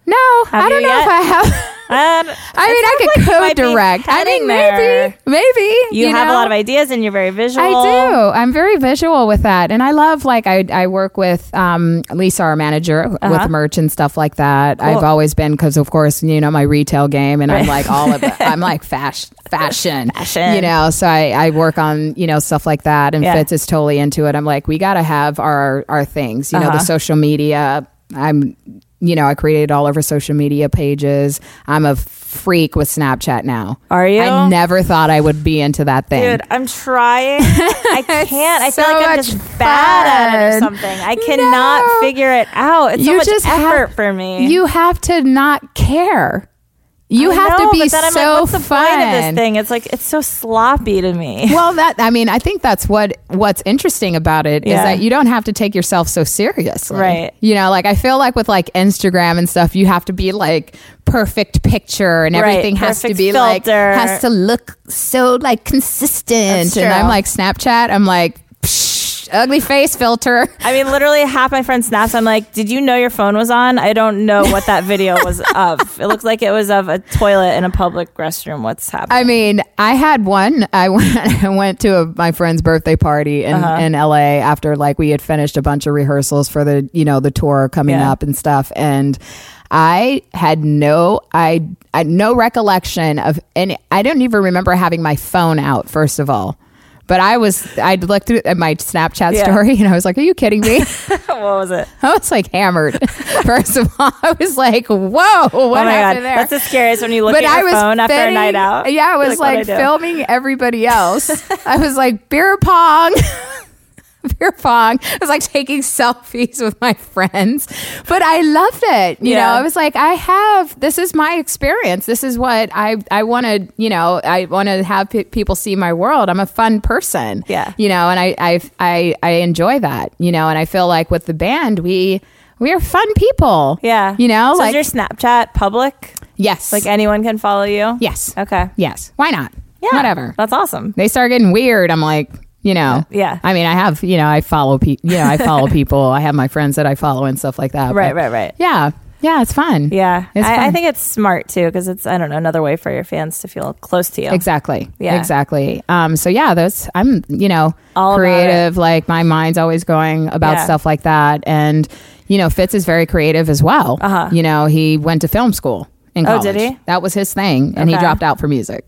[SPEAKER 2] no,
[SPEAKER 1] Have
[SPEAKER 2] I don't
[SPEAKER 1] you
[SPEAKER 2] know
[SPEAKER 1] yet?
[SPEAKER 2] if I have.
[SPEAKER 1] Um,
[SPEAKER 2] I mean, I could co-direct. I mean, maybe, maybe
[SPEAKER 1] You, have a
[SPEAKER 2] know?
[SPEAKER 1] lot of ideas and you're very visual.
[SPEAKER 2] I do. I'm very visual with that, and I love like I I work with um, Lisa, our manager,
[SPEAKER 1] Uh-huh.
[SPEAKER 2] with merch and stuff like that. I've always been because, of course, you know my retail game, and I'm like all of it. I'm like fashion, fashion,
[SPEAKER 1] Fashion.
[SPEAKER 2] You know, so I I work on you know stuff like that, and
[SPEAKER 1] Yeah.
[SPEAKER 2] Fitz is totally into it. I'm like, we got to have our our things, you know,
[SPEAKER 1] Uh-huh.
[SPEAKER 2] the social media. I'm. You know, I created all over social media pages. I'm a freak with Snapchat now.
[SPEAKER 1] Are you?
[SPEAKER 2] I never thought I would be into that thing.
[SPEAKER 1] Dude, I'm trying. I can't. I feel
[SPEAKER 2] so
[SPEAKER 1] like I'm
[SPEAKER 2] much
[SPEAKER 1] just bad at it or
[SPEAKER 2] fun.
[SPEAKER 1] something. I cannot
[SPEAKER 2] No.
[SPEAKER 1] figure it out. It's so much effort for me.
[SPEAKER 2] You have to not care. You
[SPEAKER 1] I
[SPEAKER 2] have
[SPEAKER 1] know,
[SPEAKER 2] to be
[SPEAKER 1] but then I'm
[SPEAKER 2] so
[SPEAKER 1] like, what's the
[SPEAKER 2] fun.
[SPEAKER 1] point of this thing? It's like it's so sloppy to me.
[SPEAKER 2] Well, that I mean, I think that's what what's interesting about it is
[SPEAKER 1] Yeah.
[SPEAKER 2] that you don't have to take yourself so seriously,
[SPEAKER 1] Right.
[SPEAKER 2] You know, like I feel like with like Instagram and stuff, you have to be like perfect picture and
[SPEAKER 1] Right,
[SPEAKER 2] everything has to
[SPEAKER 1] perfect
[SPEAKER 2] be like
[SPEAKER 1] filter.
[SPEAKER 2] has to look so like consistent.
[SPEAKER 1] That's
[SPEAKER 2] And I'm
[SPEAKER 1] true.
[SPEAKER 2] like Snapchat, I'm like psh, ugly face filter.
[SPEAKER 1] I mean, literally half my friends snaps. I'm like, did you know your phone was on? I don't know what that video was of. It looks like it was of a toilet in a public restroom. What's happening?
[SPEAKER 2] I mean, I had one. I went, I went to a, my friend's birthday party in,
[SPEAKER 1] Uh-huh.
[SPEAKER 2] in LA after like we had finished a bunch of rehearsals for the you know the tour coming
[SPEAKER 1] Yeah.
[SPEAKER 2] up and stuff, and I had no I, I had no recollection of any. I don't even remember having my phone out. First of all. But I was, I looked at my Snapchat
[SPEAKER 1] Yeah.
[SPEAKER 2] story and I was like, are you kidding me?
[SPEAKER 1] what was it?
[SPEAKER 2] I was like hammered. First of all, I was like, whoa, what
[SPEAKER 1] oh my god,
[SPEAKER 2] happened there?
[SPEAKER 1] that's the scariest when you look at your phone after a
[SPEAKER 2] filming-
[SPEAKER 1] night out.
[SPEAKER 2] Yeah, I
[SPEAKER 1] You're
[SPEAKER 2] was like,
[SPEAKER 1] what'd I do?
[SPEAKER 2] filming everybody else. I was like beer pong. beer pong. I was like taking selfies with my friends, but I loved it. You
[SPEAKER 1] Yeah.
[SPEAKER 2] know, I was like, I have this is my experience. This is what I I want to. You know, I want to have pe people see my world. I'm a fun person.
[SPEAKER 1] Yeah.
[SPEAKER 2] you know, and I I I I enjoy that. You know, and I feel like with the band we. We are fun people.
[SPEAKER 1] Yeah.
[SPEAKER 2] You know,
[SPEAKER 1] So
[SPEAKER 2] like
[SPEAKER 1] is your Snapchat public?
[SPEAKER 2] Yes.
[SPEAKER 1] Like anyone can follow you?
[SPEAKER 2] Yes.
[SPEAKER 1] Okay.
[SPEAKER 2] Yes. Why not?
[SPEAKER 1] Yeah.
[SPEAKER 2] Whatever.
[SPEAKER 1] That's awesome.
[SPEAKER 2] They start getting weird. I'm like, you know.
[SPEAKER 1] Yeah.
[SPEAKER 2] I mean, I have, you know, I follow people. Yeah, I follow people. I have my friends that I follow and stuff like that.
[SPEAKER 1] Right,
[SPEAKER 2] but-
[SPEAKER 1] right, right.
[SPEAKER 2] Yeah. Yeah, it's fun.
[SPEAKER 1] Yeah.
[SPEAKER 2] It's
[SPEAKER 1] I, I
[SPEAKER 2] fun.
[SPEAKER 1] think it's smart too because it's, I don't know, another way for your fans to feel close to you.
[SPEAKER 2] Exactly.
[SPEAKER 1] Yeah.
[SPEAKER 2] Exactly. Um, so yeah, those I'm, you know,
[SPEAKER 1] All about
[SPEAKER 2] creative. Like my mind's always going about
[SPEAKER 1] Yeah.
[SPEAKER 2] stuff like that. And, you know, Fitz is very creative as well.
[SPEAKER 1] Uh-huh.
[SPEAKER 2] You know, he went to film school in
[SPEAKER 1] Oh,
[SPEAKER 2] college.
[SPEAKER 1] did he?
[SPEAKER 2] That was his thing. And
[SPEAKER 1] Okay.
[SPEAKER 2] he dropped out for music.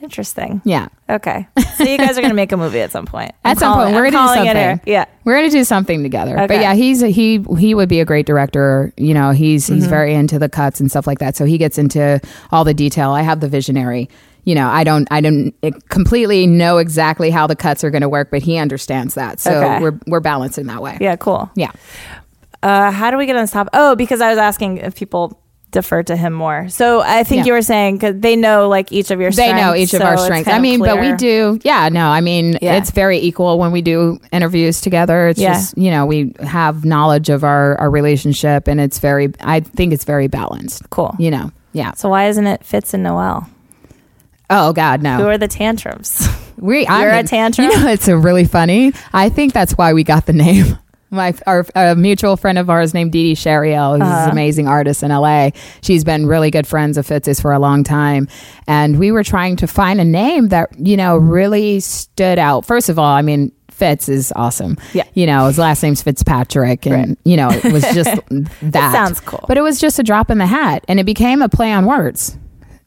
[SPEAKER 1] Interesting.
[SPEAKER 2] Yeah.
[SPEAKER 1] Okay. So you guys are going to make a movie at some point. I'm
[SPEAKER 2] At some
[SPEAKER 1] calling-
[SPEAKER 2] point, we're
[SPEAKER 1] I'm
[SPEAKER 2] gonna do
[SPEAKER 1] calling it
[SPEAKER 2] something.
[SPEAKER 1] here. Yeah.
[SPEAKER 2] We're gonna do something together. But
[SPEAKER 1] Okay.
[SPEAKER 2] yeah, he's he he would be a great director. You know, he's he's
[SPEAKER 1] Mm-hmm.
[SPEAKER 2] very into the cuts and stuff like that. So he gets into all the detail. I have the visionary. You know, I don't I don't completely know exactly how the cuts are going to work, but he understands that. So
[SPEAKER 1] Okay.
[SPEAKER 2] we're we're balancing that way.
[SPEAKER 1] Yeah. Cool.
[SPEAKER 2] Yeah.
[SPEAKER 1] Uh, how do we get on this topic? Oh, because I was asking if people defer to him more. So I think
[SPEAKER 2] Yeah.
[SPEAKER 1] you were saying because they know like each of your
[SPEAKER 2] They know
[SPEAKER 1] strengths,
[SPEAKER 2] each of
[SPEAKER 1] so
[SPEAKER 2] our
[SPEAKER 1] it's
[SPEAKER 2] strengths.
[SPEAKER 1] kind
[SPEAKER 2] I
[SPEAKER 1] of
[SPEAKER 2] mean, but we
[SPEAKER 1] clear.
[SPEAKER 2] do. Yeah, no, I mean,
[SPEAKER 1] Yeah.
[SPEAKER 2] it's very equal when we do interviews together. It's
[SPEAKER 1] Yeah.
[SPEAKER 2] just, you know, we have knowledge of our, our relationship and it's very, I think it's very balanced.
[SPEAKER 1] Cool.
[SPEAKER 2] You know, yeah.
[SPEAKER 1] So why isn't it Fitz and Noel?
[SPEAKER 2] Oh God,
[SPEAKER 1] Who
[SPEAKER 2] no.
[SPEAKER 1] are the tantrums?
[SPEAKER 2] We,
[SPEAKER 1] You're a tantrum?
[SPEAKER 2] You know, it's a really funny. I think that's why we got the name. My our a mutual friend of ours named Dee Dee Shariel, who's
[SPEAKER 1] Uh-huh.
[SPEAKER 2] an amazing artist in LA. She's been really good friends of Fitz's for a long time, and we were trying to find a name that you know really stood out. First of all, I mean. Fitz is awesome.
[SPEAKER 1] Yeah.
[SPEAKER 2] You know, his last name's Fitzpatrick. And, you know, it was just that.
[SPEAKER 1] sounds cool.
[SPEAKER 2] But it was just a drop in the hat. And it became a play on words.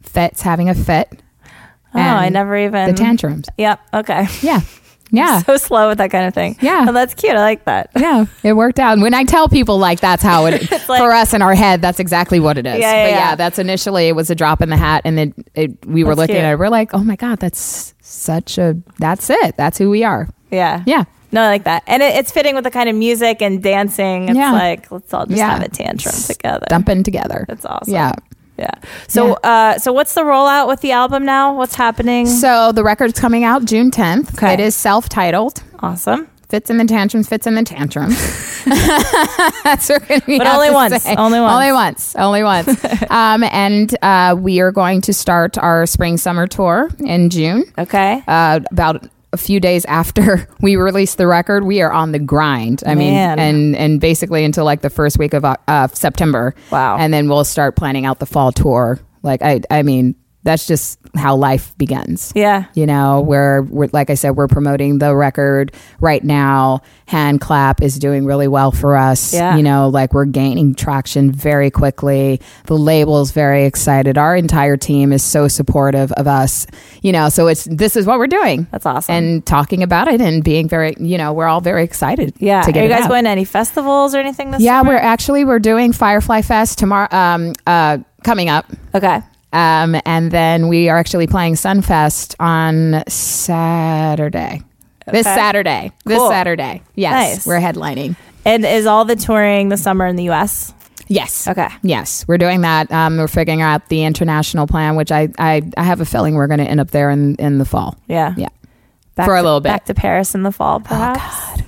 [SPEAKER 2] Fitz having a fit.
[SPEAKER 1] Oh, I never even
[SPEAKER 2] The tantrums.
[SPEAKER 1] Yep. Okay.
[SPEAKER 2] Yeah. Yeah.
[SPEAKER 1] So slow with that kind of thing.
[SPEAKER 2] Yeah.
[SPEAKER 1] Well, that's cute. I like that.
[SPEAKER 2] yeah, it worked out. And when I tell people like that's how it
[SPEAKER 1] like-
[SPEAKER 2] for us in our head, that's exactly what it is.
[SPEAKER 1] Yeah, yeah,
[SPEAKER 2] but
[SPEAKER 1] yeah.
[SPEAKER 2] yeah, that's initially it was a drop in the hat, and then it, we were
[SPEAKER 1] That's
[SPEAKER 2] looking
[SPEAKER 1] cute.
[SPEAKER 2] at it. We're like, oh my god, that's such a that's it. That's who we are.
[SPEAKER 1] Yeah.
[SPEAKER 2] Yeah.
[SPEAKER 1] No, I like that. And it, it's fitting with the kind of music and dancing. It's
[SPEAKER 2] Yeah.
[SPEAKER 1] like, let's all just
[SPEAKER 2] Yeah.
[SPEAKER 1] have a tantrum together.
[SPEAKER 2] Dumping together.
[SPEAKER 1] That's awesome.
[SPEAKER 2] Yeah.
[SPEAKER 1] Yeah. So, Uh, so what's the rollout with the album now? What's happening?
[SPEAKER 2] So the record's coming out June 10th.
[SPEAKER 1] Okay.
[SPEAKER 2] It is self-titled.
[SPEAKER 1] awesome.
[SPEAKER 2] Fits in the tantrums, fits in the tantrums. That's what we're gonna
[SPEAKER 1] But
[SPEAKER 2] have
[SPEAKER 1] only
[SPEAKER 2] to
[SPEAKER 1] once,
[SPEAKER 2] say.
[SPEAKER 1] only once.
[SPEAKER 2] Only once. Only once. um, and uh, we are going to start our spring summer tour in June.
[SPEAKER 1] Okay.
[SPEAKER 2] Uh, about a few days after we release the record, we are on the grind. I
[SPEAKER 1] Man.
[SPEAKER 2] mean, and and basically until like the first week of uh, September.
[SPEAKER 1] Wow.
[SPEAKER 2] And then we'll start planning out the fall tour. Like I, I mean, that's just how life begins
[SPEAKER 1] yeah.
[SPEAKER 2] you know we're, we're like i said we're promoting the record right now hand clap is doing really well for us
[SPEAKER 1] Yeah.
[SPEAKER 2] you know like we're gaining traction very quickly the label's very excited our entire team is so supportive of us you know so it's this is what we're doing
[SPEAKER 1] That's awesome.
[SPEAKER 2] and talking about it and being very you know we're all very excited
[SPEAKER 1] yeah.
[SPEAKER 2] to get
[SPEAKER 1] Are you
[SPEAKER 2] it
[SPEAKER 1] guys
[SPEAKER 2] out.
[SPEAKER 1] going to any festivals or anything this
[SPEAKER 2] yeah
[SPEAKER 1] summer?
[SPEAKER 2] we're actually we're doing firefly fest tomorrow um uh coming up
[SPEAKER 1] Okay.
[SPEAKER 2] um, and then we are actually playing Sunfest on Saturday. This
[SPEAKER 1] Okay.
[SPEAKER 2] Saturday. This
[SPEAKER 1] Cool.
[SPEAKER 2] Saturday.
[SPEAKER 1] Nice.
[SPEAKER 2] Yes. We're headlining.
[SPEAKER 1] And is all the touring this summer in the U.S.?
[SPEAKER 2] Yes.
[SPEAKER 1] Okay.
[SPEAKER 2] Yes. We're doing that. Um, we're figuring out the international plan, which I, I, I have a feeling we're going to end up there in, in the fall.
[SPEAKER 1] Yeah.
[SPEAKER 2] Yeah.
[SPEAKER 1] Back
[SPEAKER 2] For a
[SPEAKER 1] to-
[SPEAKER 2] little bit. Oh,
[SPEAKER 1] Back to Paris in the fall, perhaps.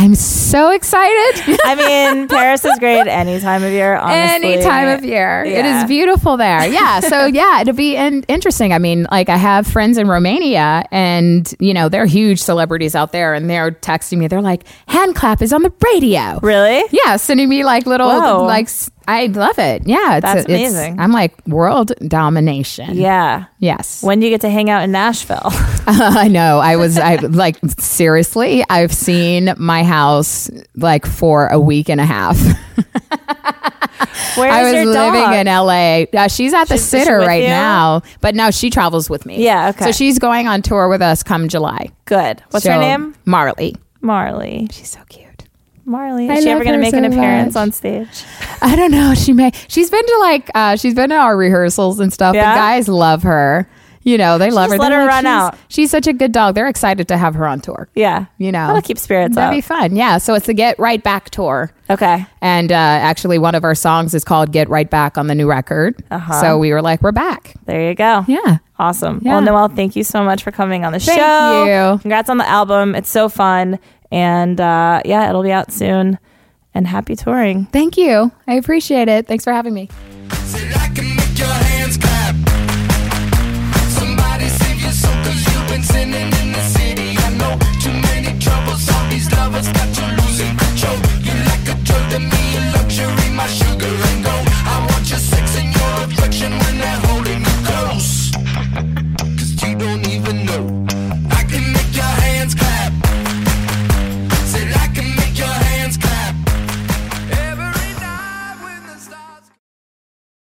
[SPEAKER 2] I'm so excited.
[SPEAKER 1] I mean, Paris is great any time of year, honestly.
[SPEAKER 2] Any time of year. It
[SPEAKER 1] Yeah.
[SPEAKER 2] is beautiful there. Yeah. So, yeah, it'll be in- interesting. I mean, like, I have friends in Romania, and, you know, they're huge celebrities out there, and they're texting me. They're like, hand clap is on the radio.
[SPEAKER 1] Really?
[SPEAKER 2] Yeah, sending me like little
[SPEAKER 1] Whoa.
[SPEAKER 2] like s- I love it. Yeah, it's,
[SPEAKER 1] That's
[SPEAKER 2] it's-
[SPEAKER 1] amazing.
[SPEAKER 2] I'm like world domination.
[SPEAKER 1] Yeah.
[SPEAKER 2] Yes.
[SPEAKER 1] When do you get to hang out in Nashville?
[SPEAKER 2] I know. I was I like seriously, I've seen my house like for a week and a half.
[SPEAKER 1] Where's
[SPEAKER 2] I was
[SPEAKER 1] your dog?
[SPEAKER 2] living in LA. Uh, she's at the
[SPEAKER 1] She's- is she
[SPEAKER 2] sitter
[SPEAKER 1] with
[SPEAKER 2] right
[SPEAKER 1] you?
[SPEAKER 2] now, but no, she travels with me.
[SPEAKER 1] Yeah, okay.
[SPEAKER 2] So she's going on tour with us come July.
[SPEAKER 1] Good. What's her
[SPEAKER 2] So,
[SPEAKER 1] name?
[SPEAKER 2] Marley.
[SPEAKER 1] Marley.
[SPEAKER 2] She's so cute.
[SPEAKER 1] Marley. Is
[SPEAKER 2] I
[SPEAKER 1] she
[SPEAKER 2] love
[SPEAKER 1] ever going to
[SPEAKER 2] her
[SPEAKER 1] make an
[SPEAKER 2] so
[SPEAKER 1] appearance
[SPEAKER 2] much.
[SPEAKER 1] on stage?
[SPEAKER 2] I don't know. She may. She's been to like. Uh, she's been to our rehearsals and stuff.
[SPEAKER 1] Yeah?
[SPEAKER 2] The guys love her. You know, they love
[SPEAKER 1] just
[SPEAKER 2] her.
[SPEAKER 1] let
[SPEAKER 2] They're
[SPEAKER 1] her
[SPEAKER 2] like,
[SPEAKER 1] run
[SPEAKER 2] "She's-
[SPEAKER 1] out."
[SPEAKER 2] She's such a good dog. They're excited to have her on tour.
[SPEAKER 1] Yeah.
[SPEAKER 2] You know,
[SPEAKER 1] That'll keep spirits
[SPEAKER 2] That'd
[SPEAKER 1] up.
[SPEAKER 2] be fun. Yeah. So it's the Get Right Back tour.
[SPEAKER 1] Okay.
[SPEAKER 2] And uh, actually, one of our songs is called Get Right Back on the new record.
[SPEAKER 1] Uh-huh.
[SPEAKER 2] So we were like, we're back.
[SPEAKER 1] There you go.
[SPEAKER 2] Yeah.
[SPEAKER 1] Awesome.
[SPEAKER 2] Yeah.
[SPEAKER 1] Well, Noelle, thank you so much for coming on the
[SPEAKER 2] Thank
[SPEAKER 1] show.
[SPEAKER 2] you.
[SPEAKER 1] Congrats on the album. It's so fun. And uh, yeah, it'll be out soon. And happy touring.
[SPEAKER 2] Thank you. I appreciate it. Thanks for having me.